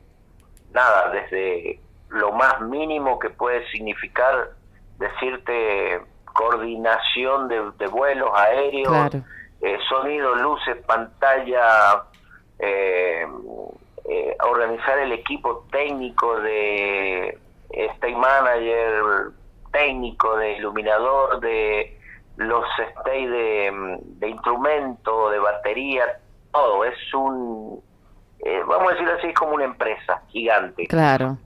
Speaker 8: nada, desde lo más mínimo que puede significar decirte coordinación de, de vuelos aéreos,
Speaker 4: Claro.
Speaker 8: eh, sonido, luces, pantalla, eh, eh, organizar el equipo técnico de stage manager, técnico de iluminador, de los stage de, mm, de instrumento, de batería, todo. Es un, eh, vamos a decirlo así, es como una empresa gigante.
Speaker 4: Claro.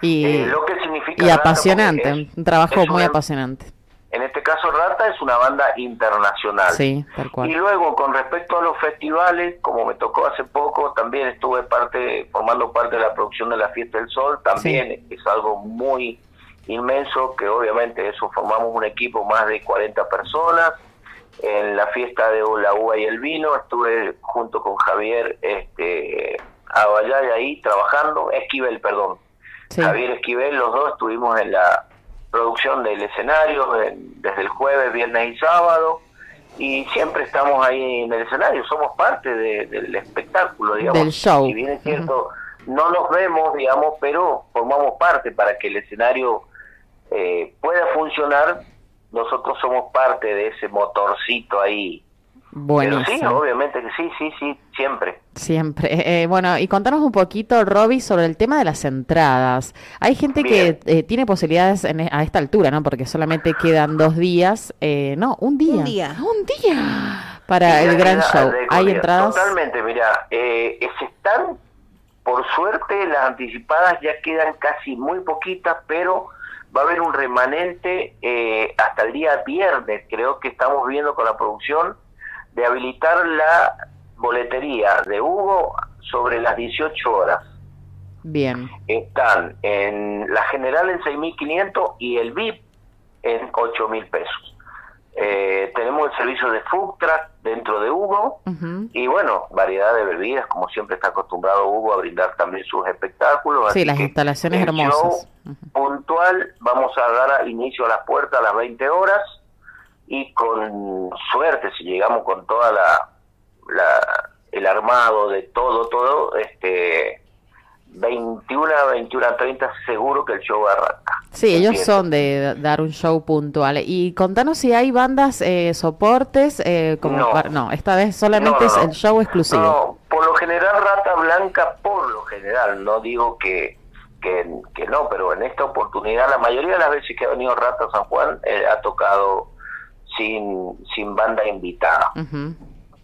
Speaker 4: Y,
Speaker 8: Eh, lo que significa
Speaker 4: y
Speaker 8: Rata, porque
Speaker 4: apasionante,
Speaker 8: es-
Speaker 4: un trabajo
Speaker 8: es
Speaker 4: muy
Speaker 8: una-
Speaker 4: apasionante.
Speaker 8: En este caso, Rata es una banda internacional.
Speaker 4: Sí, tal cual.
Speaker 8: Y luego, con respecto a los festivales, como me tocó hace poco, también estuve parte, formando parte de la producción de la Fiesta del Sol, también es algo muy inmenso, que obviamente eso formamos un equipo más de 40 personas. En la fiesta de la uva y el vino estuve junto con Javier este, Abayay ahí trabajando, Esquivel, perdón.
Speaker 4: Sí.
Speaker 8: Javier Esquivel, los dos estuvimos en la producción del escenario en- desde el jueves, viernes y sábado y siempre estamos ahí en el escenario, somos parte de- del espectáculo, digamos.
Speaker 4: Del show.
Speaker 8: Si bien es cierto, no nos vemos, digamos, pero formamos parte para que el escenario eh, pueda funcionar. Nosotros somos parte de ese motorcito ahí.
Speaker 4: Buenísimo.
Speaker 8: Pero sí, obviamente que sí, sí, sí, siempre.
Speaker 4: Siempre. Eh, bueno, y contanos un poquito, Roby, sobre el tema de las entradas. Hay gente
Speaker 8: Bien.
Speaker 4: que eh, tiene posibilidades en e- a esta altura, ¿no? Porque solamente quedan dos días, eh, no, un día.
Speaker 5: Un día.
Speaker 4: Ah, Un día para el
Speaker 8: Mira,
Speaker 4: gran
Speaker 8: mira,
Speaker 4: show.
Speaker 8: de-
Speaker 4: Hay
Speaker 8: mira,
Speaker 4: entradas.
Speaker 8: Totalmente, mira, eh, se están, por suerte, las anticipadas ya quedan casi muy poquitas, pero va a haber un remanente eh, hasta el día viernes, creo que estamos viendo con la producción, de habilitar la boletería de Hugo sobre las 18 horas.
Speaker 4: Bien.
Speaker 8: Están en la general en 6.500 y el VIP en 8.000 pesos. Eh, tenemos el servicio de food truck dentro de Hugo
Speaker 4: Ujú.
Speaker 8: y bueno, variedad de bebidas, como siempre está acostumbrado Hugo a brindar también sus espectáculos.
Speaker 4: Sí,
Speaker 8: así
Speaker 4: las
Speaker 8: que
Speaker 4: instalaciones
Speaker 8: el
Speaker 4: hermosas.
Speaker 8: show Puntual, vamos a dar a- inicio a las puertas a las 20 horas y con suerte, si llegamos con toda la, la- el armado de todo, todo, este 21 a 21 a 30 seguro que el show arranca.
Speaker 4: Sí, ellos
Speaker 8: Empieza.
Speaker 4: son de da- dar un show puntual. Y contanos si hay bandas eh, soportes, eh, como
Speaker 8: No.
Speaker 4: par- no, esta vez solamente
Speaker 8: No, no,
Speaker 4: es
Speaker 8: no.
Speaker 4: el show exclusivo.
Speaker 8: No, por lo general Rata Blanca, por lo general, no digo que, que, que no, pero en esta oportunidad la mayoría de las veces que ha venido Rata San Juan eh, ha tocado sin, sin banda invitada.
Speaker 4: Ujú.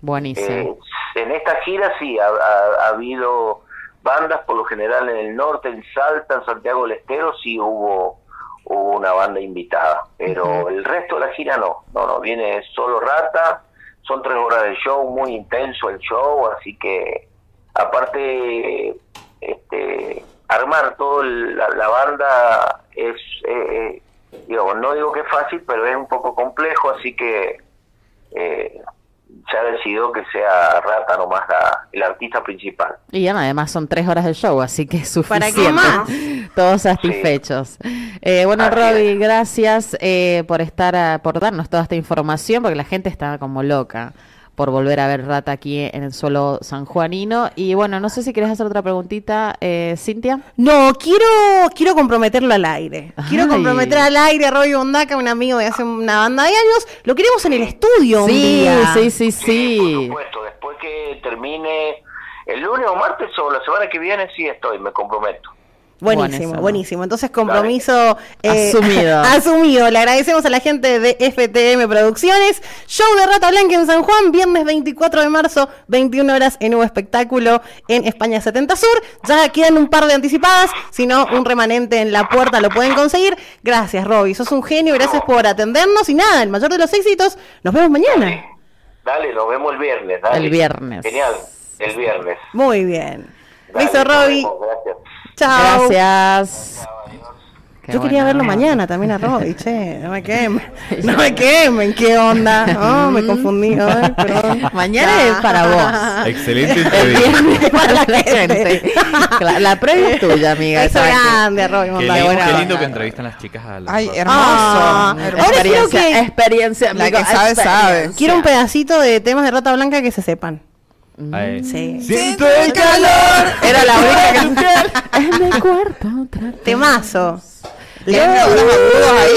Speaker 4: Buenísimo.
Speaker 8: Eh, en esta gira sí, ha, ha- ha habido bandas, por lo general en el norte, en Salta, en Santiago del Estero, sí hubo, hubo una banda invitada, pero el resto de la gira no, no, no, viene solo Rata, son tres horas de show, muy intenso el show, así que aparte este, armar toda la, la banda es, eh, eh, digamos, no digo que es fácil, pero es un poco complejo, así que eh, se ha decidido que sea Rata nomás la, el artista principal.
Speaker 4: Y ya, además son tres horas de show, así que es
Speaker 5: ¿Para
Speaker 4: suficiente.
Speaker 5: qué más?
Speaker 4: Todos satisfechos. Eh, bueno,
Speaker 8: Así
Speaker 4: Robbie,
Speaker 8: es.
Speaker 4: gracias eh, por estar, a- por darnos toda esta información, porque la gente está como loca por volver a ver Rata aquí en el suelo sanjuanino. Y bueno, no sé si quieres hacer otra preguntita, eh, Cintia.
Speaker 5: No, quiero, quiero comprometerlo al aire. Quiero
Speaker 4: Ay.
Speaker 5: comprometer al aire a Robbie Bondaca, un amigo de hace una banda de años. Lo queremos en el estudio un
Speaker 4: Sí,
Speaker 5: día.
Speaker 4: sí, sí,
Speaker 8: Por
Speaker 4: sí.
Speaker 8: supuesto, después que termine el lunes o martes o la semana que viene, sí estoy, me comprometo.
Speaker 5: Buenísimo,
Speaker 4: Buenísimo.
Speaker 5: buenísimo. Entonces, compromiso eh,
Speaker 4: Asumido.
Speaker 5: asumido. Le agradecemos a la gente de FTM Producciones. Show de Rata Blanca en San Juan, viernes 24 de marzo, 21 horas en Nuevo Espectáculo en España 70 Sur. Ya quedan un par de anticipadas, si no, un remanente en la puerta lo pueden conseguir. Gracias, Robbie. Sos un genio, gracias por atendernos. Y nada, el mayor de los éxitos. Nos vemos mañana.
Speaker 8: Dale, nos vemos el viernes. dale.
Speaker 4: El viernes.
Speaker 8: Genial, el viernes.
Speaker 5: Muy bien.
Speaker 8: Dale,
Speaker 5: Beso,
Speaker 8: nos
Speaker 5: Robbie.
Speaker 8: vemos, Gracias.
Speaker 5: Chao.
Speaker 4: Gracias. Qué
Speaker 5: Yo quería
Speaker 4: bueno.
Speaker 5: verlo mañana también a Robbie, che, no me quemen, no me quemen, qué onda, oh, me confundí, ay, perdón.
Speaker 4: Mañana es para vos.
Speaker 9: Excelente
Speaker 4: El
Speaker 9: entrevista.
Speaker 4: viernes para la gente. La, la previa es tuya, amiga.
Speaker 5: Eso
Speaker 4: tranqui.
Speaker 5: grande, Robbie,
Speaker 9: Qué
Speaker 5: Mondaca,
Speaker 9: lindo,
Speaker 5: buena
Speaker 9: qué
Speaker 5: onda.
Speaker 9: lindo que entrevistan las chicas a las
Speaker 3: Ay,
Speaker 9: cosas.
Speaker 3: hermoso.
Speaker 5: Ah,
Speaker 3: hermoso.
Speaker 5: ahora quiero
Speaker 4: experiencia,
Speaker 5: que-
Speaker 4: experiencia,
Speaker 3: La
Speaker 4: amigo,
Speaker 3: que sabe, sabe.
Speaker 4: experiencia.
Speaker 5: Quiero un pedacito de temas de Rata Blanca que se sepan.
Speaker 9: Ay.
Speaker 5: Sí.
Speaker 9: Siento el calor.
Speaker 4: Era la única canción. En mi cuerpo. otra vez.
Speaker 5: Temazo.
Speaker 4: Yo-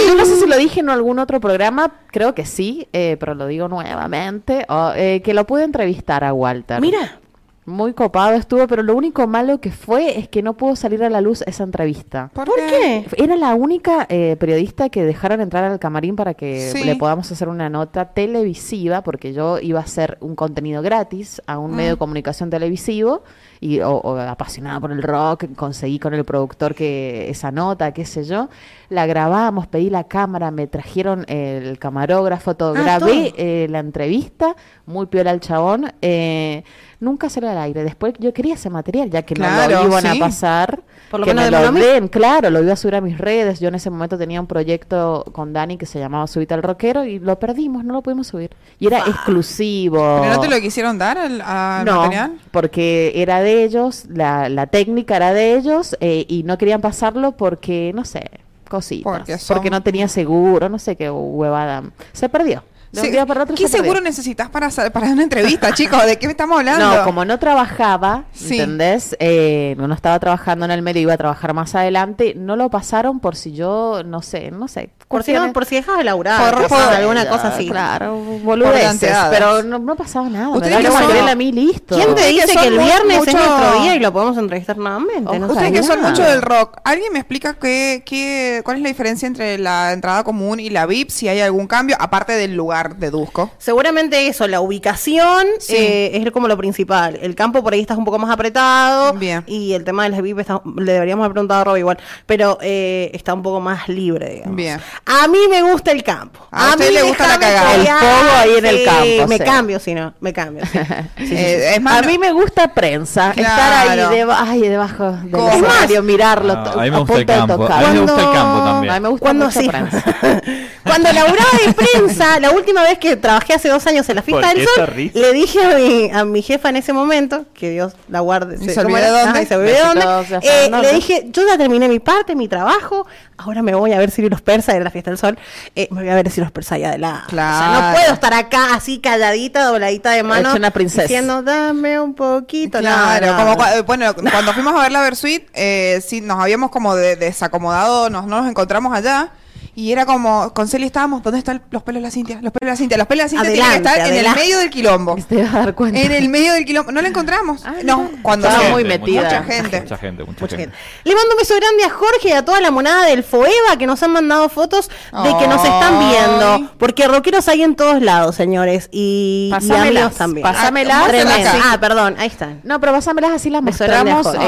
Speaker 4: Yo no sé si lo dije en algún otro programa, creo que sí, eh, pero lo digo nuevamente, o, eh, que lo pude entrevistar a Walter.
Speaker 5: Mira,
Speaker 4: Muy copado estuvo, pero lo único malo que fue es que no pudo salir a la luz esa entrevista.
Speaker 5: ¿por qué?
Speaker 4: Era la única eh, periodista que dejaron entrar al camarín para que
Speaker 3: Sí.
Speaker 4: le podamos hacer una nota televisiva, porque yo iba a hacer un contenido gratis a un
Speaker 5: Mm.
Speaker 4: medio de comunicación televisivo y o, o apasionada por el rock, conseguí con el productor que esa nota, qué sé yo, la grabamos, pedí la cámara, me trajeron el camarógrafo, todo,
Speaker 5: Ah,
Speaker 4: grabé
Speaker 5: todo.
Speaker 4: eh, la entrevista, muy piola el chabón, eh, nunca salió al aire. Después yo quería ese material, ya que no
Speaker 3: Claro,
Speaker 4: lo iban
Speaker 3: sí.
Speaker 4: a pasar
Speaker 5: Por lo
Speaker 4: que
Speaker 5: menos
Speaker 4: me
Speaker 5: de
Speaker 4: lo
Speaker 5: Monomi.
Speaker 4: den, Em, claro, lo iba a subir a mis redes. Yo en ese momento tenía un proyecto con Dani que se llamaba Subite al Rockero y lo perdimos, no lo pudimos subir. Y era exclusivo.
Speaker 3: ¿Pero no te lo quisieron dar al, al
Speaker 4: No,
Speaker 3: material?
Speaker 4: porque era de ellos, la, la técnica era de ellos eh, y no querían pasarlo porque, no sé, cositas.
Speaker 3: Porque
Speaker 4: Porque,
Speaker 3: son-
Speaker 4: no tenía seguro, no sé qué huevada. Se perdió. De un
Speaker 3: Sí,
Speaker 4: día para otro
Speaker 3: ¿Qué
Speaker 4: se
Speaker 3: seguro
Speaker 4: perdió.
Speaker 3: necesitas para, sa- para una entrevista, chicos? ¿De qué estamos hablando?
Speaker 4: No, como no trabajaba,
Speaker 3: Sí.
Speaker 4: ¿entendés? Eh, no estaba trabajando en el medio, iba a trabajar más adelante. No lo pasaron por si yo, no sé, no sé.
Speaker 5: Por si, no,
Speaker 4: cuestiones-
Speaker 5: por si dejabas de laburar,
Speaker 3: Por-
Speaker 5: capaz,
Speaker 3: por-
Speaker 5: alguna cosa así.
Speaker 4: Claro, boludeces,
Speaker 3: tanteadas.
Speaker 4: pero no, no pasaba nada. me
Speaker 3: Ustedes
Speaker 4: daba
Speaker 3: que
Speaker 4: la
Speaker 3: son-
Speaker 4: Macarena a mí, listo.
Speaker 5: ¿Quién te
Speaker 3: Ustedes que
Speaker 5: dice
Speaker 3: son
Speaker 5: que el
Speaker 3: mu-
Speaker 5: viernes es
Speaker 3: mucho-
Speaker 5: nuestro día y lo podemos entrevistar nuevamente? No
Speaker 3: Ustedes
Speaker 5: sabía.
Speaker 3: que son mucho del rock, ¿alguien me explica qué, qué, cuál es la diferencia entre la entrada común y la VIP? Si hay algún cambio, aparte del lugar lugar, deduzco.
Speaker 5: Seguramente eso, la ubicación
Speaker 3: Sí.
Speaker 5: eh, es como lo principal. El campo por ahí está un poco más apretado.
Speaker 3: Bien.
Speaker 5: Y el tema de las VIP está- le deberíamos haber preguntado a Rob igual, pero eh, está un poco más libre, digamos.
Speaker 3: Bien.
Speaker 5: A mí me gusta el campo.
Speaker 3: A
Speaker 5: mí
Speaker 3: usted le gusta la
Speaker 5: déjame
Speaker 3: cagada.
Speaker 4: El
Speaker 5: pelear,
Speaker 4: fuego ahí en el campo,
Speaker 5: Me
Speaker 4: sí.
Speaker 5: cambio, si no, me cambio. sí.
Speaker 3: Eh, es más,
Speaker 4: a mí me gusta prensa, estar
Speaker 3: Claro.
Speaker 4: ahí deba- ay, debajo del
Speaker 3: Como-
Speaker 4: escenario, mirarlo,
Speaker 2: Ah,
Speaker 4: to-
Speaker 2: a mí me gusta el
Speaker 4: punto de
Speaker 2: campo,
Speaker 4: tocar.
Speaker 2: a mí me gusta el
Speaker 5: Cuando-
Speaker 2: campo
Speaker 4: No, a mí
Speaker 2: también.
Speaker 4: me gusta
Speaker 5: Cuando
Speaker 4: mucho
Speaker 5: sí.
Speaker 4: prensa.
Speaker 5: Cuando laburaba de prensa, la última vez que trabajé hace dos años en la fiesta
Speaker 9: ¿Por
Speaker 5: del
Speaker 9: qué esa
Speaker 5: sol,
Speaker 9: risa?
Speaker 5: le dije a mi, a mi jefa en ese momento, que Dios la guarde.
Speaker 3: ¿Y se olvidó
Speaker 5: ¿cómo
Speaker 3: de
Speaker 5: era?
Speaker 3: dónde?
Speaker 5: Ay, se olvidó de dónde.
Speaker 4: Besitos, Jefa
Speaker 5: Eh,
Speaker 4: Fernández.
Speaker 5: le dije, yo ya terminé mi parte, mi trabajo, ahora me voy a ver Sirius Persa de la fiesta del sol, eh, me voy a ver Sirius Persa allá adelante. O sea,
Speaker 3: Claro.
Speaker 5: no puedo estar acá así calladita, dobladita de mano,
Speaker 4: Hecha una princesa.
Speaker 5: diciendo, dame un poquito. No,
Speaker 3: Claro,
Speaker 5: no,
Speaker 3: como
Speaker 5: no.
Speaker 3: cua- eh, bueno, cuando fuimos a ver la Versuit, eh, sí, nos habíamos como de- desacomodado, nos, no nos encontramos allá. Y era como, con Celi estábamos, ¿dónde están los pelos de la Cintia? Los pelos de la Cintia, los pelos de la Cintia tienen que
Speaker 5: Adelante,
Speaker 3: estar en el
Speaker 5: adelante.
Speaker 3: medio del quilombo.
Speaker 4: Te vas a dar cuenta.
Speaker 3: En el medio del quilombo. No la encontramos.
Speaker 4: Ah,
Speaker 3: no,
Speaker 4: mira.
Speaker 3: cuando
Speaker 4: Estaba
Speaker 3: se-
Speaker 4: muy
Speaker 2: Gente,
Speaker 4: metida.
Speaker 3: Mucha gente.
Speaker 2: Mucha gente, mucha,
Speaker 5: Mucha
Speaker 2: gente.
Speaker 5: gente. Le mando un beso grande a Jorge y a toda la monada del Foeva que nos han mandado fotos de que nos están
Speaker 3: Ay.
Speaker 5: viendo. Porque rockeros hay en todos lados, señores. Y, y
Speaker 4: Pasámelas,
Speaker 5: amigos también.
Speaker 4: pasámelas.
Speaker 5: Ah, tremendo.
Speaker 4: Pasámelas.
Speaker 5: Ah, perdón, ahí están.
Speaker 4: No, pero pásamelas así las
Speaker 5: Me suena
Speaker 4: mostramos
Speaker 5: lejos.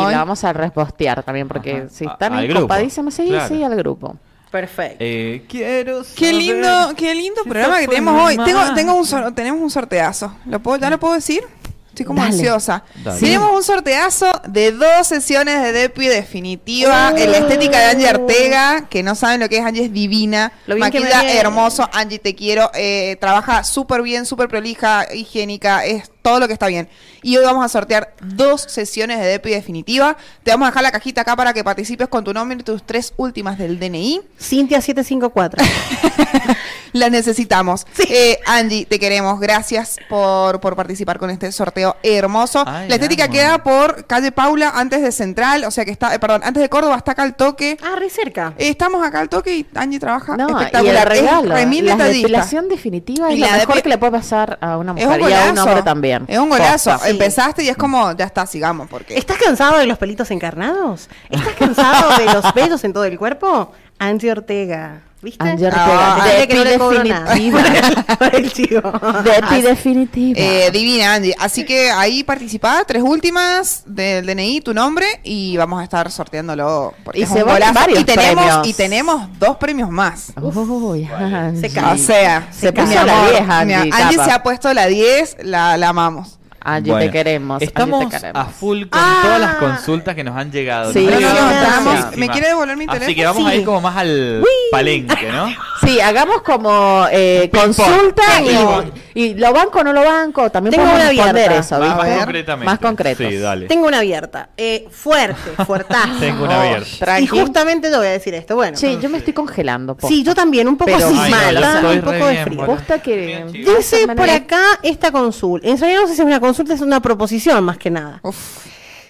Speaker 4: eh, y
Speaker 3: Ay.
Speaker 4: la vamos a repostear también porque si
Speaker 2: A-
Speaker 4: están
Speaker 2: al grupo,
Speaker 4: encopadísimas, sí,
Speaker 2: claro.
Speaker 4: sí, al grupo.
Speaker 5: Perfecto.
Speaker 2: Eh, quiero
Speaker 3: Qué
Speaker 2: saber
Speaker 3: lindo, qué lindo
Speaker 2: si
Speaker 3: programa
Speaker 2: se
Speaker 3: que
Speaker 2: fue
Speaker 3: tenemos
Speaker 2: mi
Speaker 3: hoy. Tengo,
Speaker 2: mamá.
Speaker 3: tengo un sor- tenemos un sorteazo. ¿Lo puedo, ¿Ya lo puedo decir? Estoy como
Speaker 4: Dale.
Speaker 3: ansiosa.
Speaker 2: Dale.
Speaker 3: Tenemos un sorteazo de dos sesiones de Depi
Speaker 5: Uh.
Speaker 3: definitiva en la estética de Angie Ortega, que no saben lo que es, Angie es divina,
Speaker 5: Lo bien que me
Speaker 3: maquilla
Speaker 5: viene.
Speaker 3: hermoso, Angie te quiero, eh, trabaja súper bien, súper prolija, higiénica, es todo lo que está bien. Y hoy vamos a sortear dos sesiones de Depi definitiva. Te vamos a dejar la cajita acá para que participes con tu nombre y tus tres últimas del DNI.
Speaker 5: Cintia 754.
Speaker 3: Las necesitamos. Eh, Angie, te queremos. Gracias por, por participar con este sorteo hermoso.
Speaker 2: Ay,
Speaker 3: la estética
Speaker 2: amo.
Speaker 3: queda por calle Paula, antes de Central, o sea que está, eh, perdón, antes de Córdoba, está acá al toque.
Speaker 5: ah, re cerca.
Speaker 3: Eh, Estamos acá al toque y Angie trabaja
Speaker 4: No, y el
Speaker 3: espectacular.
Speaker 4: regalo,
Speaker 3: es remil
Speaker 4: la
Speaker 3: detallista.
Speaker 4: depilación definitiva es
Speaker 3: Y
Speaker 4: lo
Speaker 3: la
Speaker 4: mejor
Speaker 3: depi-
Speaker 4: que le puede pasar a una
Speaker 3: Es un
Speaker 4: mujer y
Speaker 3: golazo.
Speaker 4: a un hombre también.
Speaker 3: Es un golazo.
Speaker 4: Posta.
Speaker 3: Empezaste y es como, ya está, sigamos. Porque
Speaker 5: ¿Estás cansado de los pelitos encarnados? ¿Estás cansado de los pelos en todo el cuerpo? Angie Ortega. ¿Viste?
Speaker 4: Angie
Speaker 3: Ah,
Speaker 4: Ortega,
Speaker 3: ah,
Speaker 5: Dile que no le cobro nada.
Speaker 4: definitiva.
Speaker 5: Por el chivo.
Speaker 4: Depi definitiva.
Speaker 3: Eh, divina, Angie. Así que ahí participá, tres últimas del DNI, tu nombre, y vamos a estar sorteándolo. porque
Speaker 4: Y
Speaker 3: es
Speaker 4: se
Speaker 3: un
Speaker 4: van
Speaker 3: golazo.
Speaker 4: varios
Speaker 3: y tenemos,
Speaker 4: premios.
Speaker 3: Y tenemos dos premios más.
Speaker 4: Uy, Angie.
Speaker 5: Se cae.
Speaker 3: O sea,
Speaker 4: Se
Speaker 3: mi
Speaker 4: puso la
Speaker 3: amor,
Speaker 4: 10, Angie,
Speaker 3: mi am-
Speaker 4: capa.
Speaker 3: se ha puesto la 10, la, la amamos.
Speaker 4: Angie,
Speaker 2: Bueno,
Speaker 4: Ah, te queremos. Angie, te
Speaker 2: Estamos
Speaker 4: queremos.
Speaker 2: a full con
Speaker 5: Ah.
Speaker 2: todas las consultas que nos han llegado.
Speaker 4: Sí.
Speaker 2: Nos han
Speaker 4: No, no,
Speaker 2: llegado
Speaker 4: no,
Speaker 2: muchísimas.
Speaker 4: estamos-
Speaker 3: ¿me quiere devolver mi
Speaker 2: Así que
Speaker 3: teléfono?
Speaker 2: vamos a
Speaker 5: Sí.
Speaker 2: ir como más al palenque, ¿no?
Speaker 4: Sí, hagamos como eh,
Speaker 2: Ping-pong.
Speaker 4: consulta
Speaker 2: Ping-pong.
Speaker 4: y, y lo banco o no lo banco. También
Speaker 5: Tengo
Speaker 4: podemos
Speaker 5: una
Speaker 4: responder
Speaker 5: abierta.
Speaker 4: eso,
Speaker 2: Más,
Speaker 4: ¿viste?
Speaker 2: concretamente.
Speaker 4: Más concretos.
Speaker 2: Sí, dale.
Speaker 5: Tengo una abierta. Eh, fuerte, fuertazo. Oh,
Speaker 2: Tengo una abierta.
Speaker 5: Y
Speaker 4: Tranqui.
Speaker 5: justamente yo voy a decir esto. Bueno,
Speaker 4: Che, yo me estoy congelando. posta.
Speaker 5: sí, yo también, un poco
Speaker 4: Pero-
Speaker 5: así
Speaker 4: Ay, no,
Speaker 5: mal,
Speaker 4: yo
Speaker 5: ¿verdad?
Speaker 2: estoy
Speaker 5: un poco
Speaker 2: re
Speaker 5: de
Speaker 2: bien,
Speaker 5: frío.
Speaker 2: boludo.
Speaker 4: Posta que.
Speaker 2: Bien, chicos.
Speaker 5: Dice por
Speaker 4: Manuel.
Speaker 5: acá esta consulta. En realidad no sé si es una consulta, es una proposición más que nada.
Speaker 3: Uf.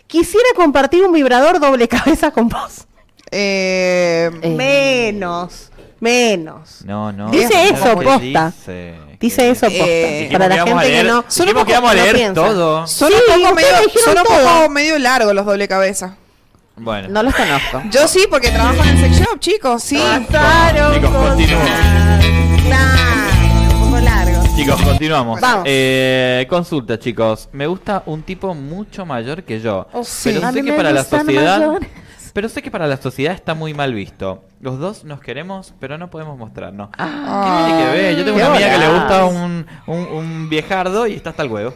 Speaker 5: Quisiera compartir un vibrador doble cabeza con vos.
Speaker 3: Eh,
Speaker 4: Eh.
Speaker 5: Menos, menos.
Speaker 2: No, no.
Speaker 5: Dice
Speaker 2: no,
Speaker 5: eso,
Speaker 2: ¿qué
Speaker 5: posta.
Speaker 2: Dice,
Speaker 5: Dice eso, posta.
Speaker 3: Eh,
Speaker 5: para la gente que no.
Speaker 2: Solo
Speaker 5: poco
Speaker 2: que vamos a
Speaker 5: no
Speaker 2: leer
Speaker 5: piensa.
Speaker 2: todo.
Speaker 3: Son
Speaker 5: Sí,
Speaker 3: un poco
Speaker 5: ustedes
Speaker 3: medio,
Speaker 5: dijeron
Speaker 3: son un
Speaker 5: todo.
Speaker 3: poco medio largos los doble cabeza.
Speaker 2: Bueno.
Speaker 4: No los conozco.
Speaker 3: Yo sí, porque trabajo en el sex shop, chicos, sí.
Speaker 2: Chicos, continuamos.
Speaker 5: Claro, un poco largo.
Speaker 2: Chicos, continuamos.
Speaker 5: Vamos.
Speaker 2: Eh, consulta, chicos. Me gusta un tipo mucho mayor que yo.
Speaker 3: sí.
Speaker 2: Pero
Speaker 4: A
Speaker 2: sé
Speaker 4: mí
Speaker 2: que
Speaker 4: me
Speaker 2: para la
Speaker 4: gustan
Speaker 2: sociedad.
Speaker 4: mayores.
Speaker 2: Pero sé que para la sociedad está muy mal visto. Los dos nos queremos, pero no podemos mostrarnos.
Speaker 3: Ah.
Speaker 2: ¿Qué tiene que ver? Yo tengo
Speaker 4: qué
Speaker 2: una amiga que le
Speaker 4: bolas.
Speaker 2: gusta un, un, un viejardo y está hasta el huevo.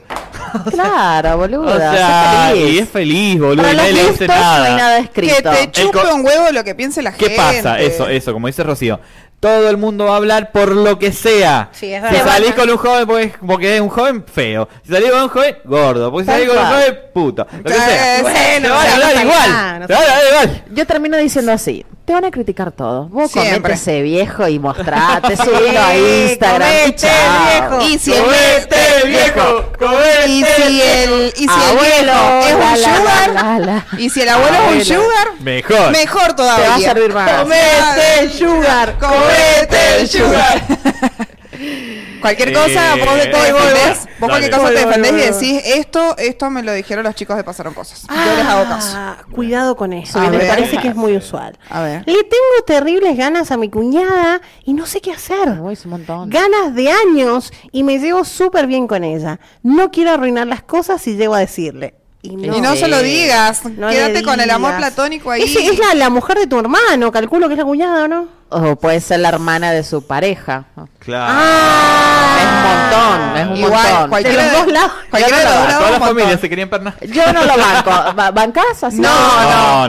Speaker 4: Claro, boludo.
Speaker 2: O sea, y es
Speaker 4: feliz.
Speaker 2: feliz, boludo.
Speaker 4: Para
Speaker 2: Y
Speaker 4: los
Speaker 2: nadie le
Speaker 4: gustos
Speaker 2: dice
Speaker 4: no hay
Speaker 2: nada.
Speaker 4: nada
Speaker 3: Que
Speaker 4: escrito.
Speaker 3: te chupe
Speaker 2: co-
Speaker 3: un huevo lo que piense la
Speaker 2: ¿Qué
Speaker 3: gente.
Speaker 2: pasa? Eso, eso, como dice Rocío. Todo el mundo va a hablar por lo que sea.
Speaker 5: Sí, es
Speaker 2: si
Speaker 5: verdad.
Speaker 2: salís con un joven, porque, porque es un joven feo. Si salís con un joven, gordo. Porque si
Speaker 4: Tal
Speaker 2: salís con un
Speaker 4: cual.
Speaker 2: joven, puto. Lo que
Speaker 3: Ya,
Speaker 2: sea.
Speaker 3: bueno,
Speaker 2: te van
Speaker 5: ya
Speaker 2: a
Speaker 5: no
Speaker 2: hablar
Speaker 5: salga,
Speaker 2: igual.
Speaker 5: no
Speaker 2: te van a hablar igual.
Speaker 4: Yo termino diciendo así. Te van a criticar todo. Vos
Speaker 3: Siempre.
Speaker 4: comete ese viejo y mostrate, subilo a
Speaker 5: Sí,
Speaker 4: Instagram. y
Speaker 5: comete,
Speaker 4: chao.
Speaker 5: viejo.
Speaker 3: Y si el
Speaker 2: Comete, viejo. Comete.
Speaker 3: Y si el, y si el
Speaker 4: Abuelo,
Speaker 3: viejo es
Speaker 4: la,
Speaker 3: un
Speaker 4: la,
Speaker 3: sugar,
Speaker 4: la, la, la.
Speaker 3: y si el abuelo, es un
Speaker 4: Abuelo.
Speaker 3: sugar,
Speaker 2: Mejor.
Speaker 3: mejor
Speaker 4: Te
Speaker 3: todavía.
Speaker 4: va a servir más.
Speaker 3: Comete el
Speaker 4: sugar.
Speaker 3: Comete el sugar. Cualquier
Speaker 9: Sí.
Speaker 3: cosa, vos de todo y
Speaker 9: Voy, voy,
Speaker 3: volvés. Vos
Speaker 9: Dale.
Speaker 3: cualquier cosa te
Speaker 5: Voy, voy,
Speaker 3: defendés y
Speaker 5: voy,
Speaker 3: decís, esto, esto me lo dijeron los chicos de Pasaron Cosas. Ah, Yo les hago caso.
Speaker 5: Ah, Cuidado con eso,
Speaker 3: A
Speaker 5: me
Speaker 3: ver.
Speaker 5: parece que es muy usual.
Speaker 3: A ver.
Speaker 5: Le tengo terribles ganas a mi cuñada y no sé qué hacer.
Speaker 4: Uy, es un montón.
Speaker 5: Ganas de años y me llevo súper bien con ella. No quiero arruinar las cosas si llego a decirle. Y
Speaker 3: Y no se lo digas.
Speaker 5: No le
Speaker 3: Quédate con el amor
Speaker 5: digas.
Speaker 3: platónico ahí.
Speaker 5: Ese es la, la mujer de tu hermano, calculo que es la cuñada, ¿o ¿no?
Speaker 4: O puede ser la hermana de su pareja.
Speaker 5: Ah,
Speaker 9: Claro.
Speaker 3: Ah.
Speaker 4: es un montón, es un
Speaker 3: Igual,
Speaker 4: montón.
Speaker 3: cualquiera
Speaker 5: De los dos lados.
Speaker 3: Cualquiera de los dos
Speaker 2: Todas
Speaker 3: lados
Speaker 2: toda
Speaker 3: un
Speaker 2: la
Speaker 3: montón.
Speaker 2: familia se querían pernar.
Speaker 4: Yo no lo banco. Ba- ¿Bancás así?
Speaker 3: No, no,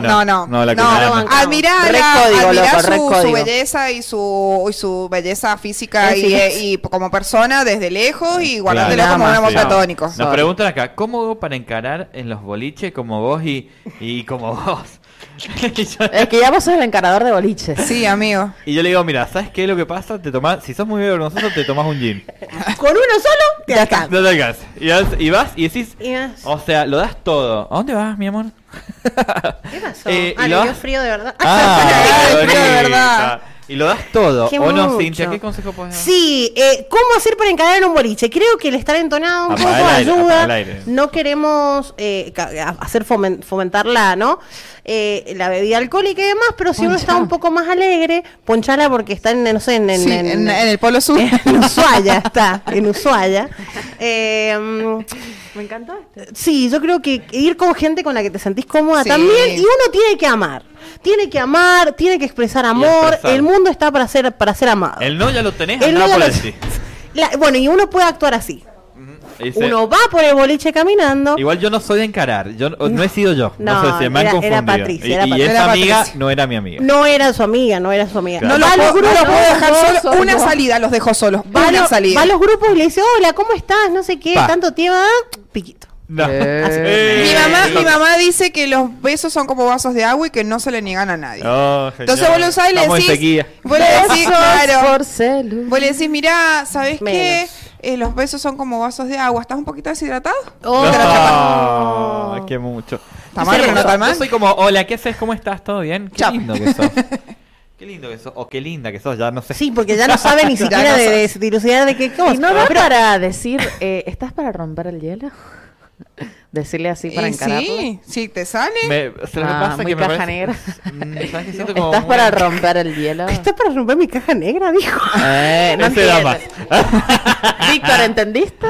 Speaker 2: No, no.
Speaker 3: no, no.
Speaker 2: No, la
Speaker 3: no,
Speaker 2: cuñada
Speaker 3: no.
Speaker 2: no.
Speaker 3: Admirala,
Speaker 4: Recódigo,
Speaker 3: admirá
Speaker 4: loco,
Speaker 3: su- su,
Speaker 4: recódigo.
Speaker 3: belleza y su, y su belleza física
Speaker 4: Sí,
Speaker 3: y,
Speaker 4: sí.
Speaker 3: eh, y como persona desde lejos y guardártelo
Speaker 4: Claro, nada
Speaker 3: como un
Speaker 4: más,
Speaker 3: amor
Speaker 4: sí.
Speaker 3: platónico.
Speaker 2: Nos
Speaker 4: Sorry.
Speaker 2: preguntan acá, ¿cómo hago para encarar en los boliches como vos y, y como vos? y, yo,
Speaker 4: Es que ya vos sos el encarador de boliches.
Speaker 3: Sí, amigo.
Speaker 2: y yo le digo, mira, ¿sabes qué es lo que pasa? Te tomás, si sos muy vergonzoso, te tomás un gin.
Speaker 5: Con uno solo, te alcanza.
Speaker 2: No te alcanzas. Y, vas- y vas y decís,
Speaker 5: Y vas.
Speaker 2: o sea, lo das todo. ¿A dónde vas, mi amor?
Speaker 5: ¿Qué pasó?
Speaker 2: Eh,
Speaker 5: ah,
Speaker 2: y
Speaker 5: le
Speaker 2: lo
Speaker 5: dio
Speaker 2: has-
Speaker 5: frío de verdad.
Speaker 2: Ah,
Speaker 3: Ay,
Speaker 2: bonita.
Speaker 3: de verdad.
Speaker 2: Y lo das todo.
Speaker 5: Qué
Speaker 2: ¿O no,
Speaker 5: mucho.
Speaker 2: Cintia? ¿Qué consejo puedes dar?
Speaker 5: Sí, eh, ¿cómo hacer para encarar un boliche? Creo que el estar entonado un
Speaker 2: Apaga
Speaker 5: poco
Speaker 2: el aire, apaga
Speaker 5: ayuda.
Speaker 2: el aire.
Speaker 5: No queremos eh, ca- a- hacer fomen- fomentar la, ¿no? Eh, la bebida alcohólica y demás, pero si uno está
Speaker 4: Ponchá.
Speaker 5: un poco más alegre, ponchala porque está en, no sé, en, en-
Speaker 3: Sí,
Speaker 5: en-
Speaker 3: en, en el Polo Sur.
Speaker 5: en Ushuaia, está, en Ushuaia. Eh, mm,
Speaker 4: Me encantó este.
Speaker 5: Sí, yo creo que ir con gente con la que te sentís cómoda
Speaker 3: Sí.
Speaker 5: también y uno tiene que amar. Tiene que amar, tiene que expresar amor.
Speaker 2: expresar.
Speaker 5: El mundo está para ser para ser amado.
Speaker 2: El no ya lo tenés,
Speaker 5: El
Speaker 2: andá
Speaker 5: no ya
Speaker 2: por
Speaker 5: lo-
Speaker 2: el sí.
Speaker 5: La- bueno, y uno puede actuar así.
Speaker 2: Y dice,
Speaker 5: Uno va por el boliche caminando.
Speaker 2: Igual yo no soy de encarar, yo no, no he sido yo, no,
Speaker 5: No,
Speaker 2: sé si me han
Speaker 5: era-
Speaker 2: confundido.
Speaker 5: era Patricia,
Speaker 2: y,
Speaker 5: era
Speaker 2: y esa
Speaker 5: Patricia.
Speaker 3: Era
Speaker 2: amiga
Speaker 3: Patricia.
Speaker 2: no era mi amiga.
Speaker 5: No era su amiga, no era su amiga.
Speaker 2: Claro.
Speaker 3: No lo
Speaker 5: va, a Ah, los
Speaker 3: puedo, no
Speaker 5: grupos,
Speaker 3: lo puedo dejar
Speaker 4: no,
Speaker 3: solo.
Speaker 4: soy
Speaker 3: una
Speaker 4: yo.
Speaker 3: salida los dejo solos.
Speaker 5: va a
Speaker 3: una
Speaker 5: lo-
Speaker 3: salida.
Speaker 5: va a los grupos y le dice, hola, ¿cómo estás? No sé qué,
Speaker 2: Pa.
Speaker 5: tanto tiempo. ah, Piquito.
Speaker 2: No.
Speaker 3: Ah,
Speaker 4: Eh.
Speaker 3: Mi mamá, mi
Speaker 2: Eh.
Speaker 3: mamá dice que los besos son como vasos de agua y que no se le niegan a nadie.
Speaker 2: Oh,
Speaker 3: Entonces
Speaker 2: genial.
Speaker 3: vos lo usás y le
Speaker 2: Estamos en
Speaker 3: decís.
Speaker 2: sequía.
Speaker 3: Vos le decís, claro.
Speaker 4: por celu.
Speaker 3: Vos le decís, mirá, ¿sabés qué?
Speaker 5: Menos.
Speaker 3: Eh, los besos son como vasos de agua. ¿Estás un poquito deshidratado?
Speaker 5: Oh, te la
Speaker 2: No, qué mucho.
Speaker 3: Está mal, pero no está mal.
Speaker 2: Yo soy como, hola, ¿qué haces? ¿Cómo estás? ¿Todo bien? Qué
Speaker 3: Chao.
Speaker 2: lindo que sos. Qué lindo que sos. O qué linda que sos, ya no sé.
Speaker 5: Sí, porque ya no sabe ni
Speaker 3: Ya
Speaker 5: siquiera
Speaker 3: no
Speaker 5: de,
Speaker 3: sabe.
Speaker 5: de dilucidar de qué cosa.
Speaker 4: Y no da para decir, eh, ¿estás para romper el hielo? Decirle así para
Speaker 3: Y
Speaker 4: encararlo.
Speaker 3: sí, sí, te sale.
Speaker 2: Me, se lo que
Speaker 4: Ah,
Speaker 2: pasa
Speaker 4: muy
Speaker 2: que me
Speaker 4: caja
Speaker 2: parece-
Speaker 4: negra.
Speaker 2: Mm, ¿sabes qué? Siento como
Speaker 4: ¿Estás
Speaker 2: muy-
Speaker 4: para romper el hielo?
Speaker 5: Está para romper mi caja negra, dijo.
Speaker 2: Ah,
Speaker 4: Eh, no
Speaker 2: Ese da más.
Speaker 4: entiende. Víctor, ¿entendiste?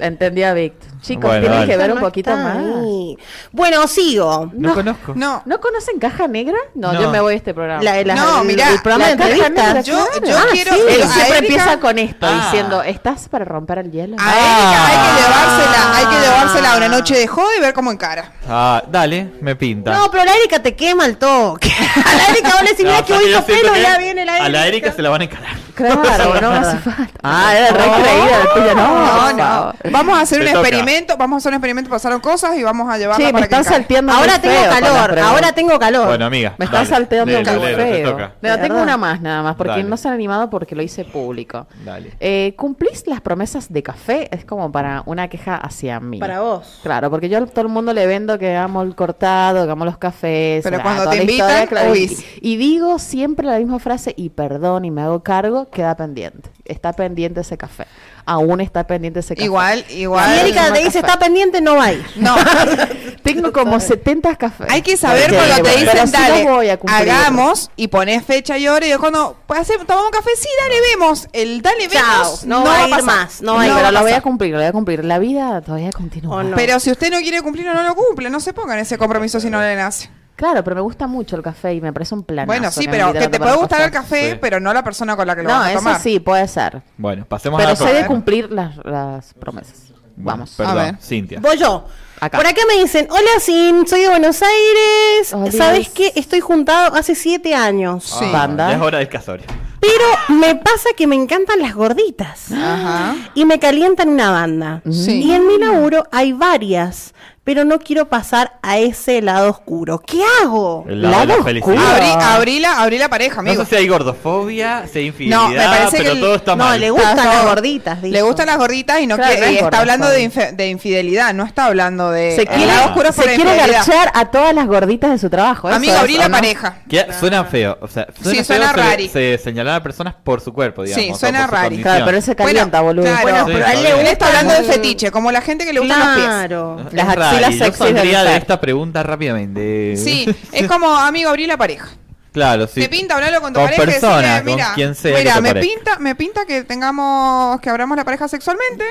Speaker 4: Entendí a Víctor. Chicos,
Speaker 2: Bueno,
Speaker 4: tienen
Speaker 2: dale.
Speaker 4: que ver
Speaker 5: No
Speaker 4: un poquito
Speaker 5: está
Speaker 4: más.
Speaker 5: ahí. Bueno, sigo.
Speaker 2: No, conozco.
Speaker 3: No.
Speaker 4: ¿No conocen Caja Negra? No,
Speaker 2: No.
Speaker 4: yo me voy de este programa.
Speaker 5: La- la-
Speaker 3: No,
Speaker 5: el-
Speaker 3: mirá,
Speaker 5: el programa
Speaker 4: la
Speaker 5: de
Speaker 4: caja negra,
Speaker 5: entrevistas.
Speaker 3: Yo-
Speaker 4: claro. Ah,
Speaker 3: yo quiero-
Speaker 5: sí.
Speaker 4: Él
Speaker 3: a
Speaker 4: siempre
Speaker 3: Erika-
Speaker 4: empieza con esto,
Speaker 2: Ah.
Speaker 4: diciendo, ¿estás para romper el hielo?
Speaker 3: A Erika hay que llevársela, hay que llevársela a una noche de joda y ver cómo encara.
Speaker 2: Ah, dale, me pinta.
Speaker 5: No, pero la Erika te quema el toque. A la Erika vos le decís,
Speaker 2: No,
Speaker 5: mira que
Speaker 2: yo
Speaker 5: hoy hizo
Speaker 2: siento
Speaker 5: pelo,
Speaker 2: que
Speaker 5: ya viene la Erika.
Speaker 2: A la Erika se la van a encarar.
Speaker 4: Claro, no me hace falta. Ah, era re creída la tuya, no.
Speaker 3: No, no.
Speaker 4: por favor.
Speaker 3: Vamos a hacer
Speaker 2: Te
Speaker 3: un
Speaker 2: toca.
Speaker 3: experimento, vamos a hacer un experimento, pasaron cosas y vamos a llevarla
Speaker 4: Che, me
Speaker 3: para que
Speaker 4: están
Speaker 3: encare.
Speaker 4: salteando
Speaker 5: Ahora
Speaker 4: muy
Speaker 5: tengo
Speaker 4: feo con las
Speaker 5: calor,
Speaker 4: preguntas.
Speaker 5: ahora tengo calor.
Speaker 2: Bueno, amiga.
Speaker 4: Me están
Speaker 2: dale.
Speaker 4: salteando
Speaker 2: Lelo,
Speaker 4: muy
Speaker 2: Lelo, te
Speaker 4: feo.
Speaker 2: toca.
Speaker 4: No,
Speaker 5: De
Speaker 4: tengo
Speaker 5: verdad.
Speaker 4: una más nada más, porque
Speaker 2: Dale.
Speaker 4: no se han animado porque lo hice público.
Speaker 2: Dale.
Speaker 4: Eh, ¿Cumplís las promesas de café? Es como para una queja hacia mí.
Speaker 5: Para vos.
Speaker 4: Claro, porque yo a todo el mundo le vendo que amo el cortado, que amo los cafés.
Speaker 3: Pero
Speaker 4: la-
Speaker 3: cuando
Speaker 4: toda
Speaker 3: te
Speaker 4: la
Speaker 3: invitan,
Speaker 4: y,
Speaker 3: huís.
Speaker 4: y digo siempre la misma frase, y perdón, y me hago cargo, queda pendiente. Está pendiente ese café. Aún está pendiente ese café.
Speaker 3: Igual, igual.
Speaker 5: Si Erika
Speaker 4: Toma
Speaker 5: te dice
Speaker 4: café.
Speaker 5: está pendiente, no va a ir.
Speaker 3: No,
Speaker 4: Tengo como 70 cafés.
Speaker 3: hay que saber
Speaker 4: Pero
Speaker 3: cuando te
Speaker 4: bueno, pero
Speaker 3: dicen,
Speaker 4: sí los
Speaker 3: dale,
Speaker 4: voy a cumplir".
Speaker 3: hagamos y pones fecha y hora y es cuando pues, hacemos- tomamos café, sí, dale, vemos. El dale,
Speaker 5: Chao,
Speaker 3: vemos.
Speaker 5: no, va a ir
Speaker 3: pasar.
Speaker 5: más. No
Speaker 4: No,
Speaker 5: va a ir.
Speaker 4: pero
Speaker 5: Pero
Speaker 4: lo voy a cumplir, lo voy a cumplir. La vida todavía continúa.
Speaker 5: Oh, no.
Speaker 3: Pero si usted no quiere cumplirlo, no lo cumple. No se pongan ese compromiso si no le nace.
Speaker 4: Claro, pero me gusta mucho el café y me parece un plan.
Speaker 3: Bueno, sí, pero que te puede gustar el café,
Speaker 2: Sí.
Speaker 3: pero no la persona con la que lo
Speaker 4: No,
Speaker 3: vas a
Speaker 4: eso
Speaker 3: tomar.
Speaker 4: sí, puede ser.
Speaker 2: Bueno, pasemos a
Speaker 4: Pero
Speaker 2: la
Speaker 4: soy de
Speaker 2: próxima.
Speaker 4: cumplir las, las promesas.
Speaker 2: Bueno,
Speaker 4: Vamos.
Speaker 2: Perdón,
Speaker 3: A ver.
Speaker 2: Cintia.
Speaker 5: Voy yo.
Speaker 4: Acá.
Speaker 5: Por acá me dicen, hola Sin, soy de Buenos Aires.
Speaker 4: Hola.
Speaker 5: ¿Sabes qué? Estoy juntado hace siete años.
Speaker 2: Ah,
Speaker 4: Banda.
Speaker 2: ya es hora del casorio.
Speaker 5: Pero me pasa que me encantan las gorditas.
Speaker 3: Ajá.
Speaker 5: Y me calientan una banda.
Speaker 3: Sí.
Speaker 5: Y en mi laburo hay varias. pero no quiero pasar a ese lado oscuro. ¿Qué hago?
Speaker 2: El lado de la felicidad.
Speaker 3: Abrí, abrí la, abrí la pareja,
Speaker 2: No
Speaker 3: amigo.
Speaker 2: sé si hay gordofobia, si hay infidelidad,
Speaker 3: No, me parece que
Speaker 2: pero
Speaker 3: el-
Speaker 2: todo está
Speaker 5: no,
Speaker 2: mal.
Speaker 5: le gustan
Speaker 3: Está
Speaker 5: las
Speaker 3: todo.
Speaker 5: gorditas.
Speaker 3: Le
Speaker 5: dijo.
Speaker 3: gustan las gorditas y no
Speaker 4: Claro,
Speaker 3: quiere.
Speaker 4: no
Speaker 3: y
Speaker 4: es
Speaker 3: está
Speaker 4: gorda,
Speaker 3: hablando de,
Speaker 4: joven.
Speaker 3: infe- de infidelidad, no está hablando de.
Speaker 4: Se
Speaker 3: el
Speaker 4: quiere,
Speaker 3: Eh, lado oscuro es por
Speaker 4: se
Speaker 3: la
Speaker 4: quiere
Speaker 3: infidelidad.
Speaker 4: garchar a todas las gorditas de su trabajo. eso
Speaker 3: Amigo,
Speaker 4: es,
Speaker 3: abrí
Speaker 4: ¿o
Speaker 3: la
Speaker 4: no?
Speaker 3: pareja.
Speaker 2: Que Suena feo, o sea, suena,
Speaker 3: Sí,
Speaker 2: feo
Speaker 3: suena
Speaker 2: se le-
Speaker 3: rari.
Speaker 2: Se, señalar a personas por su cuerpo, digamos.
Speaker 3: Sí,
Speaker 2: o
Speaker 3: suena
Speaker 2: por su
Speaker 3: rari.
Speaker 4: Claro,
Speaker 2: condición.
Speaker 4: pero él se calienta,
Speaker 3: Bueno,
Speaker 4: boludo.
Speaker 3: claro.
Speaker 2: Bueno, pero a él le
Speaker 3: Él está
Speaker 2: gusta
Speaker 3: hablando de
Speaker 5: muy-
Speaker 3: fetiche, como la gente que le gustan los pies.
Speaker 5: Claro.
Speaker 2: Es
Speaker 4: las
Speaker 2: rari,
Speaker 4: axilas
Speaker 2: yo
Speaker 4: sexys de
Speaker 2: saldría de
Speaker 4: Lizard.
Speaker 2: esta pregunta rápidamente.
Speaker 3: Sí, es como, amigo, abrí la pareja.
Speaker 2: Claro, sí.
Speaker 3: Te pinta hablarlo con tu pareja y decirle,
Speaker 2: personas,
Speaker 3: mira,
Speaker 2: con quien sea.
Speaker 3: mira,
Speaker 2: que te
Speaker 3: me
Speaker 2: parezca.
Speaker 3: pinta, me pinta que tengamos, que abramos la pareja sexualmente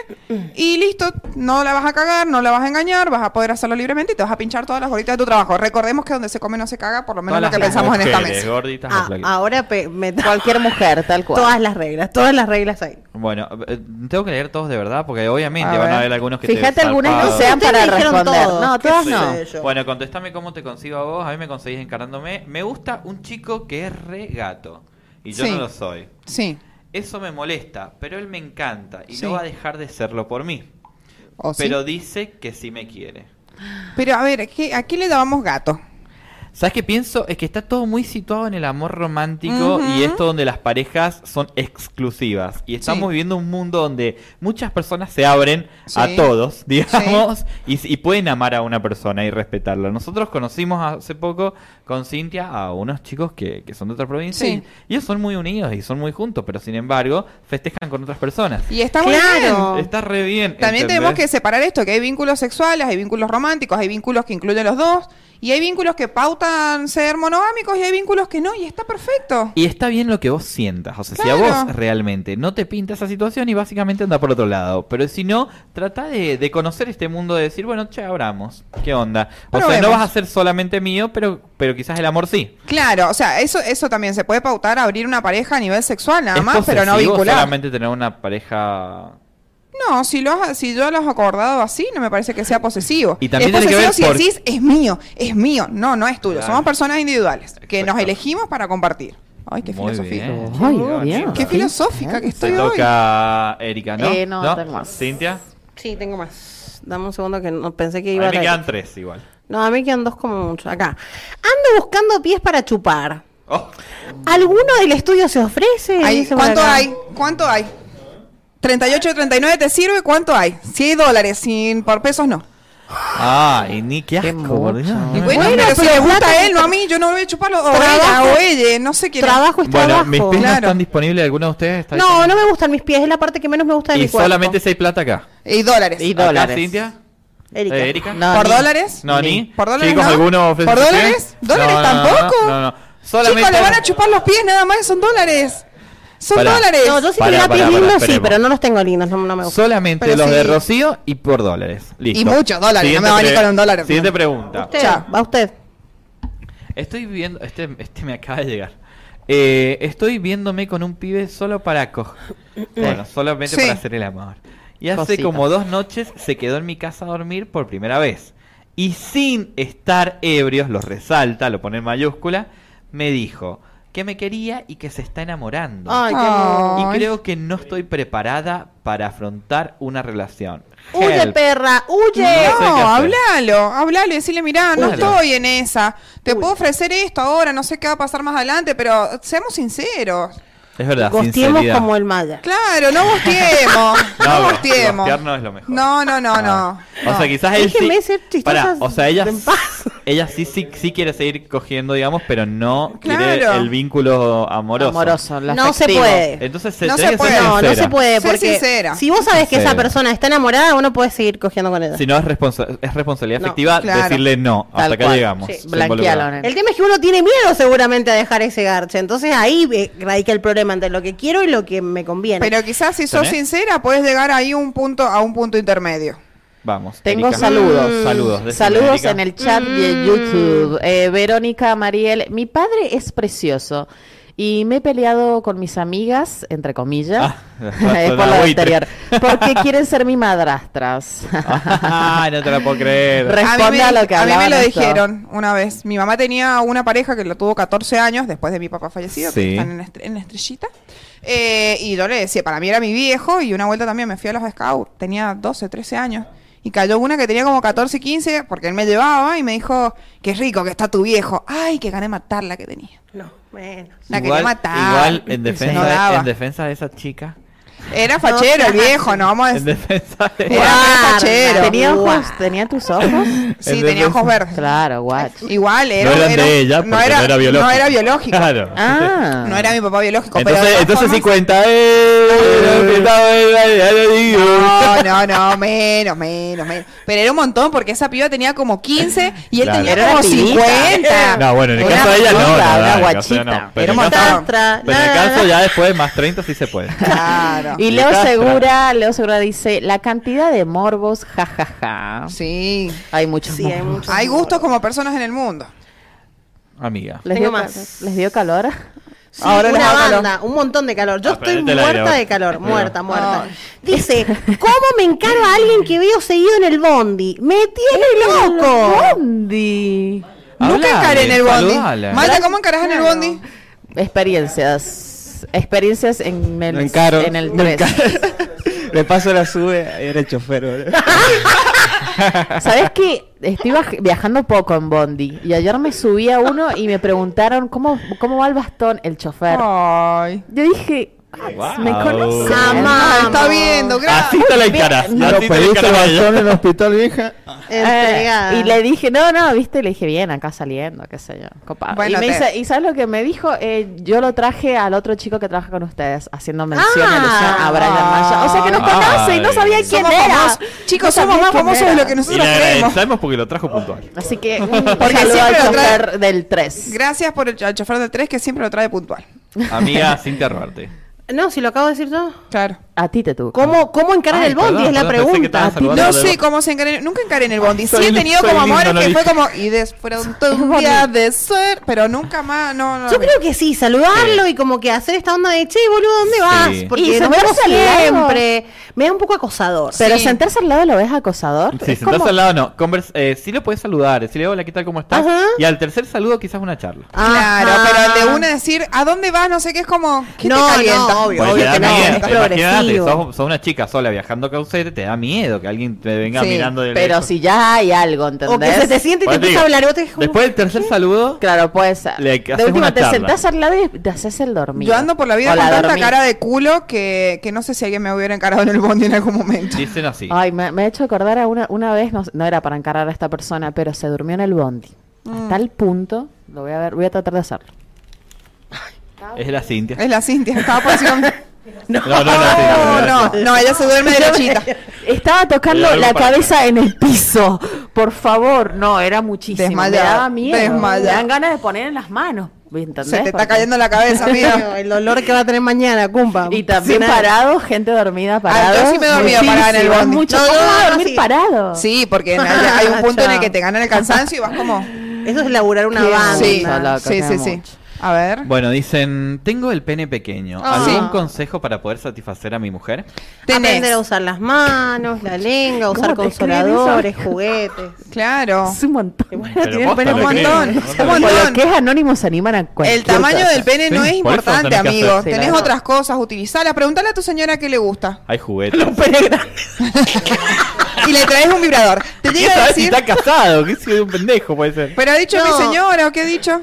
Speaker 3: y listo, no la vas a cagar, no la vas a engañar, vas a poder hacerlo libremente y te vas a pinchar todas las gorditas de tu trabajo. Recordemos que donde se come no se caga, por lo menos
Speaker 2: Todas
Speaker 3: lo que
Speaker 2: las
Speaker 3: pensamos en esta
Speaker 2: mujeres,
Speaker 3: mesa.
Speaker 2: gorditas o
Speaker 5: Ah,
Speaker 2: flaquitas.
Speaker 5: ahora pe- me
Speaker 4: Cualquier mujer, tal cual.
Speaker 5: todas las reglas, todas las reglas ahí.
Speaker 2: Bueno, eh, tengo que leer todos de verdad porque obviamente
Speaker 3: A
Speaker 2: van a
Speaker 3: ver.
Speaker 2: haber algunos que
Speaker 4: Fíjate,
Speaker 2: te
Speaker 4: algunas no
Speaker 2: zarpados.
Speaker 4: sean
Speaker 5: Ustedes
Speaker 4: para
Speaker 5: me dijeron
Speaker 4: responder.
Speaker 5: todo.
Speaker 4: No,
Speaker 5: ¿Qué
Speaker 4: todas
Speaker 5: sé
Speaker 4: no.
Speaker 5: yo?
Speaker 2: Bueno, contestame cómo te consigo a vos. A mí me conseguís encarándome. Me gusta un chico que es re gato. Y yo
Speaker 3: Sí.
Speaker 2: no lo soy.
Speaker 3: Sí,
Speaker 2: Eso me molesta, pero él me encanta y
Speaker 3: Sí.
Speaker 2: no va a dejar de serlo por mí.
Speaker 3: o sí.
Speaker 2: Pero dice que sí me quiere.
Speaker 3: Pero a ver, ¿qué- ¿a qué le dábamos gato?
Speaker 2: ¿Sabes qué pienso? Es que está todo muy situado en el amor romántico y esto donde las parejas son exclusivas. Y estamos
Speaker 3: Sí.
Speaker 2: viviendo un mundo donde muchas personas se abren a
Speaker 3: Sí.
Speaker 2: todos, digamos, y, y pueden amar a una persona y respetarla. Nosotros conocimos hace poco con Cintia a unos chicos que, que son de otra provincia
Speaker 3: Sí.
Speaker 2: y ellos son muy unidos y son muy juntos, pero sin embargo festejan con otras personas.
Speaker 3: Y está muy bien.
Speaker 5: Claro.
Speaker 2: Está re bien.
Speaker 3: Oh. También
Speaker 2: ¿entendés?
Speaker 3: tenemos que separar esto, que hay vínculos sexuales, hay vínculos románticos, hay vínculos que incluyen los dos, y hay vínculos que pautan ser monogámicos y hay vínculos que no, y está perfecto.
Speaker 2: Y está bien lo que vos sientas. O sea, si a
Speaker 3: Claro.
Speaker 2: vos realmente no te pinta esa situación y básicamente anda por otro lado. Pero si no, trata de, de conocer este mundo, de decir, bueno, che, abramos. ¿Qué onda? O
Speaker 3: Pero
Speaker 2: sea, no
Speaker 3: vemos.
Speaker 2: vas a ser solamente mío, pero, pero quizás el amor sí.
Speaker 3: Claro, o sea, eso, eso también se puede pautar, abrir una pareja a nivel sexual nada
Speaker 2: Es
Speaker 3: más, pero no
Speaker 2: posesivo
Speaker 3: vincular.
Speaker 2: solamente tener una pareja.
Speaker 3: No, si, lo has- si yo lo has acordado así, no me parece que sea posesivo.
Speaker 2: Y también
Speaker 3: es
Speaker 2: tiene que
Speaker 3: posesivo
Speaker 2: ver
Speaker 3: si
Speaker 2: por-
Speaker 3: decís, es mío, es mío. No, no es tuyo.
Speaker 2: Claro.
Speaker 3: Somos personas individuales que nos
Speaker 2: Exacto.
Speaker 3: elegimos para compartir. Ay, qué
Speaker 2: Muy
Speaker 3: filosofía.
Speaker 2: bien.
Speaker 4: Ay, bien.
Speaker 3: Qué filosófica que
Speaker 2: Se
Speaker 3: estoy hoy.
Speaker 2: toca Erika, ¿no?
Speaker 4: Eh, no, tengo más.
Speaker 2: ¿Cintia?
Speaker 5: Sí, tengo más. Dame un segundo que no pensé que
Speaker 2: A mí
Speaker 5: iba
Speaker 2: me
Speaker 5: a caer.
Speaker 2: quedan tres igual.
Speaker 5: No, a mí quedan dos como mucho. Acá. Ando buscando pies para chupar.
Speaker 2: Oh,
Speaker 5: ¿Alguno del estudio se ofrece?
Speaker 3: Ahí,
Speaker 5: Dice por
Speaker 3: ¿Cuánto
Speaker 5: acá.
Speaker 3: hay? ¿Cuánto hay? 38, 39 te sirve, ¿cuánto hay? Si hay dólares, sin por pesos no.
Speaker 2: Ay, ni qué asco, por Dios.
Speaker 3: Y bueno,
Speaker 5: Mm. Bueno,
Speaker 3: pero, si
Speaker 5: pero
Speaker 3: le gusta
Speaker 5: plata-
Speaker 3: a él, no a mí, yo no voy a chuparlo. O
Speaker 5: Trabajo-
Speaker 3: ella, o ella, no sé quién. es.
Speaker 5: Trabajo es
Speaker 2: Bueno,
Speaker 5: trabajo.
Speaker 2: mis pies no
Speaker 3: Claro.
Speaker 2: están disponibles. ¿Alguno de ustedes está
Speaker 5: No, no me gustan mis pies. Es la parte que menos me gusta de
Speaker 2: Y
Speaker 5: mi cuerpo.
Speaker 2: solamente si hay plata acá.
Speaker 3: Eh, Y dólares.
Speaker 4: Y
Speaker 2: Acá,
Speaker 4: dólares.
Speaker 2: Cintia?
Speaker 5: Erika.
Speaker 2: Eh, Erika.
Speaker 4: No,
Speaker 3: ¿Por
Speaker 4: ni-
Speaker 3: dólares?
Speaker 2: No, ni.
Speaker 3: ¿Por dólares
Speaker 2: Chicos,
Speaker 3: no?
Speaker 2: ¿alguno ofrece
Speaker 3: ¿Por
Speaker 2: usted?
Speaker 3: dólares? ¿Dólares
Speaker 2: No, no, no,
Speaker 3: tampoco?
Speaker 2: No, no, no. Solamente.
Speaker 3: Chicos, le van a chupar los pies nada más, son dólares. Son
Speaker 2: Pará.
Speaker 3: dólares.
Speaker 5: No, yo si
Speaker 2: Pará,
Speaker 5: tuviera
Speaker 2: pará,
Speaker 5: pies
Speaker 2: pará,
Speaker 5: lindos, sí,
Speaker 2: esperemos.
Speaker 5: pero no los tengo lindos. No, no me gustan.
Speaker 2: Solamente
Speaker 3: Pero
Speaker 2: los
Speaker 3: sí.
Speaker 2: de Rocío y por dólares. Listo.
Speaker 3: Y muchos dólares, no me van a ir
Speaker 2: pre-
Speaker 3: con un dólar.
Speaker 2: Siguiente pregunta.
Speaker 5: Usted,
Speaker 3: Chao.
Speaker 5: Va usted.
Speaker 2: Estoy viendo. Este, este me acaba de llegar. Eh, estoy viéndome con un pibe solo para co. Bueno, solamente
Speaker 3: Sí.
Speaker 2: para hacer el amor. Y hace
Speaker 4: Cositas.
Speaker 2: como dos noches se quedó en mi casa a dormir por primera vez. Y sin estar ebrios, los resalta, lo pone en mayúscula, me dijo que me quería y que se está enamorando.
Speaker 5: Ay, qué
Speaker 3: Ah.
Speaker 5: amor.
Speaker 2: Y
Speaker 3: Ay.
Speaker 2: creo que no estoy preparada para afrontar una relación.
Speaker 5: Huye,
Speaker 2: Help.
Speaker 5: perra.
Speaker 2: No sé
Speaker 5: Huye.
Speaker 2: qué
Speaker 3: No,
Speaker 2: hacer.
Speaker 3: háblalo, háblalo y decirle, mirá, no
Speaker 2: Claro.
Speaker 3: estoy en esa. Te puedo ofrecer esto ahora, no sé qué va a pasar más adelante, pero seamos sinceros.
Speaker 2: Es verdad,
Speaker 5: Gosteemos
Speaker 2: sinceridad.
Speaker 5: como el maya.
Speaker 3: Claro, no gustiemos.
Speaker 2: No,
Speaker 3: no
Speaker 2: pero
Speaker 3: gustiemos.
Speaker 2: gostear no es lo mejor.
Speaker 3: No, no, no,
Speaker 2: Ah.
Speaker 3: no.
Speaker 2: O sea, quizás él sí.
Speaker 5: Déjenme ser chistosas
Speaker 2: Pará, o sea, ella,
Speaker 5: en paz.
Speaker 2: ella sí, sí, sí quiere seguir cogiendo, digamos, pero no
Speaker 3: Claro.
Speaker 2: quiere el vínculo amoroso.
Speaker 4: Amoroso, las
Speaker 5: No se
Speaker 4: activo.
Speaker 5: puede.
Speaker 2: Entonces se
Speaker 3: No
Speaker 2: tenés
Speaker 3: se
Speaker 2: que ser
Speaker 3: puede.
Speaker 5: No, no
Speaker 2: sincera.
Speaker 5: se puede.
Speaker 3: Sé
Speaker 5: Porque
Speaker 3: sincera.
Speaker 5: si vos sabés que esa
Speaker 2: Sincera.
Speaker 5: persona está enamorada, uno puede seguir cogiendo con ella.
Speaker 2: Si no es, responsa- es responsabilidad
Speaker 5: No,
Speaker 2: afectiva
Speaker 3: claro.
Speaker 2: decirle no, hasta
Speaker 4: Tal
Speaker 2: acá
Speaker 4: cual.
Speaker 2: llegamos.
Speaker 4: Sí.
Speaker 2: sin
Speaker 4: Blanquealo,
Speaker 2: volver.
Speaker 4: nene.
Speaker 5: El tema es que uno tiene miedo seguramente a dejar ese garche. Entonces ahí eh, radica el problema entre lo que quiero y lo que me conviene.
Speaker 3: Pero quizás si sos
Speaker 2: ¿Tenés?
Speaker 3: sincera, puedes llegar ahí un punto, a un punto intermedio.
Speaker 2: Vamos.
Speaker 4: Tengo
Speaker 2: Erika.
Speaker 4: saludos.
Speaker 2: Mm. Saludos. decime,
Speaker 4: Saludos
Speaker 2: Erika.
Speaker 4: en el chat
Speaker 3: Mm.
Speaker 4: de YouTube. Eh, Verónica Mariel, mi padre es precioso. Y me he peleado con mis amigas, entre comillas,
Speaker 2: Ah,
Speaker 4: es por
Speaker 2: suena
Speaker 4: lo
Speaker 2: buitre.
Speaker 4: anterior, porque quieren ser mis madrastras.
Speaker 2: Ay, Ah, no te la puedo creer.
Speaker 4: Re-
Speaker 3: a mí
Speaker 4: Responde
Speaker 3: me,
Speaker 4: a lo
Speaker 3: di-
Speaker 4: que
Speaker 3: a mí me
Speaker 4: hablaban
Speaker 3: lo
Speaker 4: esto.
Speaker 3: dijeron una vez. Mi mamá tenía una pareja que lo tuvo 14 años después de mi papá fallecido,
Speaker 2: Sí.
Speaker 3: que están en, la estre- en la estrellita. Eh, y yo le decía, para mí era mi viejo, y una vuelta también me fui a los Scouts, tenía 12, 13 años. Y Y cayó una que tenía como 14, 15, porque él me llevaba y me dijo, qué rico que está tu viejo. Ay, que gané matar la que tenía.
Speaker 5: No, bueno.
Speaker 3: La quería
Speaker 2: igual,
Speaker 3: matar.
Speaker 2: igual en
Speaker 3: No
Speaker 2: defensa,
Speaker 3: daba.
Speaker 2: en defensa de esa chica.
Speaker 3: Era fachero el viejo, no vamos a
Speaker 2: En
Speaker 3: decir.
Speaker 2: defensa de
Speaker 3: Era fachero.
Speaker 4: ¿Tenía ojos? ¿Tenía tus ojos?
Speaker 3: Sí, tenía ojos verdes.
Speaker 4: Claro, guach.
Speaker 3: Igual era.
Speaker 10: no eran
Speaker 3: era-
Speaker 10: de ella, porque no era, biológico.
Speaker 3: No era biológico.
Speaker 10: Claro.
Speaker 4: Ah.
Speaker 3: No era mi papá biológico. pero
Speaker 10: Entonces,
Speaker 3: de todas
Speaker 10: entonces sí
Speaker 3: formas-
Speaker 10: cuenta. ¡eh!
Speaker 3: Ah.
Speaker 10: Ya lo digo.
Speaker 3: No, no, no, menos, menos, menos. Pero era un montón porque esa piba tenía como 15 y él
Speaker 10: Claro.
Speaker 3: tenía
Speaker 4: Era
Speaker 3: como
Speaker 4: una pibita.
Speaker 3: 50.
Speaker 10: No, bueno, en el
Speaker 4: Una
Speaker 10: caso de ella no,
Speaker 4: piba,
Speaker 10: no,
Speaker 4: una
Speaker 10: dale, o sea, no,
Speaker 4: guachita.
Speaker 10: pero
Speaker 3: Era
Speaker 10: en el
Speaker 3: montada.
Speaker 10: caso-
Speaker 5: Otra,
Speaker 2: Pero en el
Speaker 5: la, la,
Speaker 2: caso
Speaker 5: la.
Speaker 2: ya después, más 30 sí se puede.
Speaker 3: Claro.
Speaker 4: Y Leo
Speaker 10: Castra.
Speaker 4: Segura, Leo Segura dice, la cantidad de morbos, jajaja.
Speaker 3: Sí.
Speaker 4: Hay muchos
Speaker 5: Sí,
Speaker 4: morbos.
Speaker 5: hay muchos.
Speaker 3: Hay gustos como personas en el mundo.
Speaker 2: Amiga.
Speaker 4: ¿Les
Speaker 5: Tengo
Speaker 4: dio, ca-
Speaker 5: más.
Speaker 4: ¿Les dio calor?
Speaker 5: Sí,
Speaker 3: Ahora les
Speaker 5: una
Speaker 3: hago calor.
Speaker 5: banda, un montón de calor. Yo
Speaker 10: Ah,
Speaker 5: estoy
Speaker 10: prendete el aire,
Speaker 5: muerta
Speaker 10: vos.
Speaker 5: de calor, muerta, muerta.
Speaker 3: Ay.
Speaker 5: Dice, ¿cómo me encaro a alguien que veo seguido en el bondi? ¡Me tiene loco!
Speaker 4: Bondi.
Speaker 3: Nunca
Speaker 2: Hablale,
Speaker 3: encaré en el bondi.
Speaker 2: saludala.
Speaker 3: Maya, ¿cómo encarás en el
Speaker 5: Claro.
Speaker 3: bondi?
Speaker 4: Experiencias. Experiencias en el,
Speaker 1: Me encaro.
Speaker 4: en el
Speaker 1: me
Speaker 4: tren.
Speaker 1: encaro. Le paso la sube, era el chofer. boludo.
Speaker 4: ¿Sabes qué? Estoy baj- viajando poco en Bondi. Y ayer me subí a uno y me preguntaron cómo, cómo va el bastón, el chofer.
Speaker 3: Oh. Ay.
Speaker 4: Yo dije, "Ah,
Speaker 10: Wow.
Speaker 4: me conoce.
Speaker 5: Amá.
Speaker 3: Está viendo,
Speaker 10: Así
Speaker 3: gracias.
Speaker 10: te la encaras.
Speaker 1: ¿Lo
Speaker 10: Así te la
Speaker 1: pediste el
Speaker 10: encaras a ella.
Speaker 1: bastón en el hospital, vieja?
Speaker 3: Eh,
Speaker 5: Entregada.
Speaker 4: Eh, y le dije, no, no, viste, le dije, bien, acá saliendo, qué sé yo, copado.
Speaker 3: Bueno,
Speaker 4: y, me
Speaker 3: te-
Speaker 4: dice- ¿y sabes lo que me dijo? Eh, yo lo traje al otro chico que trabaja con ustedes, haciendo mención y
Speaker 5: Ah.
Speaker 4: alusión a Brian Maya. O sea que nos
Speaker 10: Ay.
Speaker 4: conoce y no sabía quién
Speaker 3: Somos
Speaker 4: era.
Speaker 3: famosos. Chicos, somos más famosos de lo que
Speaker 10: Y
Speaker 3: nosotros
Speaker 10: le
Speaker 3: creemos.
Speaker 10: agradecemos porque lo trajo puntual.
Speaker 4: Así que un saludo
Speaker 3: Porque
Speaker 4: al
Speaker 3: siempre lo trae-
Speaker 4: chofer del 3.
Speaker 3: Gracias por el cho- al chofer del 3 que siempre lo trae puntual.
Speaker 2: Amiga, sin robarte.
Speaker 5: No, si lo acabo de decir yo.
Speaker 3: Claro.
Speaker 4: A ti te tuvo.
Speaker 5: ¿Cómo, cómo encarar
Speaker 2: Ay,
Speaker 5: el bondi?
Speaker 2: perdón,
Speaker 5: es la
Speaker 2: perdón, pensé que
Speaker 5: pregunta.
Speaker 2: estabas saludando
Speaker 3: No
Speaker 2: de-
Speaker 3: sé cómo se encaré. Nunca encaré en el bondi. Sí he
Speaker 10: soy-
Speaker 3: tenido
Speaker 10: soy
Speaker 3: como
Speaker 10: lindo,
Speaker 3: amores
Speaker 10: no
Speaker 3: que
Speaker 10: dije.
Speaker 3: fue como. Y desfrutó un día de ser. Pero nunca más. No, no.
Speaker 5: Yo creo que sí, saludarlo y como que hacer esta onda de, che, boludo, ¿dónde vas?
Speaker 2: Sí.
Speaker 5: Porque
Speaker 4: Y
Speaker 5: nos vemos
Speaker 4: sentarse al lado.
Speaker 5: siempre. Me da un poco acosador.
Speaker 4: Pero
Speaker 3: Sí.
Speaker 4: sentarse al lado lo ves acosador.
Speaker 2: Sí,
Speaker 4: Es
Speaker 2: sentás
Speaker 4: como-
Speaker 2: al lado, no. Convers eh, sí lo puedes saludar. Si le hola, ¿qué tal? ¿Cómo estás?
Speaker 5: Ajá.
Speaker 2: Y al tercer saludo, quizás una charla.
Speaker 3: Claro,
Speaker 5: Ajá.
Speaker 3: pero el de una decir, ¿a dónde vas? No sé qué es como. ¿Qué
Speaker 5: No,
Speaker 3: te
Speaker 5: no,
Speaker 3: calienta?
Speaker 5: obvio,
Speaker 2: Porque
Speaker 5: obvio
Speaker 2: te da
Speaker 5: que no.
Speaker 2: miedo.
Speaker 5: es
Speaker 2: Imagínate,
Speaker 5: progresivo.
Speaker 2: sos, sos una chica sola viajando caucete, te da miedo que alguien te venga
Speaker 3: Sí,
Speaker 2: mirando de
Speaker 4: Pero
Speaker 2: lejos.
Speaker 4: si ya hay algo, ¿entendés?
Speaker 5: O que se te siente y te
Speaker 2: Bueno, te
Speaker 5: empieza a
Speaker 2: Pues digo,
Speaker 5: hablar. y vos te dejás-
Speaker 2: Después del tercer saludo,
Speaker 4: Claro, puede ser.
Speaker 2: Le-
Speaker 4: de
Speaker 2: haces
Speaker 4: última
Speaker 2: una
Speaker 4: te
Speaker 2: charla.
Speaker 4: sentás al lado y te haces el dormido.
Speaker 3: Yo ando por la vida
Speaker 4: O
Speaker 3: con tanta
Speaker 4: dormís.
Speaker 3: cara de culo que, que no sé si alguien me hubiera encarado en el bondi en algún momento.
Speaker 2: dicen así.
Speaker 4: Ay, me, me ha hecho acordar a una, una vez, no, no era para encarar a esta persona, pero se durmió en el bondi.
Speaker 3: Mm.
Speaker 4: A tal punto, lo voy a ver, voy a tratar de hacerlo.
Speaker 2: Es la Cintia.
Speaker 3: Es la Cintia, estaba por decir.
Speaker 2: No, no, no.
Speaker 3: No,
Speaker 2: Cintia,
Speaker 3: no, no, ella se duerme derechita.
Speaker 4: Estaba tocando
Speaker 10: Hay algo
Speaker 4: la
Speaker 10: para
Speaker 4: cabeza en el piso. Por favor, no, era muchísimo.
Speaker 3: Desmayada,
Speaker 4: Me daba miedo.
Speaker 3: desmayada.
Speaker 4: Me dan ganas de poner en las manos. ¿me ¿Entendés?
Speaker 3: Se te está
Speaker 4: Porque-
Speaker 3: cayendo la cabeza,
Speaker 5: Amigo,
Speaker 3: mira.
Speaker 5: el dolor que va a tener mañana, cumpa.
Speaker 4: Y también
Speaker 5: Sin nada.
Speaker 4: parado, gente dormida parada.
Speaker 3: Ah, yo sí me he dormido parada en el bondi.
Speaker 4: Mucho.
Speaker 5: No, no,
Speaker 4: ¿Cómo vas a
Speaker 5: no,
Speaker 4: dormir
Speaker 5: sí.
Speaker 4: parado?
Speaker 3: Sí, porque en- hay, hay un punto en el que te gana el cansancio y vas como.
Speaker 5: Eso es laburar una
Speaker 4: Qué
Speaker 5: banda.
Speaker 3: Sí,
Speaker 4: loco,
Speaker 3: sí,
Speaker 4: qué
Speaker 3: sí, sí.
Speaker 4: mucho.
Speaker 3: A ver.
Speaker 2: Bueno, dicen, tengo el pene pequeño.
Speaker 5: Ah.
Speaker 2: ¿Algún
Speaker 5: Sí.
Speaker 2: consejo para poder satisfacer a mi mujer?
Speaker 5: Aprender a
Speaker 3: Tenés.
Speaker 5: usar las manos, la lengua,
Speaker 4: ¿Cómo
Speaker 5: usar
Speaker 4: te escriben
Speaker 5: consoladores,
Speaker 4: eso?
Speaker 5: juguetes.
Speaker 3: Claro.
Speaker 4: Es un montón.
Speaker 10: Pero
Speaker 5: tiene el
Speaker 10: posta,
Speaker 5: pelo
Speaker 10: lo
Speaker 3: un
Speaker 10: creo.
Speaker 3: montón.
Speaker 10: No te
Speaker 3: Un
Speaker 10: lo
Speaker 4: Por lo
Speaker 3: montón.
Speaker 4: que es anónimo se animan a cualquier
Speaker 3: El tamaño
Speaker 4: cosa.
Speaker 3: del
Speaker 2: Sí,
Speaker 3: pene no es
Speaker 2: por eso
Speaker 3: importante,
Speaker 2: tenés que hacer.
Speaker 3: amigo.
Speaker 4: Sí, la
Speaker 3: Tenés
Speaker 4: verdad.
Speaker 3: otras cosas, utilizarla. Preguntale a tu señora qué le gusta.
Speaker 2: Hay juguetes.
Speaker 3: Y le traes un vibrador. Te
Speaker 2: ¿Qué
Speaker 3: llega a
Speaker 2: sabes si
Speaker 3: decir.
Speaker 2: está casado? ¿Qué sido un pendejo puede ser?
Speaker 3: Pero ha dicho
Speaker 5: No.
Speaker 3: mi señora o qué ha dicho.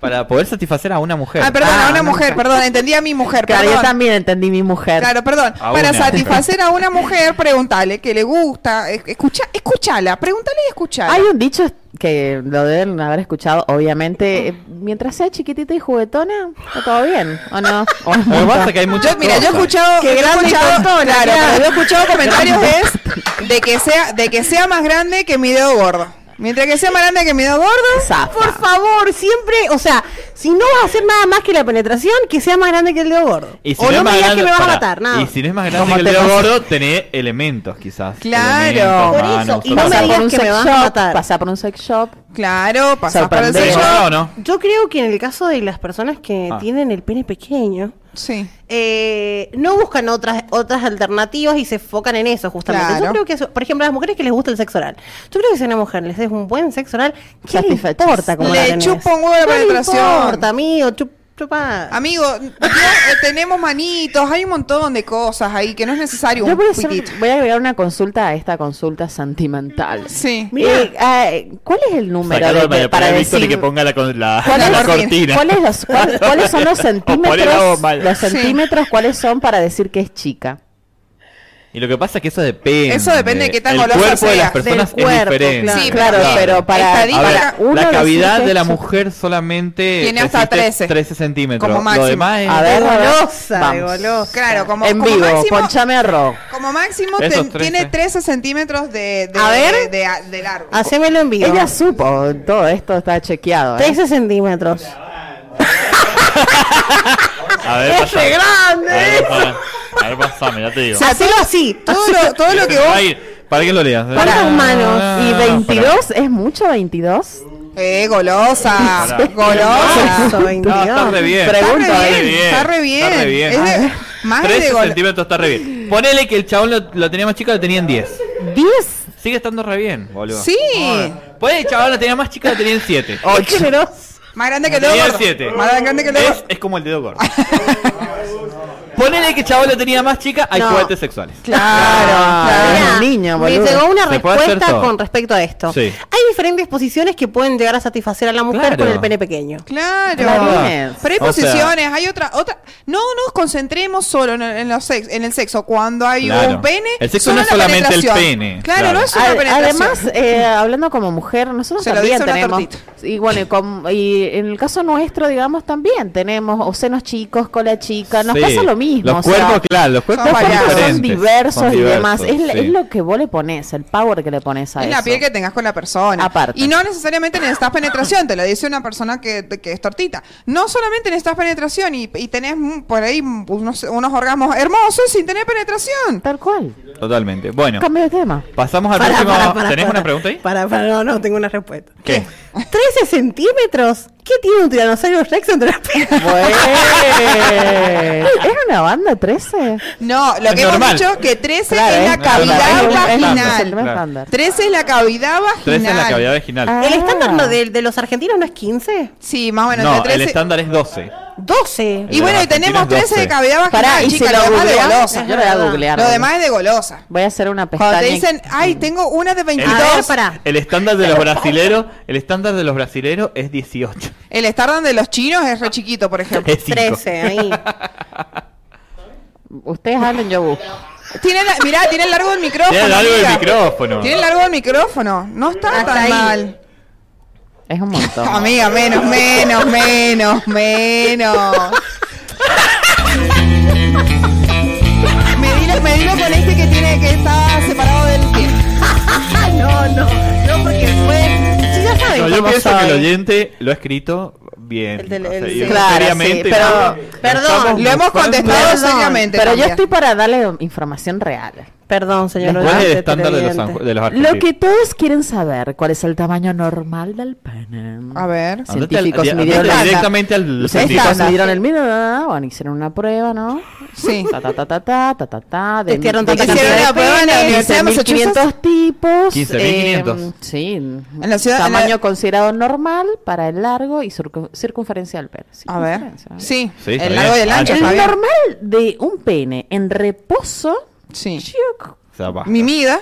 Speaker 2: Para poder satisfacer a una mujer.
Speaker 3: Ah, perdón,
Speaker 4: Ah,
Speaker 3: a una
Speaker 4: una
Speaker 3: mujer,
Speaker 4: mujer.
Speaker 3: perdón, entendí a mi mujer.
Speaker 4: Claro, yo
Speaker 3: perdón.
Speaker 4: también entendí mi mujer.
Speaker 3: Claro, perdón.
Speaker 2: A
Speaker 3: Para
Speaker 2: una.
Speaker 3: satisfacer a una mujer, pregúntale qué le gusta. es- Escucha, escúchala, pregúntale y escuchala.
Speaker 4: Hay un dicho que lo deben haber escuchado, obviamente. eh, Mientras sea chiquitita y juguetona, está todo bien, ¿o no? O-
Speaker 2: Lo que pasa es que hay muchas
Speaker 3: Yo, mira, yo he
Speaker 2: cosas.
Speaker 3: escuchado,
Speaker 5: Qué
Speaker 3: yo he
Speaker 5: grande y
Speaker 3: escuchado-
Speaker 5: tontona,
Speaker 3: claro,
Speaker 5: claro.
Speaker 3: pero yo he escuchado comentarios es de que sea, de que sea más grande que mi dedo gordo. Mientras que sea más grande que mi dedo gordo,
Speaker 4: Zafa.
Speaker 5: Por favor, siempre, o sea, si no vas a hacer nada más que la penetración, que sea más grande que el dedo gordo.
Speaker 2: Y si
Speaker 5: o
Speaker 2: es
Speaker 5: no me
Speaker 2: más
Speaker 5: digas que
Speaker 2: grande-
Speaker 5: me vas a
Speaker 2: pará.
Speaker 5: matar, nada.
Speaker 2: Y si no es más grande
Speaker 4: ¿Cómo
Speaker 2: que el
Speaker 4: te
Speaker 2: dedo
Speaker 4: vas-
Speaker 2: gordo, tenés elementos quizás.
Speaker 3: Claro.
Speaker 2: Elementos,
Speaker 5: Por eso,
Speaker 2: manos,
Speaker 5: y
Speaker 2: otras
Speaker 5: no me
Speaker 4: Pasa
Speaker 2: cosas.
Speaker 5: digas
Speaker 4: por un
Speaker 5: que
Speaker 4: sex
Speaker 5: me vas a
Speaker 4: shop,
Speaker 5: matar.
Speaker 4: pasa por un sex shop.
Speaker 3: claro, pasás por el
Speaker 2: ¿Te
Speaker 4: Sorprendente.
Speaker 3: sello.
Speaker 2: gusta o no?
Speaker 5: Yo creo que en el caso de las personas que
Speaker 2: Ah.
Speaker 5: tienen el pene pequeño,
Speaker 3: Sí.
Speaker 5: eh, no buscan otras otras alternativas y se enfocan en eso justamente. Yo
Speaker 3: Claro.
Speaker 5: creo que, eso- por ejemplo, a las mujeres que les gusta el sexo oral. Yo creo que si a una mujer les des un buen sexo oral, ¿qué le
Speaker 4: Satisfechas.
Speaker 5: importa cómo la
Speaker 3: Le
Speaker 5: tenés?
Speaker 3: chupa un huevo la
Speaker 5: No le
Speaker 3: penetración.
Speaker 5: importa, amigo, chup- Chupa.
Speaker 3: Amigo, ya, eh, tenemos manitos, hay un montón de cosas ahí que no es necesario
Speaker 4: Yo
Speaker 3: un
Speaker 4: voy a, hacer-
Speaker 3: pitito.
Speaker 4: voy a agregar una consulta a esta consulta sentimental.
Speaker 3: Sí.
Speaker 4: Eh, eh, ¿Cuál es el número
Speaker 11: Sacalo
Speaker 4: de-
Speaker 11: al María
Speaker 4: para
Speaker 11: Pilar Víctor y
Speaker 4: decir
Speaker 11: que ponga la, con- la,
Speaker 4: ¿Cuál es-
Speaker 11: la cortina.
Speaker 4: ¿Cuáles los- cuál- cuáles son los
Speaker 11: poner la
Speaker 4: centímetros?
Speaker 11: bomba.
Speaker 4: Los
Speaker 11: Sí.
Speaker 4: centímetros, ¿cuáles son para decir que es chica?
Speaker 2: Y lo que pasa es que eso depende.
Speaker 4: Eso depende de qué tan
Speaker 2: El
Speaker 4: golosa
Speaker 2: cuerpo de
Speaker 4: sea.
Speaker 2: las personas
Speaker 4: Del cuerpo,
Speaker 2: es diferente.
Speaker 4: claro. Sí, Claro, pero pero para-
Speaker 2: A ver,
Speaker 4: estadística- uno
Speaker 2: la
Speaker 4: decir
Speaker 2: cavidad
Speaker 4: que
Speaker 2: de la
Speaker 4: es-
Speaker 2: mujer solamente
Speaker 3: Tiene hasta
Speaker 2: resiste
Speaker 3: 13.
Speaker 2: centímetros.
Speaker 3: Como máximo.
Speaker 2: Lo demás es
Speaker 4: A ver,
Speaker 3: Golosa,
Speaker 4: vamos.
Speaker 3: golosa. Claro, como-
Speaker 4: en
Speaker 3: como
Speaker 4: vivo,
Speaker 3: máximo-
Speaker 4: ponchame a rock.
Speaker 3: Como máximo
Speaker 4: Esos
Speaker 3: ten-
Speaker 4: 13.
Speaker 3: tiene 13 centímetros de, de-
Speaker 5: A ver.
Speaker 3: de, de- de largo.
Speaker 5: Hacémelo en vivo.
Speaker 4: Ella supo, todo esto está chequeado. ¿eh?
Speaker 5: 13 centímetros.
Speaker 11: A ver,
Speaker 5: ¡Es
Speaker 11: pasame.
Speaker 5: re grande!
Speaker 11: A ver, pasame. A ver, pasame, ya te digo.
Speaker 5: Hacelo así.
Speaker 3: Todo lo, todo lo que
Speaker 11: Va
Speaker 3: vos.
Speaker 11: a ir. ¿Para que lo leas?
Speaker 4: ¿Cuántas
Speaker 11: Ah,
Speaker 4: manos? ¿Y
Speaker 11: para-
Speaker 4: 22? ¿Es mucho 22?
Speaker 3: Eh, golosa.
Speaker 11: Pará.
Speaker 3: Golosa.
Speaker 5: Eso, 22.
Speaker 11: Ah, está re bien.
Speaker 4: Pregunto,
Speaker 11: está re
Speaker 4: ¿eh?
Speaker 11: bien.
Speaker 3: Está re bien.
Speaker 11: Está re bien.
Speaker 3: Es de- más de
Speaker 2: 13
Speaker 3: gol-
Speaker 2: Ah. centímetros está re bien. Ponele que el chabón lo, lo tenía más chica, lo tenía en 10.
Speaker 4: ¿eh? ¿10?
Speaker 2: Sigue estando re bien, boludo.
Speaker 3: Sí. Oh,
Speaker 2: Ponele que el chabón lo tenía más chica, lo tenía en 7.
Speaker 4: Ocho.
Speaker 3: Más grande que
Speaker 2: Lo
Speaker 3: el dedo
Speaker 2: tenía en
Speaker 3: gordo.
Speaker 2: 7.
Speaker 3: Más grande que el dedo
Speaker 2: Es, es como el dedo gordo. Ponele que el chabón lo tenía más chica, hay
Speaker 5: No.
Speaker 2: juguetes sexuales.
Speaker 4: Claro,
Speaker 3: Ah,
Speaker 5: Mirá,
Speaker 4: es un niño,
Speaker 5: me
Speaker 4: boludo.
Speaker 5: llegó una
Speaker 2: Se puede hacer
Speaker 5: respuesta
Speaker 2: todo.
Speaker 5: con respecto a esto.
Speaker 2: Sí.
Speaker 5: Hay diferentes posiciones que pueden llegar a satisfacer a la mujer
Speaker 2: Claro.
Speaker 5: con el pene pequeño.
Speaker 3: Claro.
Speaker 4: Clarines.
Speaker 3: Pero hay
Speaker 2: O sea-
Speaker 3: posiciones, hay otra, otra. No nos concentremos solo en el, en los sex- en el sexo. Cuando hay
Speaker 2: Claro.
Speaker 3: un pene.
Speaker 2: El sexo no es
Speaker 3: solo la
Speaker 2: solamente el
Speaker 3: penetración.
Speaker 2: pene,
Speaker 3: Claro,
Speaker 2: claro.
Speaker 3: no es una
Speaker 4: Ad-
Speaker 3: penetración.
Speaker 4: Además, eh, hablando como mujer, nosotros
Speaker 3: Se lo
Speaker 4: también
Speaker 3: dice una
Speaker 4: tenemos.
Speaker 3: tortita.
Speaker 4: Y bueno, y, com- y en el caso nuestro, digamos, también tenemos o senos chicos, cola chica, nos
Speaker 2: Sí.
Speaker 4: pasa lo mismo.
Speaker 2: Los
Speaker 4: o sea,
Speaker 2: cuerpos, claro, los cuerpos
Speaker 3: son
Speaker 4: los
Speaker 2: son
Speaker 4: cuerpos
Speaker 3: variados.
Speaker 2: diferentes.
Speaker 4: son diversos,
Speaker 2: son
Speaker 4: y demás. Es,
Speaker 2: diversos,
Speaker 4: la-
Speaker 2: sí.
Speaker 4: es lo que vos le pones, el power que le pones a
Speaker 3: Es
Speaker 4: eso.
Speaker 3: la piel que tengas con la persona.
Speaker 4: Aparte.
Speaker 3: Y no necesariamente necesitas penetración, te lo dice una persona que, que es tortita. No solamente necesitas penetración y, y tenés mm, por ahí mm, unos, unos orgasmos hermosos sin tener penetración.
Speaker 4: Tal cual.
Speaker 2: Totalmente. Bueno,
Speaker 4: Cambio de tema.
Speaker 2: pasamos al
Speaker 5: Pará,
Speaker 2: próximo.
Speaker 5: pará, pará,
Speaker 2: ¿Tenés
Speaker 5: pará.
Speaker 2: una pregunta ahí?
Speaker 5: Para, para, no, no, tengo una respuesta.
Speaker 2: ¿Qué?
Speaker 5: 13 centímetros. ¿Qué tiene un tiranosaurio Rex entre las piernas?
Speaker 3: Eh.
Speaker 4: Bueno. ¿Es una banda 13?
Speaker 3: No, lo
Speaker 2: Es
Speaker 3: que
Speaker 2: normal.
Speaker 3: hemos dicho es que 13
Speaker 4: Claro,
Speaker 3: es
Speaker 4: es
Speaker 3: la
Speaker 4: normal. Es
Speaker 3: cavidad
Speaker 4: un- es un- es el
Speaker 3: vaginal.
Speaker 4: más
Speaker 2: Claro.
Speaker 4: estándar.
Speaker 3: 13 es la cavidad vaginal.
Speaker 2: 13 en la cavidad vaginal.
Speaker 4: Ah.
Speaker 5: ¿El estándar de, de los argentinos no es 15?
Speaker 3: Sí, más o menos.
Speaker 2: no,
Speaker 3: entre
Speaker 2: el
Speaker 3: 13.
Speaker 2: estándar es 12.
Speaker 5: Ah, 12.
Speaker 3: Y
Speaker 2: El
Speaker 3: bueno, y
Speaker 2: argentino
Speaker 3: tenemos
Speaker 2: es 12.
Speaker 3: 13 de cavidad vaginal.
Speaker 4: Pará, y si
Speaker 3: chicas,
Speaker 4: lo
Speaker 3: lo demás de
Speaker 4: googleas,
Speaker 3: golosa.
Speaker 4: yo lo voy a googlear.
Speaker 3: Lo demás es de golosa.
Speaker 4: Voy a hacer una
Speaker 3: Cuando
Speaker 4: pestaña.
Speaker 3: te dicen, ah, ay, tengo una de
Speaker 2: El,
Speaker 3: 22.
Speaker 5: A ver, pará.
Speaker 2: el estándar de los brasileros, el estándar de los brasileros es 18.
Speaker 3: El estándar de los chinos es re chiquito, por ejemplo.
Speaker 2: Es 5.
Speaker 5: 13, ahí.
Speaker 4: Ustedes hablen, yo busco.
Speaker 3: Tiene la- mirá, tiene largo el micrófono.
Speaker 2: Tiene largo el
Speaker 3: amiga.
Speaker 2: micrófono.
Speaker 3: Tiene largo el micrófono. No está
Speaker 5: Hasta
Speaker 3: tan
Speaker 5: ahí.
Speaker 3: mal.
Speaker 4: Es un montón.
Speaker 3: Amiga, menos, menos, menos, menos. Medilo, medilo con este que tiene que está separado del pie.
Speaker 5: no, no, no, porque fue. Sí, ya saben
Speaker 2: No, yo
Speaker 5: cómo
Speaker 2: pienso
Speaker 5: soy.
Speaker 2: que el oyente lo ha escrito bien.
Speaker 5: El del-
Speaker 2: o sea,
Speaker 5: el-
Speaker 2: y
Speaker 5: sí.
Speaker 4: Claro,
Speaker 2: seriamente,
Speaker 4: sí, pero-
Speaker 2: ¿no?
Speaker 5: perdón,
Speaker 2: Estamos
Speaker 3: Lo hemos
Speaker 2: buscando-
Speaker 3: contestado
Speaker 5: Perdón,
Speaker 3: seriamente.
Speaker 4: Pero yo
Speaker 3: también.
Speaker 4: estoy para darle información real.
Speaker 5: Perdón, señor.
Speaker 2: ¿Cuál es el
Speaker 5: oyente,
Speaker 2: estándar de los,
Speaker 5: televidente.
Speaker 2: anju- de los
Speaker 4: Lo
Speaker 2: argentinos?
Speaker 4: que todos quieren saber, ¿cuál es el tamaño normal del pene?
Speaker 3: A ver.
Speaker 2: Andate al-
Speaker 4: Científicos
Speaker 2: andate
Speaker 4: midieron
Speaker 2: directamente al
Speaker 4: Científicos
Speaker 2: científico.
Speaker 4: midieron el miedo, bueno, hicieron una prueba, ¿no?
Speaker 3: Sí.
Speaker 4: Ta ta ta ta ta ta ta ta. de-
Speaker 5: Testearon
Speaker 4: Ah, de
Speaker 5: tanta
Speaker 4: quince
Speaker 5: cantidad de
Speaker 4: mil
Speaker 3: pene en la Universidad de Massachusetts.
Speaker 4: 15.500 tipos.
Speaker 2: 15.500.
Speaker 4: eh, Sí. En
Speaker 3: la ciudad- en la-
Speaker 4: Tamaño considerado normal para el largo y circun- circunferencia del pene.
Speaker 3: A ver.
Speaker 4: Circunferencia.
Speaker 3: Sí.
Speaker 2: Sí, está
Speaker 3: el largo y
Speaker 2: bien.
Speaker 3: el ancho.
Speaker 2: Ah,
Speaker 4: El
Speaker 3: está bien.
Speaker 4: normal de un pene en reposo,
Speaker 3: Sí.
Speaker 4: chiuc,
Speaker 2: O sea, basta.
Speaker 3: Mi mida,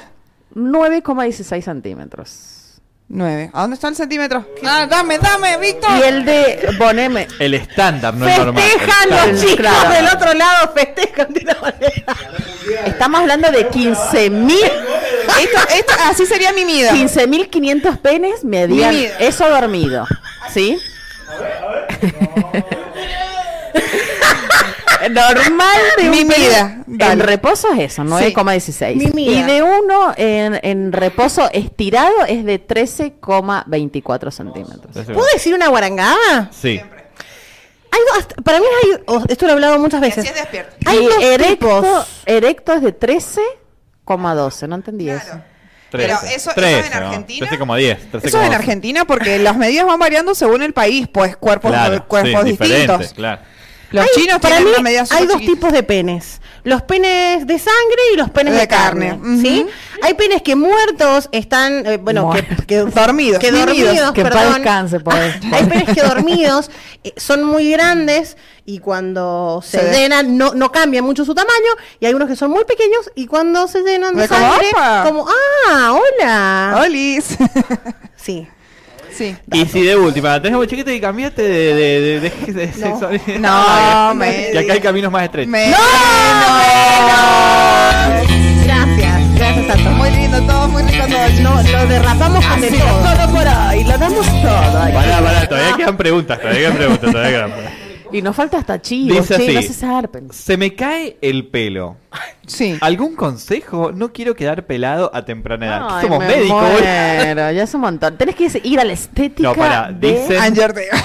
Speaker 4: 9,16 centímetros.
Speaker 3: 9. ¿A dónde está el centímetro? Ah, dame, dame, Víctor.
Speaker 4: Y el de, poneme,
Speaker 2: El estándar no es normal.
Speaker 5: Festejan
Speaker 2: El
Speaker 5: los
Speaker 2: estándar.
Speaker 5: chicos
Speaker 4: Claro.
Speaker 5: del otro lado, festejan de una manera.
Speaker 4: estamos hablando de 15.000
Speaker 3: Esto, esto,
Speaker 4: ah,
Speaker 3: así sería mi mida.
Speaker 4: 15.500 penes medían
Speaker 3: Mira.
Speaker 4: eso dormido, ¿sí? Normal de
Speaker 3: Mi
Speaker 4: un pene
Speaker 3: vida,
Speaker 4: En
Speaker 3: dale.
Speaker 4: reposo es eso, 9,16.
Speaker 5: Mi vida.
Speaker 4: Y de uno en, en reposo estirado es de 13,24 centímetros.
Speaker 5: ¿Puedo decir una guarangada?
Speaker 2: Sí.
Speaker 5: Hay dos- hasta- para mí hay. oh, esto lo he hablado muchas
Speaker 3: Así
Speaker 5: veces.
Speaker 3: es despierto.
Speaker 5: Hay
Speaker 4: Y
Speaker 5: dos
Speaker 4: erecto,
Speaker 5: tipos.
Speaker 4: erecto es de 13,12, no entendí eso.
Speaker 3: Pero
Speaker 2: 13.
Speaker 3: eso- eso en
Speaker 2: 13,
Speaker 3: Argentina-
Speaker 2: 13,10. 13,11.
Speaker 3: Eso es en Argentina porque las medidas van variando según el país, pues cuerpos,
Speaker 2: Claro,
Speaker 3: cuerpos
Speaker 2: sí, diferente,
Speaker 3: distintos.
Speaker 2: Claro.
Speaker 3: Los
Speaker 5: Hay-
Speaker 3: chinos
Speaker 5: para
Speaker 3: tienen
Speaker 5: mí
Speaker 3: una medida
Speaker 5: Hay
Speaker 3: súper
Speaker 5: dos
Speaker 3: chiquita.
Speaker 5: tipos de penes. los penes de sangre y los penes de,
Speaker 3: De
Speaker 5: carne,
Speaker 3: carne,
Speaker 5: ¿sí? Hay penes que muertos están, eh, bueno, que, que dormidos, que dormidos,
Speaker 4: que para
Speaker 5: perdón,
Speaker 4: descanse, pobre.
Speaker 5: hay penes que dormidos eh, son muy grandes y cuando se,
Speaker 4: Se de-
Speaker 5: llenan no, no cambia mucho su tamaño y hay unos que son muy pequeños y cuando se llenan de
Speaker 3: Ve como,
Speaker 5: sangre
Speaker 3: "Opa". Oh.
Speaker 5: como ah hola
Speaker 3: Olis.
Speaker 5: sí
Speaker 3: sí
Speaker 11: Y si de última, la tenés muy chiquita y cambiaste de, de, de, de- de sexualidad.
Speaker 3: No, me
Speaker 11: Y acá hay caminos más estrechos.
Speaker 3: Me-
Speaker 5: Gracias, gracias a todos.
Speaker 3: Muy lindo todo, muy rico todo.
Speaker 5: No, lo derrapamos con de todo.
Speaker 3: por ahí, lo damos todo.
Speaker 11: Pará, pará, todavía quedan preguntas, todavía quedan preguntas, todavía quedan preguntas.
Speaker 4: Y nos falta hasta chivos,
Speaker 2: Dice
Speaker 4: che, no
Speaker 2: así.
Speaker 4: se zarpen.
Speaker 2: Se me cae el pelo.
Speaker 3: Sí.
Speaker 2: ¿Algún consejo? No quiero quedar pelado a temprana edad. ¿Qué
Speaker 4: Ay,
Speaker 2: Somos
Speaker 4: me
Speaker 2: médicos, boludo?
Speaker 4: muero, ya es un montón. Tenés que ir a la estética.
Speaker 2: No, pará,
Speaker 4: de-
Speaker 2: dicen-
Speaker 3: Angie Ortega.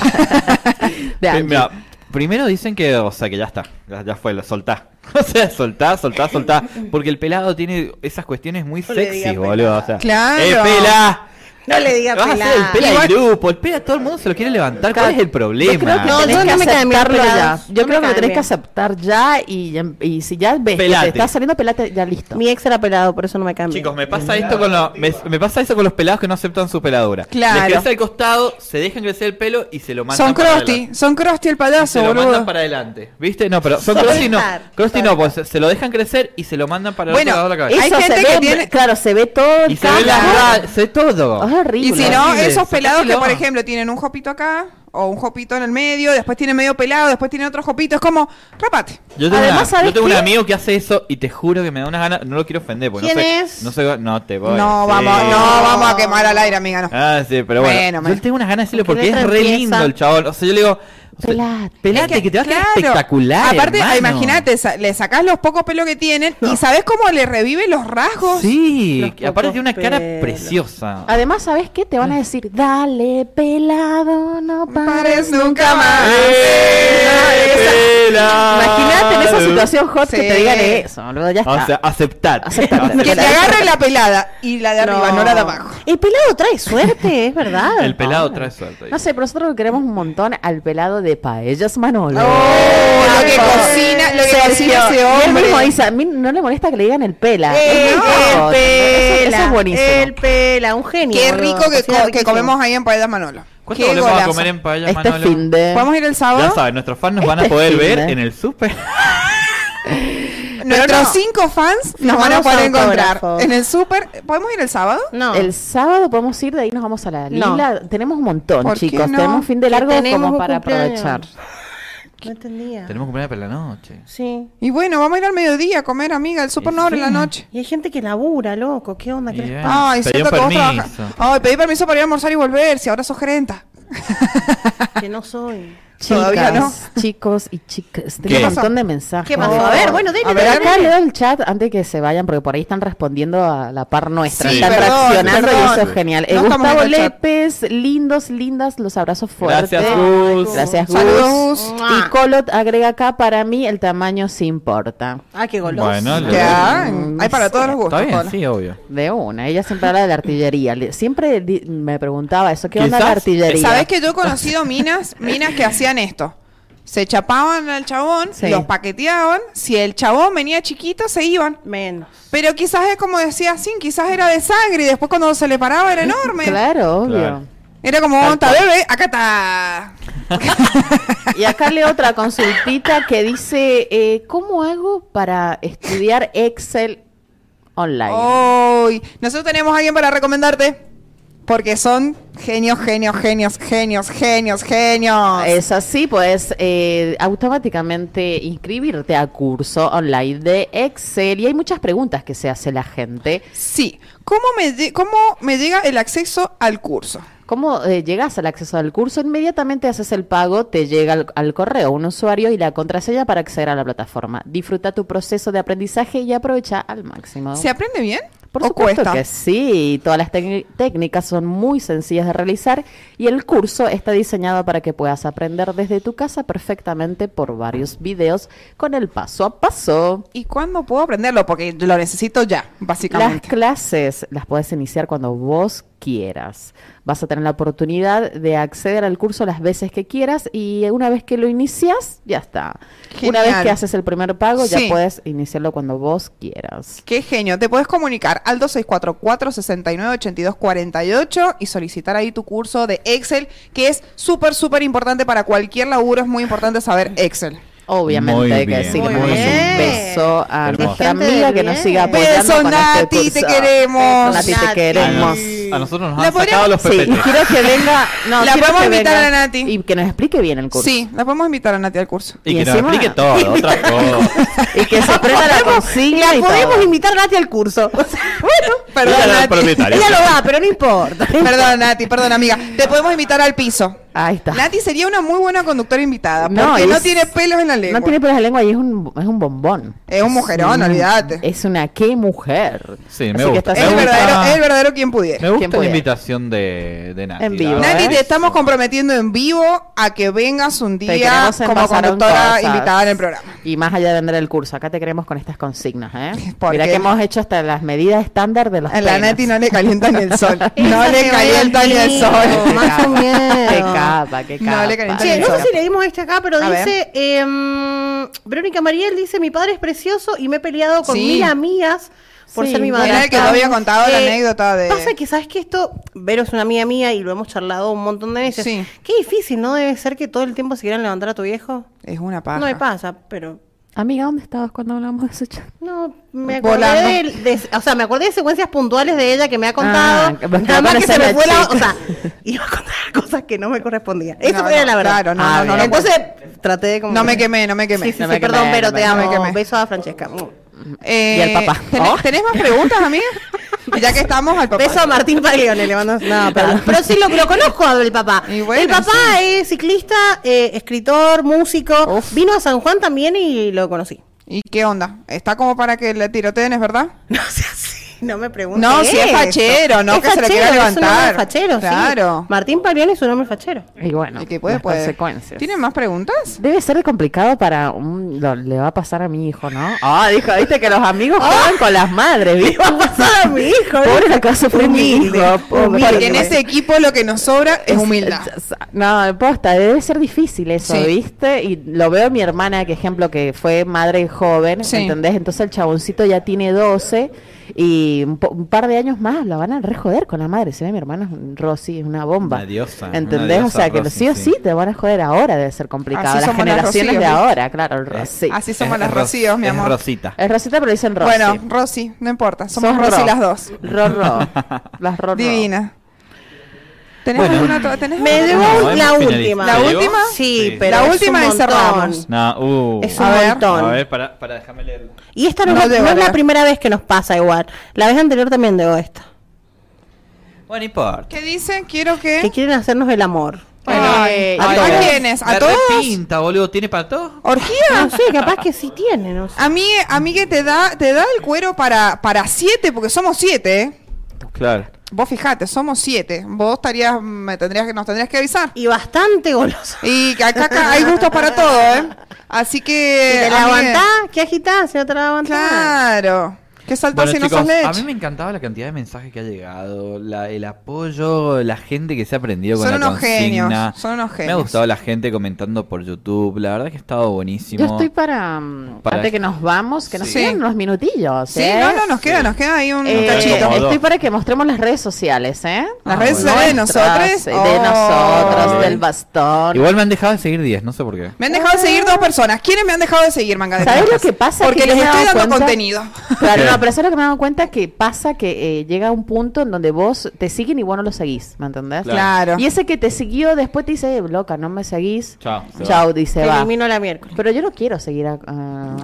Speaker 4: de
Speaker 2: Eh,
Speaker 4: Angie.
Speaker 2: mira, primero dicen que, o sea, que ya está, ya, ya fue, lo soltá. O sea, soltá, soltá, soltá. Porque el pelado tiene esas cuestiones muy
Speaker 5: le digas
Speaker 2: sexy, boludo. O sea,
Speaker 3: Claro.
Speaker 2: ¡Eh, pela!
Speaker 5: no le digas
Speaker 2: Vas a hacer el pela
Speaker 5: Igual-
Speaker 2: del grupo, el pela todo el mundo se lo quiere levantar. ¿Cuál es el
Speaker 4: Yo creo
Speaker 2: problema?
Speaker 4: que
Speaker 5: No,
Speaker 4: tenés
Speaker 5: yo
Speaker 4: que
Speaker 5: no me caen bien
Speaker 4: aceptarlo ya.
Speaker 5: pelados.
Speaker 4: Yo
Speaker 5: No me
Speaker 4: creo que
Speaker 5: caen
Speaker 4: lo tenés
Speaker 5: bien.
Speaker 4: que aceptar ya y, y si ya ves que
Speaker 2: Pelate.
Speaker 4: te está saliendo pelate, ya listo.
Speaker 5: mi ex era pelado por eso no me cambia
Speaker 2: Chicos, me pasa esto con los, me, me pasa eso con los pelados que no aceptan su peladura.
Speaker 3: Claro.
Speaker 2: Les crece al costado, se dejan crecer el pelo y se lo mandan
Speaker 3: Son
Speaker 2: para
Speaker 3: Crosti,
Speaker 2: adelante.
Speaker 3: son Crosti el payaso,
Speaker 2: Se lo mandan
Speaker 3: boludo.
Speaker 2: para adelante. ¿Viste? No, pero son
Speaker 5: Soltar,
Speaker 2: Crosti no. Crosti
Speaker 5: soltar.
Speaker 2: no, pues se lo dejan crecer y se lo mandan para el
Speaker 3: Bueno,
Speaker 2: otro lado de la cabeza.
Speaker 3: Hay
Speaker 4: Eso
Speaker 3: gente
Speaker 4: se
Speaker 3: que
Speaker 4: ve,
Speaker 3: tiene-
Speaker 4: claro, se ve todo el
Speaker 2: Y se ve
Speaker 4: cambio.
Speaker 2: la ra- se ve todo.
Speaker 4: Es horrible.
Speaker 3: Y si no,
Speaker 2: Horrible,
Speaker 3: esos pelados que,
Speaker 2: sacáselo.
Speaker 3: por ejemplo, tienen un jopito acá, o un jopito en el medio, después tienen medio pelado, después tienen otro jopito, es como, rapate.
Speaker 2: Yo tengo,
Speaker 4: Además,
Speaker 2: una-
Speaker 4: ¿sabes
Speaker 2: yo tengo un
Speaker 4: qué?
Speaker 2: amigo que hace eso y te juro que me da unas ganas. No lo quiero ofender porque no
Speaker 5: ¿Quién
Speaker 2: sé.
Speaker 5: es?
Speaker 2: No sé, no te voy.
Speaker 3: No,
Speaker 2: sí.
Speaker 3: vamos, no vamos a quemar al aire, amiga, no.
Speaker 2: Ah, sí, pero bueno.
Speaker 3: Bueno,
Speaker 2: yo
Speaker 3: man.
Speaker 2: tengo unas ganas de decirlo
Speaker 5: Porque
Speaker 2: porque es
Speaker 5: letra
Speaker 2: re
Speaker 5: empieza-
Speaker 2: lindo el chabón. O sea, yo le digo. o sea,
Speaker 4: Pelate.
Speaker 2: pelate, que, te va a quedar
Speaker 3: Claro.
Speaker 2: espectacular.
Speaker 3: Aparte,
Speaker 2: hermano.
Speaker 3: imagínate, sa- le sacás los pocos pelos que tienen y sabes cómo le revive los rasgos.
Speaker 2: Sí,
Speaker 5: Los
Speaker 2: que aparte
Speaker 5: pocos
Speaker 2: tiene una cara
Speaker 5: pelos.
Speaker 2: preciosa.
Speaker 4: Además, ¿sabes qué? Te van a decir, dale, pelado, no
Speaker 3: Mm.
Speaker 4: pares
Speaker 3: Pares
Speaker 4: nunca
Speaker 3: nunca
Speaker 4: más. Ah,
Speaker 3: más.
Speaker 4: Esa-
Speaker 2: ¡Eh, pelado.
Speaker 4: Imagínate en esa situación hot que
Speaker 3: Sí.
Speaker 4: te digan eso, boludo, ya está.
Speaker 2: O sea, aceptate.
Speaker 4: Aceptate.
Speaker 3: Que te agarren la pelada y la de arriba, no la de abajo.
Speaker 5: el pelado trae suerte es verdad
Speaker 2: El pelado trae suerte.
Speaker 4: no sé, pero nosotros lo queremos un montón al pelado de Paellas Manolo.
Speaker 3: Oh, lo que
Speaker 4: Por-
Speaker 3: cocina, lo que
Speaker 4: Sergio.
Speaker 3: cocina ese
Speaker 4: Y él
Speaker 3: hombre.
Speaker 4: mismo dice, a mí no le molesta que le digan el pela.
Speaker 5: el,
Speaker 4: Es
Speaker 5: el
Speaker 4: mejor.
Speaker 5: pela,
Speaker 4: Eso, eso es buenísimo.
Speaker 5: el pela, un genio.
Speaker 3: Qué
Speaker 5: boludo,
Speaker 3: rico que,
Speaker 5: cocina
Speaker 3: co- que
Speaker 5: riquísimo.
Speaker 3: comemos ahí en Paedas Manolo.
Speaker 2: ¿Cuánto
Speaker 3: Qué
Speaker 2: volvemos a
Speaker 3: golazo.
Speaker 2: comer en paella,
Speaker 4: este
Speaker 2: Manolo?
Speaker 4: fin de...
Speaker 3: ¿Podemos ir el
Speaker 2: Ya
Speaker 3: sábado?
Speaker 2: saben, nuestros fans nos
Speaker 4: Este
Speaker 2: van a poder
Speaker 4: fin de-
Speaker 2: ver en el super.
Speaker 3: Nuestros
Speaker 5: no.
Speaker 3: cinco fans nos
Speaker 5: Firmamos
Speaker 3: van a poder encontrar
Speaker 5: autógrafos.
Speaker 3: en el súper. ¿Podemos ir el sábado?
Speaker 5: No.
Speaker 4: El sábado podemos ir, de ahí nos vamos a la
Speaker 5: No.
Speaker 4: lila. Tenemos un montón,
Speaker 3: ¿Por qué
Speaker 4: chicos.
Speaker 3: no?
Speaker 4: Tenemos un fin de largo
Speaker 5: Que tenemos
Speaker 4: como
Speaker 5: un
Speaker 4: para
Speaker 5: cumpleaños.
Speaker 4: aprovechar.
Speaker 5: No entendía.
Speaker 2: Tenemos cumpleaños para la noche.
Speaker 5: Sí.
Speaker 3: Y bueno, vamos a ir al mediodía a comer, amiga. El súper no abre en la noche.
Speaker 5: Y hay gente que labura, loco. ¿Qué onda? ¿Qué les
Speaker 2: Bien.
Speaker 5: pasa?
Speaker 3: Ay,
Speaker 2: Pedí
Speaker 3: siento
Speaker 2: un
Speaker 3: que vos
Speaker 2: permiso.
Speaker 3: trabajas. Ay, pedí permiso para ir a almorzar y volver, si ahora sos gerenta.
Speaker 5: Que no soy.
Speaker 3: Todavía
Speaker 4: Chicas, chicos y chicas, tengo
Speaker 2: ¿Qué?
Speaker 4: un montón de mensajes.
Speaker 5: ¿Qué pasó? A ver, bueno, dele,
Speaker 4: A ver,
Speaker 5: dele,
Speaker 4: acá
Speaker 5: dele.
Speaker 4: leo el chat antes que se vayan, porque por ahí están respondiendo a la par nuestra.
Speaker 2: Sí,
Speaker 4: están
Speaker 2: perdón,
Speaker 4: reaccionando y eso
Speaker 3: perdón.
Speaker 4: es genial. Eh,
Speaker 3: No estamos
Speaker 4: Gustavo
Speaker 3: en el chat.
Speaker 4: Lépez, lindos, lindas, los abrazos fuertes.
Speaker 2: Gracias, Gus.
Speaker 4: Gracias, Gus.
Speaker 3: Saludos, Gus.
Speaker 4: Y Colot agrega acá, para mí el tamaño sí importa.
Speaker 5: Ah, qué goloso.
Speaker 2: Bueno, le-
Speaker 3: Que hagan.
Speaker 4: Mm,
Speaker 3: Hay para todos los
Speaker 2: Está
Speaker 3: gustos.
Speaker 2: bien,
Speaker 3: Paula.
Speaker 2: sí, obvio.
Speaker 4: De una, ella siempre habla de la artillería. Le- Siempre di- me preguntaba eso, ¿qué onda
Speaker 2: Quizás-
Speaker 4: la artillería?
Speaker 3: Sabés que yo he conocido minas, minas que hacían esto. Se chapaban al chabón,
Speaker 4: Sí.
Speaker 3: los paqueteaban. Si el chabón venía chiquito, se iban.
Speaker 5: Menos.
Speaker 3: Pero quizás es como decía Sin, quizás era de sangre y después cuando se le paraba era enorme.
Speaker 4: Claro, obvio.
Speaker 2: Claro.
Speaker 3: Era como, está bebé, acá está.
Speaker 4: Y acá leo otra consultita que dice, eh, ¿cómo hago para estudiar Excel online?
Speaker 3: Oh, Hoy, nosotros tenemos a alguien para recomendarte. Porque son genios, genios, genios, genios, genios, genios.
Speaker 4: Es así, pues eh, automáticamente inscribirte a curso online de Excel y hay muchas preguntas que se hace la gente.
Speaker 3: Sí. ¿Cómo me, lle- ¿Cómo me llega el acceso al curso?
Speaker 4: ¿Cómo eh, llegas al acceso al curso? Inmediatamente haces el pago, te llega al, al correo un usuario y la contraseña para acceder a la plataforma. Disfruta tu proceso de aprendizaje y aprovecha al máximo.
Speaker 3: ¿Se aprende bien?
Speaker 4: Ah. Por
Speaker 3: ¿O
Speaker 4: supuesto
Speaker 3: cuesta?
Speaker 4: que sí, todas las tecni- técnicas son muy sencillas de realizar y el curso está diseñado para que puedas aprender desde tu casa perfectamente por varios videos con el paso a paso.
Speaker 3: ¿Y cuándo puedo aprenderlo? Porque lo necesito ya,
Speaker 4: Las
Speaker 3: básicamente.
Speaker 4: clases las puedes iniciar cuando vos quieras. Vas a tener la oportunidad de acceder al curso las veces que quieras y una vez que lo inicias, ya está. Una
Speaker 3: Genial.
Speaker 4: vez que haces el primer pago,
Speaker 3: Sí.
Speaker 4: ya puedes iniciarlo cuando vos quieras.
Speaker 3: Qué genio. Te puedes comunicar al 2644-698248 y solicitar ahí tu curso de Excel, que es súper, súper importante para cualquier laburo. Es muy importante saber Excel.
Speaker 4: Obviamente
Speaker 12: Muy
Speaker 4: que
Speaker 12: bien,
Speaker 4: sí, le
Speaker 12: muy
Speaker 4: mandamos un
Speaker 12: bien.
Speaker 4: beso a
Speaker 12: Hermoso.
Speaker 4: nuestra
Speaker 12: Gente
Speaker 4: amiga
Speaker 12: de
Speaker 4: que nos
Speaker 12: bien.
Speaker 4: sigue apoyando
Speaker 3: Beso,
Speaker 4: con este
Speaker 3: Nati, te
Speaker 4: curso.
Speaker 3: queremos.
Speaker 4: Nati, te
Speaker 3: Nati.
Speaker 4: queremos.
Speaker 11: A nosotros nos
Speaker 4: La
Speaker 11: han sacado
Speaker 4: podríamos-
Speaker 11: los
Speaker 4: Sí,
Speaker 11: pepetes.
Speaker 4: quiero que venga. No,
Speaker 3: La
Speaker 4: quiero
Speaker 3: podemos
Speaker 4: que
Speaker 3: invitar
Speaker 4: venga
Speaker 3: a Nati.
Speaker 4: Y que nos explique bien el curso.
Speaker 3: Sí, la podemos invitar a Nati al curso.
Speaker 11: Y,
Speaker 4: Y
Speaker 11: que
Speaker 4: encima-
Speaker 11: nos explique todo, otra cosa.
Speaker 4: Y que se aprenda la
Speaker 5: Podemos-
Speaker 4: consigna
Speaker 5: la
Speaker 4: y
Speaker 5: podemos
Speaker 4: todo.
Speaker 5: invitar a Nati al curso. O sea, bueno,
Speaker 3: Perdón,
Speaker 11: Ella era la
Speaker 3: Nati.
Speaker 11: propietaria.
Speaker 5: ella lo va, pero no importa.
Speaker 3: Perdón, Nati, perdón, amiga. Te podemos invitar al piso.
Speaker 4: Ahí está.
Speaker 3: Nati sería una muy buena conductora invitada,
Speaker 4: No,
Speaker 3: porque no
Speaker 4: es-
Speaker 3: tiene pelos en la lengua.
Speaker 4: No tiene pelos en la lengua y es un, es un bombón.
Speaker 3: Es un mujerón,
Speaker 4: un-
Speaker 3: olvídate.
Speaker 4: Es una qué mujer.
Speaker 2: Sí, me
Speaker 4: Así que
Speaker 2: gusta.
Speaker 4: estás
Speaker 3: Es el
Speaker 2: Me gusta.
Speaker 3: verdadero, es el verdadero quien pudiera.
Speaker 2: Me gusta
Speaker 4: ¿Quién
Speaker 2: la
Speaker 4: pudiera?
Speaker 2: invitación de, de Nati.
Speaker 4: En
Speaker 2: la
Speaker 4: vivo,
Speaker 2: verdad.
Speaker 4: ¿eh?
Speaker 3: Nati, te estamos comprometiendo en vivo a que vengas un día
Speaker 4: queremos
Speaker 3: como
Speaker 4: envasar en
Speaker 3: conductora
Speaker 4: cosas.
Speaker 3: invitada en el programa.
Speaker 4: Y más allá de vender el curso, acá te queremos con estas consignas, ¿eh?
Speaker 3: ¿Por
Speaker 4: Mira
Speaker 3: qué?
Speaker 4: que hemos hecho hasta las medidas estándar de los
Speaker 3: A la
Speaker 4: penes.
Speaker 3: Nati no le calienta ni el sol. No
Speaker 5: Esa
Speaker 3: le
Speaker 5: me va
Speaker 3: calienta ni el
Speaker 5: pico,
Speaker 3: sol.
Speaker 5: Más o
Speaker 4: Qué
Speaker 5: menos.
Speaker 4: capa, qué
Speaker 3: No
Speaker 4: capa.
Speaker 3: le calienta
Speaker 5: Che, no
Speaker 3: Eso.
Speaker 5: sé si leímos este acá, pero
Speaker 3: A ver.
Speaker 5: dice em, Verónica Mariel dice mi padre es precioso y me he peleado con
Speaker 3: Sí.
Speaker 5: mil amigas por
Speaker 4: Sí.
Speaker 5: ser mi
Speaker 4: Era
Speaker 5: madre. Eh,
Speaker 3: Era el que te había contado la anécdota de...
Speaker 5: Pasa que sabes que esto, Vero es una amiga mía y lo hemos charlado un montón de veces.
Speaker 3: Sí.
Speaker 5: Qué difícil, ¿no? Debe ser que todo el tiempo se quieran levantar a tu viejo.
Speaker 3: Es una paja.
Speaker 5: No me pasa, pero
Speaker 4: Amiga, ¿dónde estabas cuando hablamos de ese chat?
Speaker 5: no me acordé
Speaker 3: Volando.
Speaker 5: de, de- o sea, me acordé de secuencias puntuales de ella que me ha contado.
Speaker 4: Ah, vos
Speaker 5: nada más que
Speaker 4: conoces
Speaker 5: se
Speaker 4: a
Speaker 5: me
Speaker 4: la
Speaker 5: fue la, o
Speaker 4: chica.
Speaker 5: sea, iba a contar cosas que no me correspondían. Eso
Speaker 3: No,
Speaker 5: era
Speaker 3: no,
Speaker 5: la verdad. Ah,
Speaker 3: claro, no, no, no, no,
Speaker 5: Entonces traté de como
Speaker 3: No me quemé, no me quemé.
Speaker 5: Sí, sí,
Speaker 4: No
Speaker 5: sí,
Speaker 4: me
Speaker 5: perdón,
Speaker 4: quemé,
Speaker 5: pero
Speaker 4: no me
Speaker 5: te
Speaker 4: quemé.
Speaker 5: amo.
Speaker 3: No me quemé.
Speaker 5: Beso a Francesca.
Speaker 3: Eh,
Speaker 4: Y al papá.
Speaker 3: ¿tenés,
Speaker 4: Oh.
Speaker 3: tenés más preguntas, amiga? ya que estamos al papá.
Speaker 5: Beso a Martín Paglione, le mando. No, pero, pero sí lo, lo conozco al papá.
Speaker 3: Y bueno,
Speaker 5: el papá
Speaker 3: sí.
Speaker 5: es ciclista, eh, escritor, músico.
Speaker 3: Uf.
Speaker 5: Vino a San Juan también y lo conocí.
Speaker 3: ¿Y qué onda? Está como para que le tiroteen, ¿es verdad?
Speaker 5: No sea así. No me preguntes.
Speaker 3: No, si es
Speaker 5: eso.
Speaker 3: fachero, no que se le quiera
Speaker 5: fachero, es un hombre
Speaker 3: levantar.
Speaker 5: fachero, sí.
Speaker 3: Claro.
Speaker 5: Martín Paglione es un hombre fachero.
Speaker 4: Y bueno,
Speaker 3: ¿Y qué puede,
Speaker 4: las
Speaker 3: puede?
Speaker 4: consecuencias.
Speaker 3: ¿Tienen más preguntas?
Speaker 4: Debe ser complicado para un... lo- le va a pasar a mi hijo, ¿no? Ah, dijo, viste que los amigos juegan con las madres, ¿viste?
Speaker 5: va a pasar a mi hijo.
Speaker 4: Pobre la que va a sufrir mi
Speaker 5: Humilde,
Speaker 4: hijo, pobre.
Speaker 5: humilde.
Speaker 3: Porque en ese equipo lo que nos sobra es humildad.
Speaker 4: No, posta, debe ser difícil eso,
Speaker 3: Sí.
Speaker 4: ¿viste? Y lo veo en mi hermana, que ejemplo, que fue madre joven,
Speaker 3: Sí.
Speaker 4: ¿entendés? Entonces el chaboncito ya tiene 12 y un, po- un par de años más la van a rejoder con la madre. Se ve mi hermana, es un- Rosy, es una bomba.
Speaker 2: Una diosa, una
Speaker 4: ¿Entendés?
Speaker 2: diosa
Speaker 4: o sea, que
Speaker 2: Rosy,
Speaker 4: sí o sí
Speaker 2: sí.
Speaker 4: te van a joder ahora, debe ser complicado.
Speaker 3: Así
Speaker 4: Las
Speaker 3: somos las
Speaker 4: generaciones
Speaker 3: Rocíos,
Speaker 4: de
Speaker 3: ¿viste?
Speaker 4: ahora, claro, el Rosy.
Speaker 3: Así somos
Speaker 2: Es
Speaker 3: las
Speaker 2: Ros-
Speaker 3: Rocíos, mi
Speaker 2: es
Speaker 3: amor.
Speaker 2: Rosita.
Speaker 4: Es Rosita, pero le dicen Rosy.
Speaker 3: Bueno, Rosy, no importa. Somos
Speaker 4: Sos
Speaker 3: Rosy
Speaker 4: Ro.
Speaker 3: las dos.
Speaker 4: Ro, ro. Las ro, ro.
Speaker 3: Divina. ¿Tenés
Speaker 2: Bueno.
Speaker 3: alguna otra- tenés
Speaker 5: Me
Speaker 3: alguna
Speaker 5: llevó
Speaker 3: otra?
Speaker 11: No,
Speaker 5: la
Speaker 11: hemos
Speaker 5: última.
Speaker 11: finalizado.
Speaker 3: ¿La última?
Speaker 5: Sí,
Speaker 11: Sí.
Speaker 5: pero
Speaker 3: La
Speaker 5: es un
Speaker 3: última y
Speaker 5: montón.
Speaker 3: cerramos.
Speaker 2: No, uh.
Speaker 5: Es un
Speaker 3: A ver.
Speaker 5: montón.
Speaker 11: A ver, para, para déjame leerlo.
Speaker 5: Y esta no,
Speaker 3: No
Speaker 5: es la-
Speaker 3: llego
Speaker 5: no
Speaker 3: a
Speaker 5: es la
Speaker 3: leer.
Speaker 5: primera vez que nos pasa igual. La vez anterior también debo esta.
Speaker 2: Bueno, no importa.
Speaker 3: ¿Qué dice? Quiero que...
Speaker 5: Que quieren hacernos el amor.
Speaker 3: Ay,
Speaker 4: Eh,
Speaker 3: ¿A
Speaker 4: a
Speaker 3: todos?
Speaker 4: todos.
Speaker 3: quiénes? ¿A
Speaker 2: Me
Speaker 3: todos?
Speaker 2: repinta, boludo. ¿Tiene para todos?
Speaker 3: ¿Orgía?
Speaker 5: No sé, capaz que sí tiene, no sé.
Speaker 3: A mí, a mí que te da, te da el cuero para, para siete, porque somos siete, ¿eh?
Speaker 2: Claro.
Speaker 3: Vos fijate, somos siete. Vos estarías, me tendrías que, nos tendrías que avisar.
Speaker 5: Y bastante goloso.
Speaker 3: Y que acá, acá hay gustos para todo, ¿eh? Así que.
Speaker 5: si te la
Speaker 3: amigue-
Speaker 5: aguantás, ¿qué agitás? Si no te la aguantás.
Speaker 3: Claro. ¿Qué saltás
Speaker 2: Bueno,
Speaker 3: si no
Speaker 2: chicos,
Speaker 3: sos
Speaker 2: a mí
Speaker 3: leche?
Speaker 2: me encantaba la cantidad de mensajes que ha llegado, la- el apoyo, la gente que se ha aprendido con
Speaker 3: Son
Speaker 2: la
Speaker 3: unos genios,
Speaker 2: consigna.
Speaker 3: son unos
Speaker 2: Me ha
Speaker 3: genios.
Speaker 2: gustado la gente comentando por YouTube, la verdad que ha estado buenísimo.
Speaker 4: Yo estoy para, mm,
Speaker 2: Para-
Speaker 4: antes que nos vamos, que nos
Speaker 3: Sí.
Speaker 4: quedan unos minutillos.
Speaker 3: Sí,
Speaker 4: ¿eh?
Speaker 3: no, no, nos queda, nos queda ahí un
Speaker 4: Eh,
Speaker 3: cachito.
Speaker 11: como
Speaker 4: estoy
Speaker 11: dos.
Speaker 4: para que mostremos las redes sociales, ¿eh?
Speaker 3: Las
Speaker 2: Ah,
Speaker 3: redes
Speaker 2: bueno.
Speaker 3: sociales de
Speaker 4: Nuestras,
Speaker 3: nosotros.
Speaker 4: De
Speaker 3: Oh.
Speaker 4: nosotros,
Speaker 2: Ok.
Speaker 4: del bastón.
Speaker 2: Igual me han dejado de seguir 10, no sé por qué.
Speaker 3: Me han dejado de seguir dos personas. ¿Quiénes me han dejado de seguir, manga de
Speaker 4: ¿Sabes lo
Speaker 3: putas?
Speaker 4: que pasa?
Speaker 3: Porque
Speaker 4: Que yo
Speaker 3: les
Speaker 4: me he
Speaker 3: estoy
Speaker 4: dado
Speaker 3: dando
Speaker 4: cuenta-
Speaker 3: contenido.
Speaker 4: Claro,
Speaker 2: Sí.
Speaker 4: no, pero eso es lo que me he dado cuenta que pasa que eh, llega un punto en donde vos te siguen y vos no lo seguís, ¿me entendés?
Speaker 3: Claro.
Speaker 4: Y ese que te siguió después te dice, "Eh, loca, no me seguís.
Speaker 2: Chao, se va.
Speaker 4: Chao, dice,
Speaker 5: Te
Speaker 4: va.
Speaker 5: elimino la miércoles.
Speaker 4: Pero yo no quiero seguir a... a-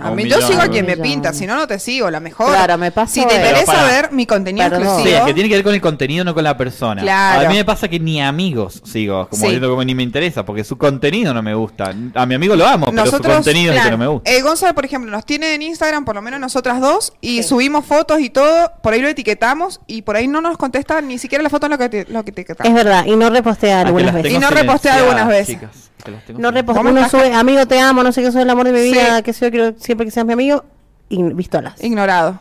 Speaker 3: A
Speaker 11: Un
Speaker 3: mí, yo
Speaker 11: millón,
Speaker 3: sigo a
Speaker 11: un
Speaker 3: quien me
Speaker 4: millón.
Speaker 3: pinta, si no, no te sigo, la mejor.
Speaker 4: Claro, me pasó
Speaker 3: Si te
Speaker 4: eso.
Speaker 3: interesa
Speaker 11: Pero para-
Speaker 3: ver mi contenido
Speaker 4: Perdón.
Speaker 3: exclusivo.
Speaker 2: Sí, es que tiene que ver con el contenido, no con la persona.
Speaker 3: Claro.
Speaker 2: A mí me pasa que ni amigos sigo, como
Speaker 3: Sí.
Speaker 2: diciendo como ni me interesa, porque su contenido no me gusta. A mi amigo lo amo, pero su contenido es el que no me gusta.
Speaker 3: eh, Gonzalo, por ejemplo, nos tiene en Instagram, por lo menos nosotras dos, y subimos subimos fotos y todo, por ahí lo etiquetamos y por ahí no nos contesta ni siquiera la foto en lo que, te- lo que etiquetamos.
Speaker 5: Es verdad, y no repostea algunas veces.
Speaker 3: Y no repostea algunas veces.
Speaker 5: No repostea,
Speaker 3: ¿Cómo
Speaker 5: uno
Speaker 3: estás?
Speaker 5: sube, amigo te amo, no sé qué soy el amor de mi
Speaker 3: Sí.
Speaker 5: vida, que soy, quiero siempre que seas mi amigo, y vistolas.
Speaker 3: Ignorado.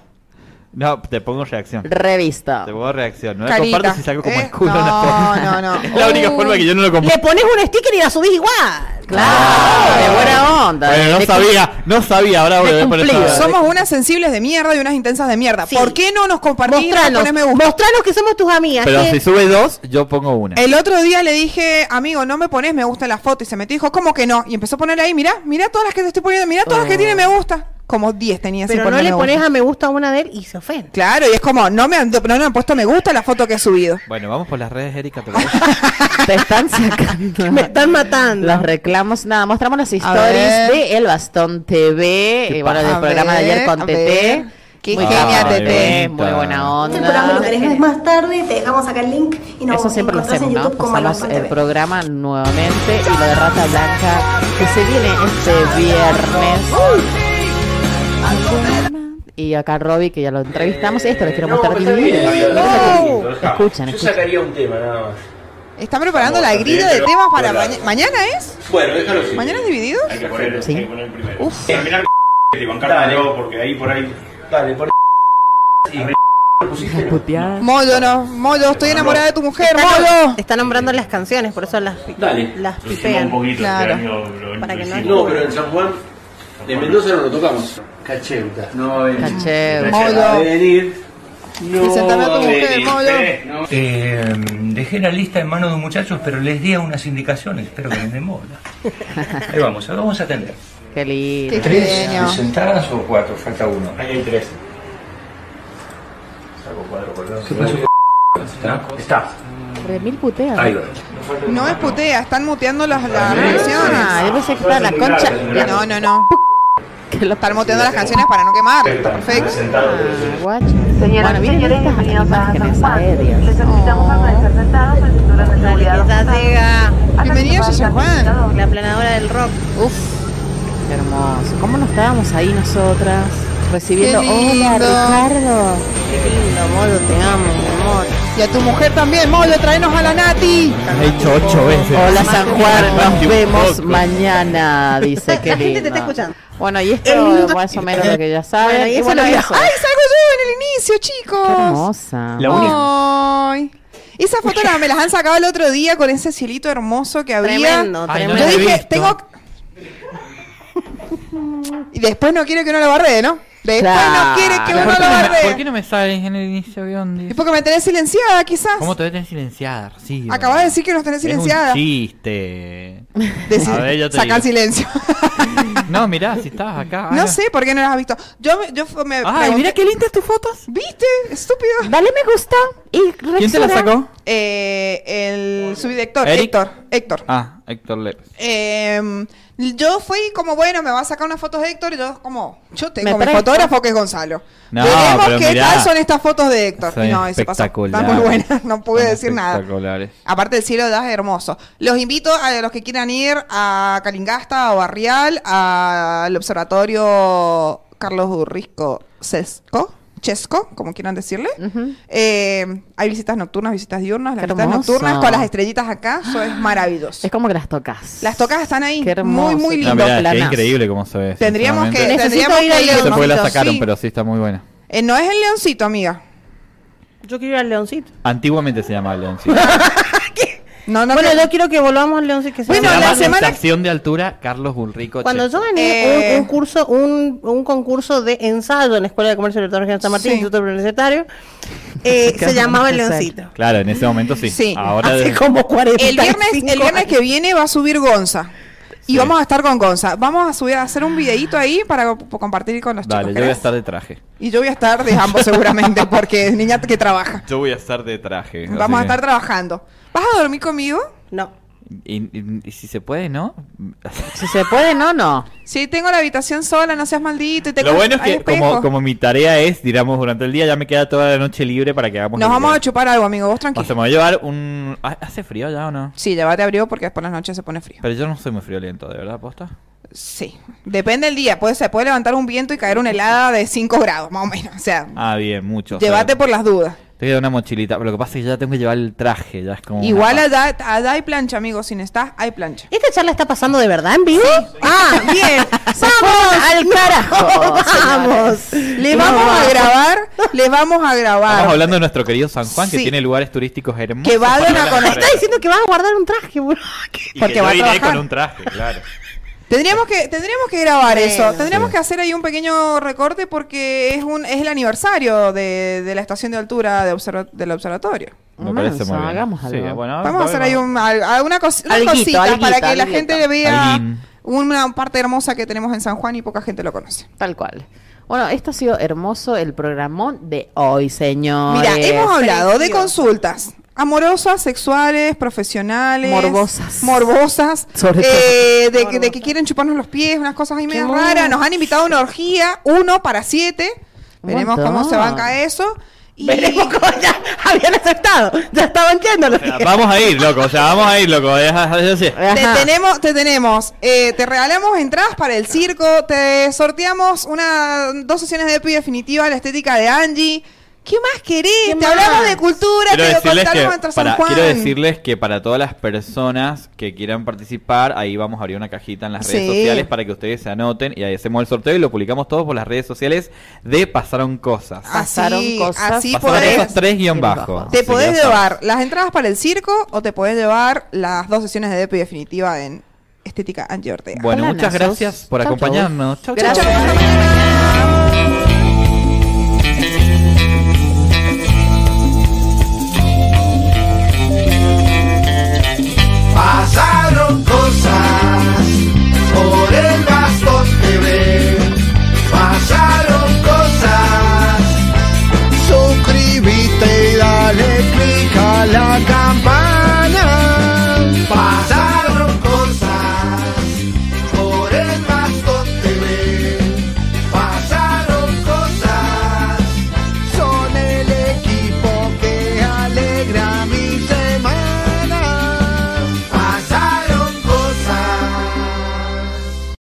Speaker 11: No, te pongo reacción.
Speaker 4: Revista.
Speaker 11: Te pongo reacción. No la
Speaker 5: Carita.
Speaker 11: comparto si salgo como
Speaker 3: Eh,
Speaker 11: el culo. en la
Speaker 5: No,
Speaker 11: foto.
Speaker 5: no, no.
Speaker 11: Es la única
Speaker 3: Uh.
Speaker 5: Uy.
Speaker 11: forma que yo no lo comparto.
Speaker 5: Le pones un sticker y la subís igual.
Speaker 3: Ah,
Speaker 4: de buena onda.
Speaker 11: Bueno, no
Speaker 4: De
Speaker 11: sabía, no sabía. Ahora voy a poner
Speaker 3: Cumplido.
Speaker 11: esta-
Speaker 3: Somos unas sensibles de mierda y unas intensas de mierda. ¿Por qué no nos compartimos?
Speaker 5: Mostranos, mostranos que somos tus amigas.
Speaker 2: Pero si sube dos, yo pongo una.
Speaker 3: El otro día le dije, amigo, no me pones me gusta en la foto. Y se metió y dijo, ¿cómo que no? Y empezó a ponerle ahí, mirá, mirá todas las que te estoy poniendo, mirá todas las que tienen me gusta. Como 10 tenía sin
Speaker 5: Pero no
Speaker 3: ponerle
Speaker 5: le
Speaker 3: me
Speaker 5: pones
Speaker 3: gusta.
Speaker 5: a me gusta a una de él y se ofende.
Speaker 3: Claro, y es como, no me, han, no me han puesto me gusta a la foto que he subido.
Speaker 2: Bueno, vamos por las redes, Erika. te-
Speaker 4: Te están sacando.
Speaker 5: Me están matando.
Speaker 4: Los reclamos. Nada, mostramos las
Speaker 3: ver.
Speaker 4: historias de El Bastón TV.
Speaker 5: Qué
Speaker 4: Y bueno,
Speaker 5: pa-
Speaker 4: del
Speaker 5: a
Speaker 4: programa de
Speaker 5: ver,
Speaker 4: ayer con
Speaker 5: a
Speaker 4: Tete.
Speaker 5: ver.
Speaker 4: Qué
Speaker 5: genia,
Speaker 4: Tete. Muy buena
Speaker 12: Este programa lo
Speaker 4: onda.
Speaker 12: querés ver más tarde, te dejamos acá el link y nos
Speaker 4: Eso siempre lo
Speaker 12: encontrás
Speaker 4: hacemos,
Speaker 12: en
Speaker 4: ¿no?
Speaker 12: YouTube como
Speaker 4: Pasamos
Speaker 12: Alonso
Speaker 4: el
Speaker 12: TV.
Speaker 4: programa nuevamente y lo de Rata Blanca que se viene este viernes. Y acá Robbie, que ya lo entrevistamos. Esto les quiero mostrar.
Speaker 13: pero está bien, está bien, está bien, lo dejamos.
Speaker 4: Escuchen,
Speaker 13: Yo
Speaker 4: escuchen.
Speaker 13: sacaría un tema nada más.
Speaker 3: Está preparando
Speaker 13: Vamos,
Speaker 3: la
Speaker 13: también,
Speaker 3: grilla de
Speaker 13: pero-
Speaker 3: temas para
Speaker 13: Hola.
Speaker 3: mañana. ¿Mañana es?
Speaker 13: Bueno, déjalo así.
Speaker 3: ¿Mañana es dividido?
Speaker 13: Hay que poner,
Speaker 4: Sí.
Speaker 13: hay que poner primero. Terminar con y bancarla luego porque ahí por ahí. Dale, por y Ah.
Speaker 3: Mollo, no. Mollo, estoy enamorada de tu mujer,
Speaker 5: Está,
Speaker 3: mollo.
Speaker 5: está nombrando las canciones, por eso las,
Speaker 13: Dale.
Speaker 5: las
Speaker 13: Lo hicimos
Speaker 5: pipean.
Speaker 13: un poquito este
Speaker 5: Claro.
Speaker 13: año, lo-
Speaker 5: Para
Speaker 13: lo
Speaker 5: que no-
Speaker 13: hicimos. no, pero en San Juan, en Mendoza no lo tocamos. Cacheuta. No va a venir.
Speaker 4: Cacheuta.
Speaker 13: No va a
Speaker 4: Molo.
Speaker 13: venir. No
Speaker 4: Presentame a tu
Speaker 13: va
Speaker 4: mujer,
Speaker 13: venir.
Speaker 4: Molo.
Speaker 13: Eh, no. Eh, dejé la lista en manos de un muchacho, pero les di a unas indicaciones. Espero que les den bola. Ahí vamos, ahora vamos a atender.
Speaker 4: Qué lindo.
Speaker 13: presentadas o cuatro? Falta uno. Ahí hay tres. Saco cuatro, cuatro. ¿Está? Está.
Speaker 4: Remil putea.
Speaker 13: Ahí va.
Speaker 3: No es putea, están muteando las, las canciones.
Speaker 4: Ah, yo pensé que estaba la concha.
Speaker 3: No, no, no.
Speaker 4: Que lo
Speaker 3: Están muteando las canciones para no quemar. Perfecto.
Speaker 4: Bueno, vienen estas imágenes aéreas.
Speaker 3: Bienvenidos a San Juan.
Speaker 5: La planadora del rock. Uf.
Speaker 4: Qué hermoso. ¿Cómo no estábamos ahí nosotras recibiendo?
Speaker 5: Qué
Speaker 4: Hola,
Speaker 5: lindo.
Speaker 4: Ricardo.
Speaker 5: Lindo, Molo, te amo, mi amor.
Speaker 3: Y a tu mujer también, Mollo, tráenos a la Nati.
Speaker 2: He hecho ocho veces.
Speaker 4: Hola San Juan, nos vemos
Speaker 2: poco.
Speaker 4: mañana, dice que
Speaker 5: La gente
Speaker 4: lindo.
Speaker 5: te está escuchando.
Speaker 4: Bueno, y esto es más o menos lo que ya saben.
Speaker 5: Bueno, y
Speaker 4: y
Speaker 5: eso
Speaker 4: bueno,
Speaker 5: lo que-
Speaker 4: eso.
Speaker 3: ¡Ay, salgo yo en el inicio, chicos!
Speaker 4: Qué hermosa.
Speaker 3: La Ay. Esa foto la- me las han sacado el otro día con ese cielito hermoso que había.
Speaker 5: Tremendo, Ay, no
Speaker 3: Yo
Speaker 5: la he
Speaker 3: dije,
Speaker 5: visto.
Speaker 3: tengo. Y después no quiere que uno lo barree, ¿no? Después no quiere que uno lo
Speaker 11: ¿Por
Speaker 3: barree.
Speaker 11: qué no me sales en el inicio, Biondi?
Speaker 3: Y porque me tenés silenciada, quizás.
Speaker 11: ¿Cómo te voy a tener silenciada? Sí,
Speaker 3: Acabas de decir que nos tenés silenciada.
Speaker 11: Es un chiste.
Speaker 3: Decí-
Speaker 11: A ver, yo te
Speaker 3: Sacá el
Speaker 11: digo.
Speaker 3: silencio.
Speaker 11: No, mirá, si estabas acá.
Speaker 3: No sé por qué no las has visto. Yo me. Yo me
Speaker 11: Ah, Ay, mirá
Speaker 3: qué lindas tus fotos. ¿Viste? Estúpido.
Speaker 4: Dale me gusta. Y
Speaker 11: ¿Quién te la sacó?
Speaker 3: Eh, el subdirector,
Speaker 11: Eric.
Speaker 3: Héctor. Héctor.
Speaker 11: Ah, Héctor López.
Speaker 3: Eh, yo fui como, bueno, me va a sacar unas fotos de Héctor. Y yo, como, yo tengo
Speaker 4: Me
Speaker 3: mi
Speaker 4: presto.
Speaker 3: fotógrafo que es Gonzalo.
Speaker 2: No,
Speaker 3: Veremos
Speaker 2: pero
Speaker 3: qué
Speaker 2: mirá.
Speaker 3: tal son estas fotos de Héctor.
Speaker 2: Son
Speaker 3: Y no, eso pasó. Están muy
Speaker 2: espectaculares.
Speaker 3: buenas, no pude decir nada.
Speaker 2: Espectaculares.
Speaker 3: Aparte el cielo ya es hermoso. Los invito a los que quieran ir a Calingasta o a Rial, al observatorio Carlos Urrisco Sesco, Chesco, como quieran decirle.
Speaker 4: Mm.
Speaker 3: Eh, hay visitas nocturnas, visitas diurnas, las
Speaker 4: Qué
Speaker 3: visitas
Speaker 4: hermoso.
Speaker 3: nocturnas con las estrellitas acá, eso es maravilloso.
Speaker 4: Es como que las tocas.
Speaker 3: Las tocas están ahí,
Speaker 4: Qué hermoso.
Speaker 3: muy muy
Speaker 2: No,
Speaker 3: lindo.
Speaker 2: mirá, es que increíble cómo se ve.
Speaker 3: Tendríamos que-
Speaker 2: sinceramente.
Speaker 3: tendríamos Necesito ir que- ahí a
Speaker 2: No sé por qué la
Speaker 3: Leoncito,
Speaker 2: sacaron,
Speaker 3: sí.
Speaker 2: pero sí está muy buena.
Speaker 3: Eh, no es el leoncito, amiga.
Speaker 5: Yo quiero ir al Leoncito.
Speaker 2: Antiguamente se llamaba Leoncito.
Speaker 3: No, no,
Speaker 5: bueno, yo quiero que volvamos al Leoncito. Que se
Speaker 2: se
Speaker 5: llama-
Speaker 2: llama Estación de altura Carlos Ulrico.
Speaker 5: Cuando
Speaker 2: Che.
Speaker 5: yo gané
Speaker 3: Eh.
Speaker 5: un, un curso, un, un concurso de ensayo en la Escuela de Comercio y Tecnología de San Martín,
Speaker 3: Sí.
Speaker 5: Instituto Universitario, eh, se llamaba El
Speaker 4: Exacto.
Speaker 5: Leoncito.
Speaker 2: Claro, en ese momento sí.
Speaker 3: Sí.
Speaker 2: Ahora
Speaker 5: Hace
Speaker 2: de-
Speaker 5: como 40
Speaker 3: El viernes, el viernes que viene va a subir Gonza. Y vamos a estar con Gonza. Vamos a subir a hacer un videito ahí para co- compartir con los
Speaker 2: Dale, yo
Speaker 3: chicos.
Speaker 2: voy a
Speaker 3: ¿querés?
Speaker 2: estar de traje.
Speaker 3: Y yo voy a estar de ambos seguramente, porque es niña que trabaja.
Speaker 2: Yo voy a estar de traje.
Speaker 3: Vamos a estar trabajando. ¿Vas a dormir conmigo?
Speaker 5: No.
Speaker 2: Y, y- y si se puede, ¿no?
Speaker 4: Si se puede, no, no.
Speaker 3: Si tengo la habitación sola, no seas maldito. Y te
Speaker 2: Lo bueno es
Speaker 3: hay
Speaker 2: que como,
Speaker 3: espejo.
Speaker 2: como mi tarea es, digamos, durante el día ya me queda toda la noche libre para que hagamos... lo
Speaker 3: Nos
Speaker 2: que
Speaker 3: vamos a
Speaker 2: queramos.
Speaker 3: chupar algo, amigo. Vos
Speaker 2: O sea,
Speaker 3: tranquilo.
Speaker 2: me voy a llevar un... ¿Ah, ¿Hace frío ya o no?
Speaker 3: Sí, llévate abrigo porque después las noches se pone frío.
Speaker 2: Pero yo no soy muy friolento, ¿de verdad, posta?
Speaker 3: Sí. Depende del día. Puede, se puede levantar un viento y caer una helada de 5 grados, más o menos. O sea,
Speaker 2: Ah, bien, mucho. o sea,
Speaker 3: llévate por las dudas.
Speaker 2: Te queda una mochilita, pero lo que pasa es que ya tengo que llevar el traje, ya es como... una
Speaker 3: Igual
Speaker 2: pa-
Speaker 3: allá, allá hay plancha, amigo. Si no estás, hay plancha.
Speaker 5: ¿Esta charla está pasando de verdad en vivo?
Speaker 3: Ah, bien.
Speaker 5: ¡Vamos! ¡Al carajo!
Speaker 3: No,
Speaker 5: ¡Vamos!
Speaker 3: Le vamos a grabar, le vamos a
Speaker 2: Estamos
Speaker 3: grabar.
Speaker 2: hablando de nuestro querido San Juan,
Speaker 3: Sí.
Speaker 2: que tiene lugares turísticos hermosos.
Speaker 3: Que va de una con-
Speaker 5: Me está diciendo que vas a guardar un traje, boludo.
Speaker 3: porque
Speaker 2: porque
Speaker 3: va
Speaker 2: va
Speaker 3: a trabajar.
Speaker 2: con un traje, claro.
Speaker 3: Tendríamos que, tendríamos que grabar
Speaker 5: Bueno.
Speaker 3: eso. Tendríamos
Speaker 2: Sí.
Speaker 3: que hacer ahí un pequeño recorte porque es un, es el aniversario de, de la estación de altura de observa- del observatorio.
Speaker 2: Me parece muy bien.
Speaker 4: hagamos
Speaker 2: Sí,
Speaker 4: algo.
Speaker 2: bueno,
Speaker 3: Vamos a hacer ahí un, al- alguna cos- unas
Speaker 4: Alguito,
Speaker 3: cositas
Speaker 4: alguito,
Speaker 3: para que la
Speaker 4: alguito.
Speaker 3: gente le vea
Speaker 2: Alguín.
Speaker 3: una parte hermosa que tenemos en San Juan y poca gente lo conoce.
Speaker 4: Tal cual. Bueno, esto ha sido hermoso el programón de hoy, señor.
Speaker 3: Mira, hemos hablado de consultas amorosas, sexuales, profesionales,
Speaker 4: Morbosas.
Speaker 3: morbosas,
Speaker 4: Sobre
Speaker 3: eh, de, que- de que quieren chuparnos los pies, unas cosas ahí medio
Speaker 4: bueno.
Speaker 3: raras. Nos han invitado a una orgía, uno para siete.
Speaker 4: Un
Speaker 3: Veremos
Speaker 4: montón.
Speaker 3: cómo se banca eso. Y
Speaker 5: Veremos cómo ya habían aceptado. Ya estaban yéndolo.
Speaker 2: O sea, vamos a ir, loco, o sea, vamos a ir, loco. deja- deja- deja- deja-
Speaker 3: te tenemos, te tenemos, eh, te regalamos entradas para el circo, te sorteamos una, dos sesiones de EPI definitiva, la estética de Angie. ¿Qué más querés?
Speaker 5: ¿Qué
Speaker 3: te
Speaker 5: más?
Speaker 3: hablamos de cultura,
Speaker 2: Quiero
Speaker 3: te
Speaker 2: decirles,
Speaker 3: contamos
Speaker 2: que
Speaker 3: nuestra
Speaker 2: para,
Speaker 3: San Juan.
Speaker 2: quiero decirles que para todas las personas que quieran participar, ahí vamos a abrir una cajita en las redes
Speaker 3: Sí.
Speaker 2: sociales para que ustedes se anoten y ahí hacemos el sorteo y lo publicamos todos por las redes sociales de Pasaron Cosas.
Speaker 4: Pasaron
Speaker 3: así,
Speaker 4: cosas.
Speaker 3: así
Speaker 2: Pasaron
Speaker 3: podés-
Speaker 2: Cosas tres guión bajo. Así
Speaker 3: Te
Speaker 2: que
Speaker 3: podés
Speaker 2: ya sabes.
Speaker 3: llevar las entradas para el circo o te podés llevar las dos sesiones de DEPI definitiva en Estética Angie Ortega.
Speaker 2: Bueno, muchas
Speaker 4: Planazos.
Speaker 2: gracias por
Speaker 4: Chau, chau.
Speaker 2: acompañarnos. Chau, chau.
Speaker 3: Chau, chau, hasta mañana.